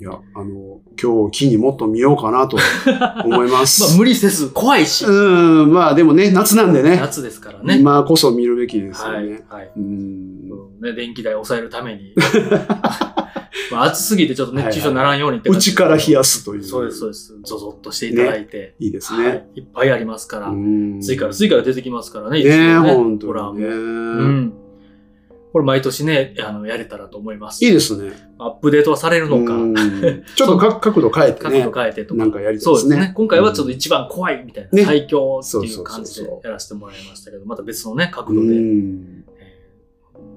Speaker 2: いや、あの、今日、木にもっと見ようかなと思います。
Speaker 1: まあ無理せず怖いし、
Speaker 2: うん、まあでもね、夏なんでね、
Speaker 1: 夏ですからね。
Speaker 2: 今こそ見るべきですよ
Speaker 1: は
Speaker 2: ね。
Speaker 1: い、はい
Speaker 2: う
Speaker 1: う
Speaker 2: ん
Speaker 1: んね、電気代を抑えるため に。まあ、暑すぎてちょっと熱中症にならんようにって感じ
Speaker 2: 内から冷やすという。
Speaker 1: そうです、そうです。ゾゾッとしていただいて。
Speaker 2: いいです
Speaker 1: は
Speaker 2: ね。
Speaker 1: い、いっぱいありますから。
Speaker 2: うん
Speaker 1: 次から次から出てきますからね、一応
Speaker 2: ねえ、本
Speaker 1: ホラ
Speaker 2: 当
Speaker 1: ーも。
Speaker 2: にね。
Speaker 1: うん。これ毎年ね、あの、やれたらと思います。
Speaker 2: いいですね。
Speaker 1: アップデートはされるのか、
Speaker 2: うんちょっとか角度変えて
Speaker 1: 角
Speaker 2: ね
Speaker 1: 度。変えてとか。
Speaker 2: なんかやりた
Speaker 1: そ
Speaker 2: いうで
Speaker 1: ですす
Speaker 2: ね
Speaker 1: ね。。今回はちょっと一番怖いみたいな、
Speaker 2: ね
Speaker 1: 最強ってい
Speaker 2: そううそうそ
Speaker 1: 感
Speaker 2: う
Speaker 1: じ
Speaker 2: そう
Speaker 1: でやらせてもらいましたけど、また別のね、角
Speaker 2: う
Speaker 1: 度で、
Speaker 2: ん
Speaker 1: えー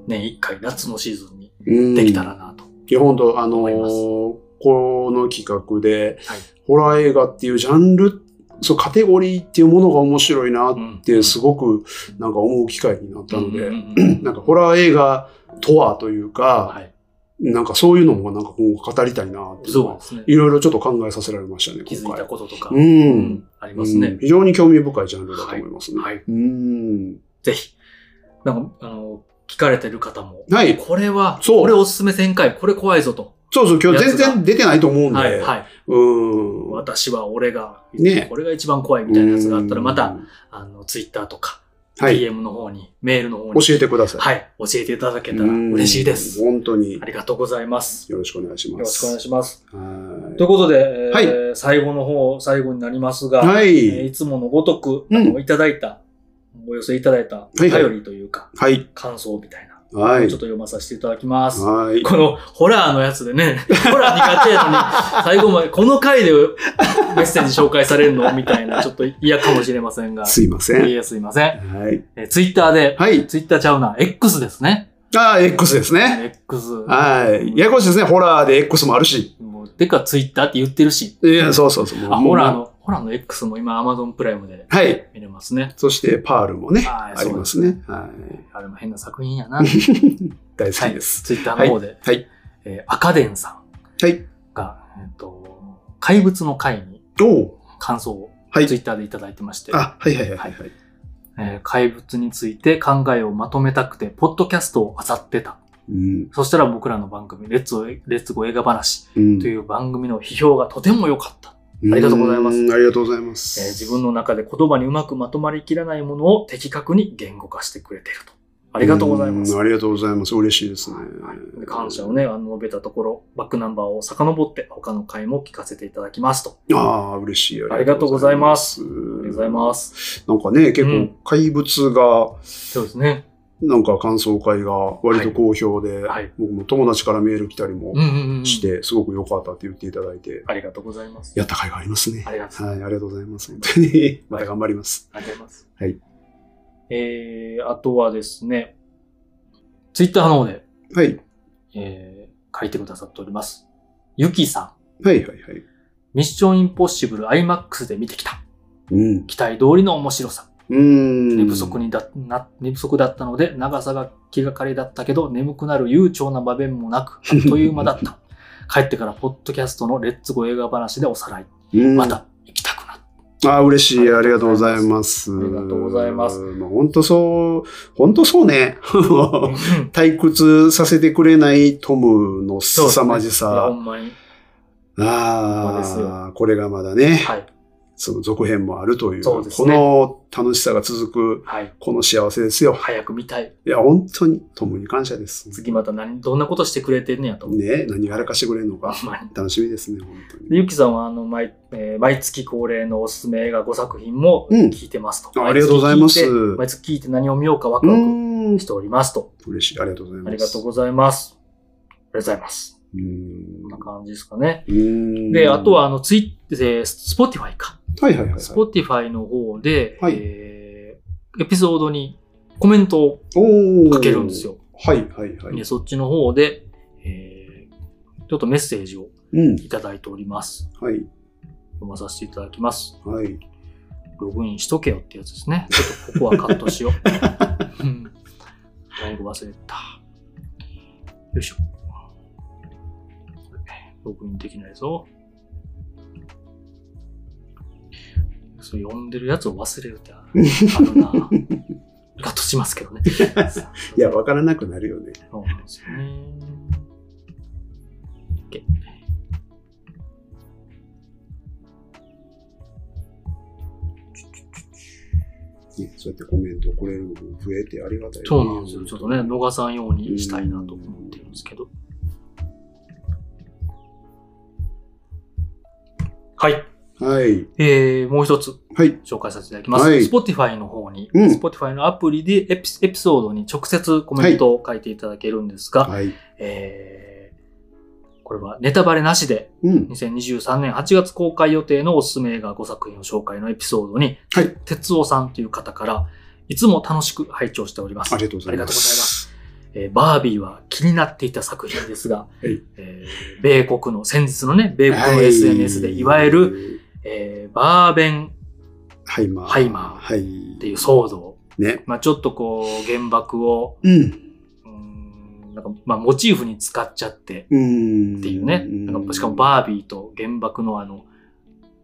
Speaker 1: 年一回夏のシーズンに
Speaker 2: うん
Speaker 1: できたらなと。
Speaker 2: いや、本当あの
Speaker 1: 思います
Speaker 2: ー、この企画で
Speaker 1: はい、
Speaker 2: ホラー映画っていうジャンル、そう、カテゴリーっていうものが面白いなっ
Speaker 1: うん
Speaker 2: て、すごく、なんか思う機会になったので
Speaker 1: うん、うんうん
Speaker 2: なんかホラー映画とはという
Speaker 1: は
Speaker 2: か、
Speaker 1: い。
Speaker 2: なんかそういうのもなんか今後語りたいなっていう
Speaker 1: そ
Speaker 2: の
Speaker 1: う
Speaker 2: は
Speaker 1: ですね。
Speaker 2: いろいろちょっと考えさせられましたね、
Speaker 1: 気づい
Speaker 2: 今
Speaker 1: た
Speaker 2: 回。
Speaker 1: こととか、
Speaker 2: う。
Speaker 1: うんありますね。
Speaker 2: うん非常に興味深いジャンルだと思いますね。
Speaker 1: はいはい
Speaker 2: うん。
Speaker 1: ぜひ。なんか、あの、聞かれてる方も、
Speaker 2: はい。
Speaker 1: これは、
Speaker 2: そう
Speaker 1: これおすすめせんかい、これ怖いぞと。
Speaker 2: そうそう、今日全然出てないと思うんで。
Speaker 1: はい、はい。
Speaker 2: うん。
Speaker 1: 私は俺が、
Speaker 2: ね
Speaker 1: これが一番怖いみたいなやつがあったら、ま
Speaker 2: う
Speaker 1: た、
Speaker 2: ん、
Speaker 1: あの、ツイッターとか、
Speaker 2: はい。
Speaker 1: DM の方に、メールの方に、
Speaker 2: 教えてください。
Speaker 1: はい、教えていただけたら
Speaker 2: うん
Speaker 1: 嬉しいです。
Speaker 2: 本当に
Speaker 1: あ。りがとうございます。
Speaker 2: よろしくお願いし
Speaker 1: よ
Speaker 2: ま
Speaker 1: ろしく
Speaker 2: す。
Speaker 1: お願いします。
Speaker 2: はい
Speaker 1: ということで、えー
Speaker 2: は
Speaker 1: 最後の方、最後になりますが、
Speaker 2: は
Speaker 1: え
Speaker 2: い。
Speaker 1: ーいつものごとく、
Speaker 2: うん
Speaker 1: あのいただいた、お寄せいただいた、お
Speaker 2: いはい
Speaker 1: 便りというか、
Speaker 2: はい。
Speaker 1: 感想みたいな、
Speaker 2: は
Speaker 1: ちょっ
Speaker 2: い
Speaker 1: と。読まさせていただきます。
Speaker 2: はい。
Speaker 1: このホラーのやつでね、 ホラー苦手や のに、最後までこの回でメッセージ紹介されるのみたいな、ちょっと嫌かもしれませんが。
Speaker 2: すいませ
Speaker 1: い
Speaker 2: ん。
Speaker 1: え、すいません。
Speaker 2: はい。
Speaker 1: えツイッターで、
Speaker 2: はい。
Speaker 1: ツイッターちゃうな、X ですね。
Speaker 2: ああ、X ですね。
Speaker 1: X。
Speaker 2: はい。ややこしいですね。ホラーで X もあるし。
Speaker 1: もう、でかツイッターって言ってるし。
Speaker 2: いや、そうそうそう。もう
Speaker 1: あ、ホラー。の、ホラーの X も今 Amazon プライムで
Speaker 2: はい。
Speaker 1: 見れますね。
Speaker 2: そして、パールもね、
Speaker 1: は
Speaker 2: あ
Speaker 1: い
Speaker 2: りますね。はい。
Speaker 1: あれも変な作品やな。はい。
Speaker 2: 大好きです。
Speaker 1: ツイッターの方で、
Speaker 2: はい。
Speaker 1: えー、アカデンさん
Speaker 2: はい。
Speaker 1: が、えっと、怪物の回に
Speaker 2: おう
Speaker 1: 感想を
Speaker 2: は
Speaker 1: ツイ
Speaker 2: い。
Speaker 1: ッターでいただいてまして。
Speaker 2: あ、はいはいはいはい。
Speaker 1: えー怪物について考えをまとめたくて、ポッドキャストを漁ってた。
Speaker 2: うん。
Speaker 1: そ
Speaker 2: そ
Speaker 1: したら僕らの番組、レッツゴーレッツゴー映画話
Speaker 2: う
Speaker 1: と
Speaker 2: い
Speaker 1: いう番組の批評がとても良かった。
Speaker 2: うん
Speaker 1: ありがとうございます
Speaker 2: ありがとうございま
Speaker 1: え
Speaker 2: す。
Speaker 1: ー自分の中で言葉にうまくまとまりきらないものを的確に言語化してくれていると。あ
Speaker 2: あ
Speaker 1: りがとうございます。
Speaker 2: ありがとうございます。嬉しいですね。
Speaker 1: で感謝をね、あの述べたところ、バックナンバーを遡って他の回も聞かせていただきますと。
Speaker 2: ああ、嬉しい。
Speaker 1: ありがとうございます
Speaker 2: あ
Speaker 1: あ
Speaker 2: り。
Speaker 1: りがとうございますす。
Speaker 2: なんかね、結
Speaker 1: うん
Speaker 2: 構怪物が、
Speaker 1: そうですね。
Speaker 2: なんか感想会が割と好評で、
Speaker 1: はい
Speaker 2: 僕も友達からメール来たりも
Speaker 1: うんうんうん。
Speaker 2: し。て、すごく良かったって言っていただいて、
Speaker 1: ありがとうございます。
Speaker 2: やった甲斐がありますね。
Speaker 1: ありがとうございます
Speaker 2: はい、ありがとうございます。本当に。また頑張ります。
Speaker 1: ありがとうございます。
Speaker 2: はい。
Speaker 1: えー、あとはですね、ツイッターの方で、
Speaker 2: はい。
Speaker 1: えー、書いてくださっております。ゆきさ
Speaker 2: はいはいはい。
Speaker 1: ん、ミッションインポッシブル IMAX で見てきた。
Speaker 2: うん。
Speaker 1: 期待通りの面白さ。
Speaker 2: うーん。
Speaker 1: 寝不足にだ、な、寝不足だったので、長さが気がかりだったけど、眠くなる悠長な場面もな く、あっという間だった。帰ってから、ポッドキャストのレッツゴー映画話でおさらい。
Speaker 2: うん
Speaker 1: また、行きたくなった。
Speaker 2: あー嬉しい。ありがとうございます。
Speaker 1: ありがとうございます
Speaker 2: まあ本当そう、本当そうね。 退屈させてくれないトムの凄ま
Speaker 1: い
Speaker 2: じ
Speaker 1: やほ
Speaker 2: さ。
Speaker 1: んまに。そうです
Speaker 2: ああ、これがまだね、
Speaker 1: はい。
Speaker 2: その続編もあるという
Speaker 1: そうです
Speaker 2: こ
Speaker 1: ね
Speaker 2: の楽しさが続く、
Speaker 1: はい。
Speaker 2: この幸せですよ。
Speaker 1: 早く見たい。
Speaker 2: いや、本当にトムに感謝です。
Speaker 1: 次また何、どんなことしてくれてんねやと思う。
Speaker 2: ね、何やらかしてくれるのか
Speaker 1: ほんまに。
Speaker 2: 楽しみですね、本当
Speaker 1: で
Speaker 2: に。
Speaker 1: ゆきさんはあの毎,、えー毎月恒例のおすすめ映画5作品も
Speaker 2: うん
Speaker 1: 聞いてますと。
Speaker 2: あありがとうございます
Speaker 1: 毎月聞いて毎月聞いて何を見ようかワク
Speaker 2: う
Speaker 1: ワク
Speaker 2: ーん
Speaker 1: しておりますと。
Speaker 2: 嬉しい。ありがとうございます。
Speaker 1: ありがとうございます。ありがとうございます。
Speaker 2: うー
Speaker 1: こん
Speaker 2: ん
Speaker 1: な感じですかね。
Speaker 2: うーん。
Speaker 1: で、あとはあのツイッ、えー、スポティファイか。
Speaker 2: はいはいはいはい。
Speaker 1: スポティファイの方で、
Speaker 2: はい
Speaker 1: えーエピソードにコメントを
Speaker 2: おー
Speaker 1: かけるんです。よ。
Speaker 2: はいはいはい。
Speaker 1: でそっちの方で、えーちょっとメッセージを
Speaker 2: うん。
Speaker 1: いただいております。
Speaker 2: はい。
Speaker 1: 読まさせていただきます。
Speaker 2: はい。
Speaker 1: ログインしとけよってやつですね。ちょっとここはカットしよう。うん。だいぶ忘れた。よいしょ。ログインできないぞ。そう読んでるやつを忘れるってあるな。カットしますけどね。
Speaker 2: いや、わからなくなるよね。
Speaker 1: そうなんですよね。OK
Speaker 2: ねそうやってコメント来れるのも増えてありがたい、
Speaker 1: そうなんですよ。ちょっとね、逃さんようにしたいなと思ってるんですけど。はい。
Speaker 2: はい。
Speaker 1: えー、もう一つ
Speaker 2: はい。
Speaker 1: 紹介させていただきます。
Speaker 2: はい
Speaker 1: Spotify の方に、
Speaker 2: うん
Speaker 1: Spotify のアプリでエピエピソードに直接コメントを書いていただけるんですが、
Speaker 2: はい。
Speaker 1: えー、これはネタバレなしで
Speaker 2: うん。
Speaker 1: 2023年8月公開予定のおすすめ映画5作品を紹介のエピソードに、
Speaker 2: はい。
Speaker 1: 哲夫さんという方から、いつも楽しく拝聴しております。
Speaker 2: ありがとうござい
Speaker 1: ありが
Speaker 2: ます。
Speaker 1: とうございます。えーバービーは気になっていた作品ですが、
Speaker 2: い
Speaker 1: えー米国の、先日のね、米国の
Speaker 2: はい
Speaker 1: SNS で、いわゆる、、えーバーベン
Speaker 2: ハイマー。
Speaker 1: ハイマー
Speaker 2: はい。
Speaker 1: っていう騒動、
Speaker 2: ね。
Speaker 1: まあ、ちょっとこう、原爆を、
Speaker 2: うん。
Speaker 1: うーんなんかまあ、モチーフに使っちゃって
Speaker 2: うん。
Speaker 1: っていうね、なんかしかもバービーと原爆のあの、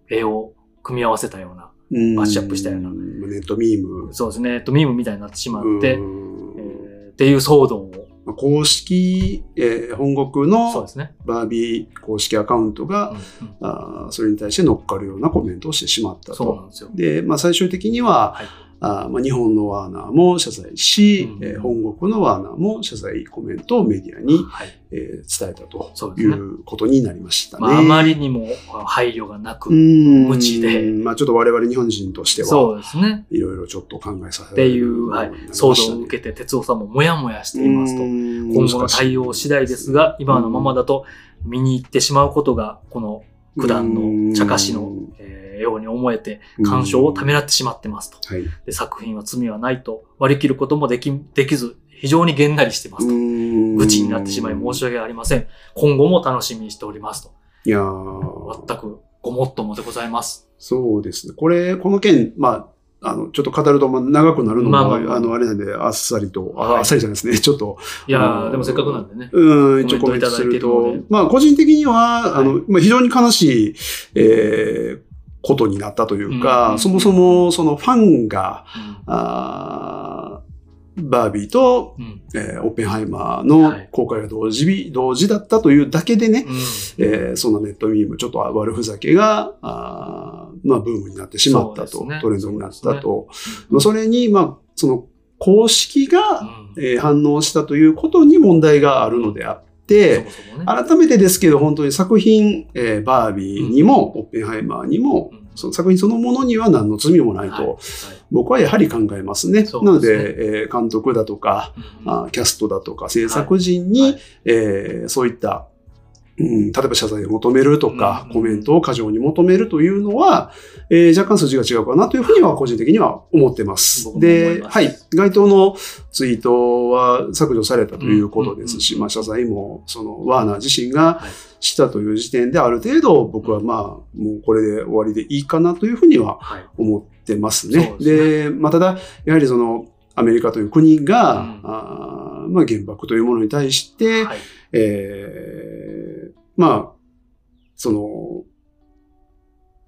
Speaker 1: 絵を組み合わせたような、
Speaker 2: ー
Speaker 1: マッシュアップしたような
Speaker 2: ネットミーム。
Speaker 1: そうですね、えっとミームみたいになってしまって、
Speaker 2: うん
Speaker 1: えーっていう騒動を
Speaker 2: まあ公式、えー本国
Speaker 1: そうで
Speaker 2: の
Speaker 1: すね。
Speaker 2: バービー公式アカウント
Speaker 1: う
Speaker 2: が、
Speaker 1: んうん
Speaker 2: あーそれに対して乗っかるようなコメントをしてしまった
Speaker 1: そうな
Speaker 2: と。
Speaker 1: んですよ。
Speaker 2: で、まあ、最終的には、
Speaker 1: はい
Speaker 2: あーまあ、日本のワーナーも謝罪し、
Speaker 1: うん
Speaker 2: えー本国のワーナーも謝罪コメントをメディアに、
Speaker 1: はい。
Speaker 2: えー伝えたと
Speaker 1: そう
Speaker 2: い
Speaker 1: ですね。
Speaker 2: うことになりましたね。
Speaker 1: まあ、あまりにも配慮がなく、無
Speaker 2: 無
Speaker 1: 知で
Speaker 2: まあ、ちょっと我々日本人としては、
Speaker 1: そうですね。
Speaker 2: いろいろちょっと考え
Speaker 1: っ
Speaker 2: させ
Speaker 1: て
Speaker 2: られ
Speaker 1: い
Speaker 2: る
Speaker 1: う、はい、騒動を受けて、哲夫さんもモヤモヤしていますと。今
Speaker 2: 今
Speaker 1: 後の対応次第ですが、今のままだと見に行ってしまうことが、この九段の茶化しの、えーように思えて、干渉をため
Speaker 2: ら
Speaker 1: らってしまってますと。
Speaker 2: はい。
Speaker 1: で作品は罪はないと割り切ることもできできず、非常にげんなりしてますと。
Speaker 2: 愚
Speaker 1: 愚痴になってしまい申し
Speaker 2: 訳
Speaker 1: 訳ありません。今後も楽しみにしておりますと。
Speaker 2: いやー
Speaker 1: 全くごもっともでございます。
Speaker 2: そうですね。これ、この件、まあ、あの、ちょっと語るとまあ長くなるのも、
Speaker 1: まあ
Speaker 2: あ
Speaker 1: まあまあ
Speaker 2: の、あれなんで、あっさりと、
Speaker 1: はい
Speaker 2: ああっさりじゃないですね。 ちょっと、
Speaker 1: いや
Speaker 2: あ
Speaker 1: ー、
Speaker 2: ー
Speaker 1: でもせっかくなんでね。
Speaker 2: うん、一応コメントする
Speaker 1: コメントいただいてる
Speaker 2: と
Speaker 1: ので、
Speaker 2: まあ、個人的には、
Speaker 1: い
Speaker 2: あの、まあ、非常に悲しい、えーことになったというか、
Speaker 1: うん
Speaker 2: そもそも、そのファンが、
Speaker 1: うん
Speaker 2: あーバービーと、
Speaker 1: うん。
Speaker 2: えーオッペンハイマー
Speaker 1: は
Speaker 2: の
Speaker 1: い
Speaker 2: 公開が同時日、同時だったというだけでね、
Speaker 1: うん
Speaker 2: えーそんなネットミーム、ちょっと悪ふざけが、あーまあ、ブームになってしまった
Speaker 1: そう
Speaker 2: と、
Speaker 1: ですね
Speaker 2: トレンドになったと。
Speaker 1: う
Speaker 2: まあ
Speaker 1: ん
Speaker 2: それに、まあ、その公式
Speaker 1: う
Speaker 2: が、
Speaker 1: ん
Speaker 2: えー反応したということに問題があるのであって、
Speaker 1: そもそもね。
Speaker 2: 改めてですけど、本当に作品、えーバービーにも、オッペンハイマーにも、
Speaker 1: うん
Speaker 2: その作品そのものには何の罪もないと、
Speaker 1: はいはい
Speaker 2: 僕はやはり考えますね。
Speaker 1: そう
Speaker 2: なの
Speaker 1: ですね
Speaker 2: で、えー監督だとか、
Speaker 1: うん
Speaker 2: あーキャストだとか、制作陣に、
Speaker 1: はい
Speaker 2: えーそういった、うん、例えば謝罪を求めるとか、
Speaker 1: うん
Speaker 2: コメントを過剰に求めるというのは、えー若干数字が違うかなというふうには個人的には思ってます。
Speaker 1: 僕も思い
Speaker 2: で、
Speaker 1: ます
Speaker 2: はい。該当のツイートは削除されたということですし、
Speaker 1: うん
Speaker 2: まあ謝罪も、その、ワーナー自身が
Speaker 1: はい
Speaker 2: したという時点で、ある程度僕はまあ、もうこれで終わりでいいかなというふうには
Speaker 1: はい。
Speaker 2: 思ってますね
Speaker 1: そ。うで
Speaker 2: でまあ、ただ、やはりその、アメリカという国が、
Speaker 1: うん
Speaker 2: あーまあ、原爆というものに対して、
Speaker 1: はい。。
Speaker 2: えーまあ、その、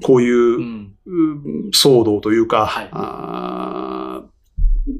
Speaker 2: こういうううん騒動というか、
Speaker 1: はい
Speaker 2: あー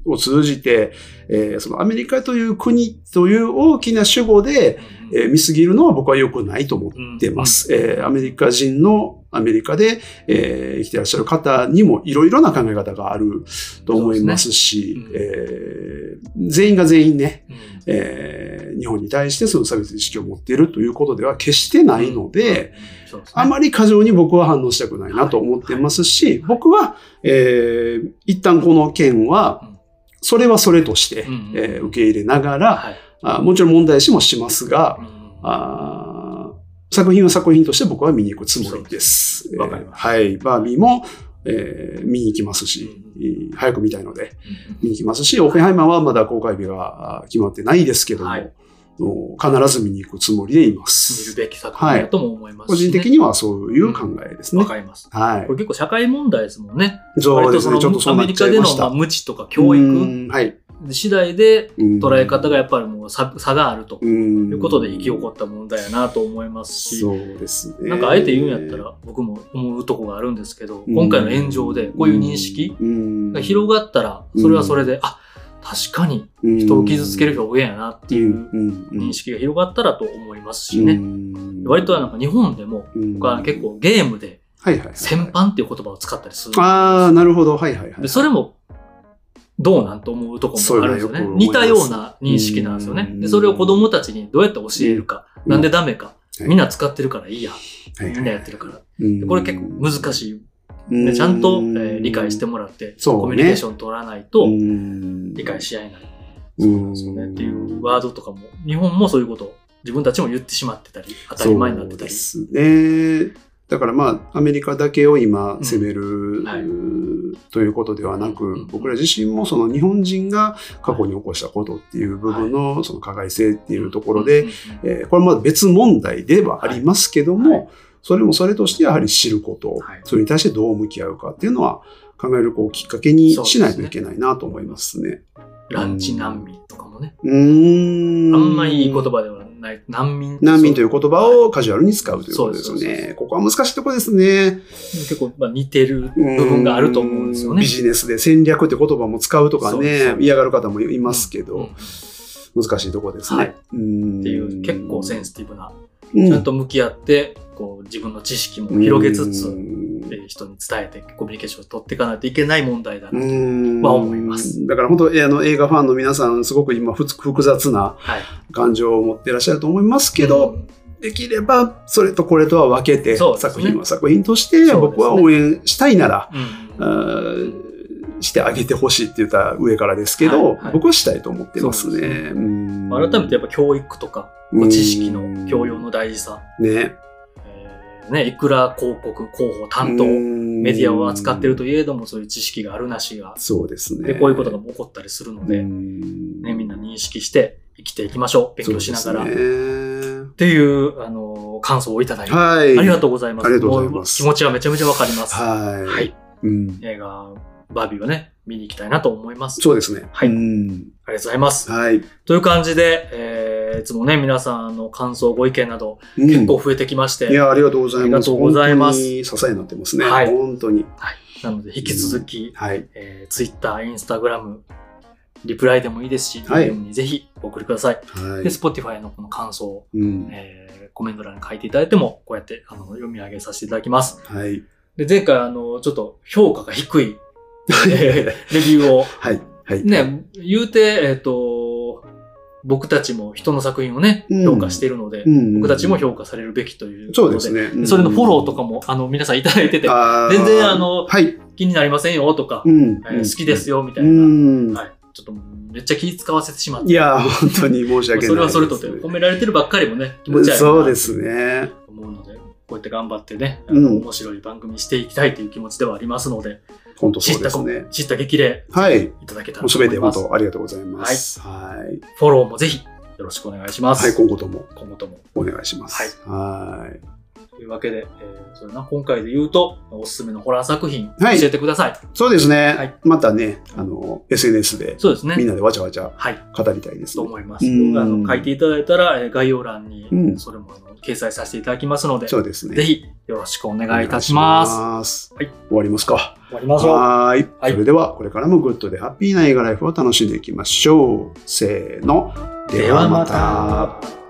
Speaker 2: を通じて、えーそのアメリカという国という大きな主語で、えー見すぎるのは僕は良くないと思ってます。えーアメリカ人のアメリカで、えー生きてらっしゃる方にもいろいろな考え方があると思いますし、
Speaker 1: そうで
Speaker 2: えー全員が全員ね、
Speaker 1: うん。うん
Speaker 2: えー日本に対してその差別意識を持っているということでは決してないので、、
Speaker 1: うんそうですね
Speaker 2: あまり過剰に僕は反応したくないなと思ってますし、僕は、えー一旦この件
Speaker 1: う
Speaker 2: は
Speaker 1: ん、
Speaker 2: それはそれとして、
Speaker 1: うんうん
Speaker 2: えー受け入れながら、
Speaker 1: はい
Speaker 2: あもちろん問題視もしますが
Speaker 1: う、ん
Speaker 2: あー作品は作品として僕は見に行くつもりです。
Speaker 1: そうですわかります
Speaker 2: えーはい。バービーも、えー見に行きますし、
Speaker 1: うん
Speaker 2: 早く見たいので
Speaker 1: うん
Speaker 2: 見に行きますし、オッペンハイマーはまだ公開日があー決まってないですけども、
Speaker 1: はい
Speaker 2: お必ず見に行くつもりでい
Speaker 1: 見
Speaker 2: ま
Speaker 1: る
Speaker 2: す。
Speaker 1: べき作品だとも思います
Speaker 2: 個
Speaker 1: し
Speaker 2: 人
Speaker 1: ね
Speaker 2: 的にはそういう考えですね。
Speaker 1: わかります。
Speaker 2: はい
Speaker 1: これ。結構社会問題ですもんね。
Speaker 2: そうですね。
Speaker 1: 割
Speaker 2: ちょっ
Speaker 1: と
Speaker 2: と
Speaker 1: その
Speaker 2: そう
Speaker 1: アメ
Speaker 2: なっ
Speaker 1: リ
Speaker 2: ちゃ
Speaker 1: カ
Speaker 2: い
Speaker 1: で
Speaker 2: まし
Speaker 1: のまあ。
Speaker 2: た
Speaker 1: 無知とか教育
Speaker 2: うんはい。
Speaker 1: 次第で捉
Speaker 2: 捉
Speaker 1: え方がやっぱりもう差差があると
Speaker 2: と
Speaker 1: い
Speaker 2: いう
Speaker 1: ことで生き起こった問題やなと思いますし、
Speaker 2: そうですね。
Speaker 1: なんかあえて言うんやったら僕も思うとこがあるんですけど、
Speaker 2: うん、
Speaker 1: 今回の炎上でこういう認識が広がったら、それはそれで、あ、確かに
Speaker 2: が
Speaker 1: 人を傷つける人が多いんやなっていう認
Speaker 2: 認
Speaker 1: 識が広がったらと思いますしね。割となんか日本でも僕は結、構ゲームで
Speaker 2: はいはいはい
Speaker 1: 戦犯っていう言葉を使ったりするんですよ
Speaker 2: ああ、なるほど。はいはいはい。
Speaker 1: でそれもどうなんと思うとこもあるんですよ
Speaker 2: そう
Speaker 1: ね
Speaker 2: いうのはよく。思い
Speaker 1: 似
Speaker 2: ます
Speaker 1: たような認識なんですよね
Speaker 2: う。ん
Speaker 1: でそれを子供たちにどうやって教えるか、
Speaker 2: うん
Speaker 1: なんでダメか、
Speaker 2: うん
Speaker 1: みんな使ってるからいいや、
Speaker 2: はいはい
Speaker 1: みんなやってるから。
Speaker 2: うん
Speaker 1: でこれ結構難しい。
Speaker 2: う
Speaker 1: でちゃんと、え
Speaker 2: う
Speaker 1: ー理解してもらって、
Speaker 2: そうね
Speaker 1: コミュニケーション取らないと
Speaker 2: うん
Speaker 1: 理解し合えない。
Speaker 2: う
Speaker 1: そうんですよね。っていうワードとかも、日本もそういうことを自分たちも言ってしまってたり、当たり前になってたり。
Speaker 2: そうですね。だからまあ、アメリカだけを今攻める、
Speaker 1: はいう
Speaker 2: ーということではなく、
Speaker 1: うん
Speaker 2: 僕ら自身もその日本人が過去に起こしたことっていう部分のその加害性っていうところで、
Speaker 1: うん、
Speaker 2: えーこれまだ別問題ではありますけども、
Speaker 1: はい
Speaker 2: それもそれとしてやはり知ること、
Speaker 1: はい
Speaker 2: それに対してどう向き合うかっていうのは考えるこうきっかけにしないといけないなと思いますね。
Speaker 1: ランチ難民とかもね、
Speaker 2: うーん。
Speaker 1: あんまりいい言葉ではない、難民
Speaker 2: 難民というう言葉をカジュアルに使うということですよ
Speaker 1: そうですそうで
Speaker 2: ね。ここは難しいところですね。
Speaker 1: 結構まあ似てる部
Speaker 2: うん
Speaker 1: 分があると思うんですよね。
Speaker 2: ビジネスで戦略って言葉も使うとか
Speaker 1: そうですそう
Speaker 2: ね、
Speaker 1: です
Speaker 2: 嫌がる方もいますけど、
Speaker 1: うんうん
Speaker 2: 難しいとこですね。
Speaker 1: はい
Speaker 2: うん
Speaker 1: っていう結構センシティブな、
Speaker 2: うん
Speaker 1: ちゃんと向き合って、こう自分の知識も広げつつ、
Speaker 2: うん
Speaker 1: えー人に伝えてコミュニケーションを取っていかないといけない問題だな。は
Speaker 2: は
Speaker 1: 思います
Speaker 2: だから本当えーあの映画ファンの皆さんすごく今ふつ複雑な
Speaker 1: はい。
Speaker 2: 感情を持ってらっしゃると思いますけど、
Speaker 1: うん
Speaker 2: できればそれとこれとは分けて、
Speaker 1: そうですね
Speaker 2: 作品は作品とし
Speaker 1: そ
Speaker 2: て
Speaker 1: うですね
Speaker 2: 僕は応援したいなら、
Speaker 1: うん
Speaker 2: あーしてあげてほしいって言ったら上からですけど、
Speaker 1: はいはい
Speaker 2: 僕はしたいと思ってます
Speaker 1: そう
Speaker 2: ね。
Speaker 1: です
Speaker 2: うん
Speaker 1: まあ改めてやっぱ教育とか、
Speaker 2: うん
Speaker 1: 知識の教養の大事さ、
Speaker 2: ね
Speaker 1: えーね、いくら広告、広報、担当、メ
Speaker 2: メ
Speaker 1: ディアを扱ってると
Speaker 2: いう
Speaker 1: いえども、そういう知識があるなしが
Speaker 2: ん、そうですね。
Speaker 1: で、こういうことが起こったりするので、
Speaker 2: うん
Speaker 1: ね、みんな認識して生きていきましょう。勉強しながら。
Speaker 2: そう
Speaker 1: っ
Speaker 2: ですね
Speaker 1: ていう、あの、感想をいただいて、
Speaker 2: はい。
Speaker 1: ありがとうございます。
Speaker 2: ありがとうございます
Speaker 1: もう気持ちはめちゃめちゃわかります。
Speaker 2: はい。
Speaker 1: はい。
Speaker 2: うん、
Speaker 1: 映画、バービーをね、見に行きたいなと思います。
Speaker 2: そうですね。
Speaker 1: はい
Speaker 2: うん
Speaker 1: ありがとうございます。
Speaker 2: はい。
Speaker 1: という感じで、えーいつもね、皆さんの感想、ご意見など、
Speaker 2: 結
Speaker 1: 結構増えてきまして、
Speaker 2: いや、ありがとうございます。
Speaker 1: ありがとうございます
Speaker 2: 本当に支えになってますね。
Speaker 1: はい
Speaker 2: 本当に。
Speaker 1: なので、引き続き、
Speaker 2: はい。
Speaker 1: えー、Twitter、Instagram、リプライでもいいですし、
Speaker 2: はい
Speaker 1: DM にぜひお送りください。
Speaker 2: は
Speaker 1: で、
Speaker 2: い。
Speaker 1: Spotify のこの感想を、
Speaker 2: うん。
Speaker 1: えーコメント欄に書いていただいても、こうやってあの読み上げさせていただきます。
Speaker 2: はい。
Speaker 1: で、前回、あの、ちょっと評価が低い、 えーレビューを、
Speaker 2: はい。はい。
Speaker 1: ね、言うて、えっ、と、僕たちも人の作品をね、
Speaker 2: うん
Speaker 1: 評価しているので、
Speaker 2: うん
Speaker 1: 僕たちも評
Speaker 2: 価。
Speaker 1: 価されるべきということ
Speaker 2: そうですね。うん
Speaker 1: それのフォローとかも、あの、皆さんいただいてて、
Speaker 2: あー
Speaker 1: 全然あの
Speaker 2: はい。
Speaker 1: 気になりませんよとか、
Speaker 2: うん
Speaker 1: えー好きです
Speaker 2: よ。
Speaker 1: よみた
Speaker 2: う
Speaker 1: いな、
Speaker 2: ん。
Speaker 1: はいちょっとめっちゃ気使わせてしまって、
Speaker 2: いや、本当に申し
Speaker 1: まあ
Speaker 2: 訳ない。
Speaker 1: それはそれとて、褒められてるばっかりもね、気持ち悪い
Speaker 2: そう
Speaker 1: な
Speaker 2: ですね。
Speaker 1: と思うので、こうやって頑張ってね、あ
Speaker 2: うん
Speaker 1: の面白い番組にしていきたいという気持ちではありますので、
Speaker 2: 本当
Speaker 1: 知
Speaker 2: そ
Speaker 1: っ
Speaker 2: うで
Speaker 1: た
Speaker 2: す
Speaker 1: こ
Speaker 2: ね。
Speaker 1: 知った激励
Speaker 2: はい。
Speaker 1: いただけたら
Speaker 2: もう
Speaker 1: と
Speaker 2: す
Speaker 1: 思
Speaker 2: べて
Speaker 1: いま
Speaker 2: 本
Speaker 1: す。
Speaker 2: 当ありがとうございます。はい。
Speaker 1: フォローもぜひよろしくお願いします。
Speaker 2: はい。今後とも
Speaker 1: 今後とも。
Speaker 2: お願いします。はい。
Speaker 1: というわけで、えーそうだな今回で言うと、おすすめのホラー作品、
Speaker 2: はい
Speaker 1: 教えてください。
Speaker 2: そうですね。
Speaker 1: はい
Speaker 2: またね、あの、SNS で
Speaker 1: そうですね。
Speaker 2: みんなでわちゃわちゃ
Speaker 1: はい。
Speaker 2: 語りたいです
Speaker 1: と
Speaker 2: ね。
Speaker 1: 思います。あ
Speaker 2: うん
Speaker 1: の書いていただいたら、えー概要欄に
Speaker 2: うん
Speaker 1: それもあの掲載させていただきますので、
Speaker 2: そうですね。
Speaker 1: ぜひよろしくお願いいたします。
Speaker 2: お願いします
Speaker 1: はい
Speaker 2: 終わりますか。
Speaker 1: 終わりましょう。
Speaker 2: はーい。
Speaker 1: はい
Speaker 2: それでは、これからもグッドでハッピーな映画ライフを楽しんでいきましょう。せーの。
Speaker 1: ではまた。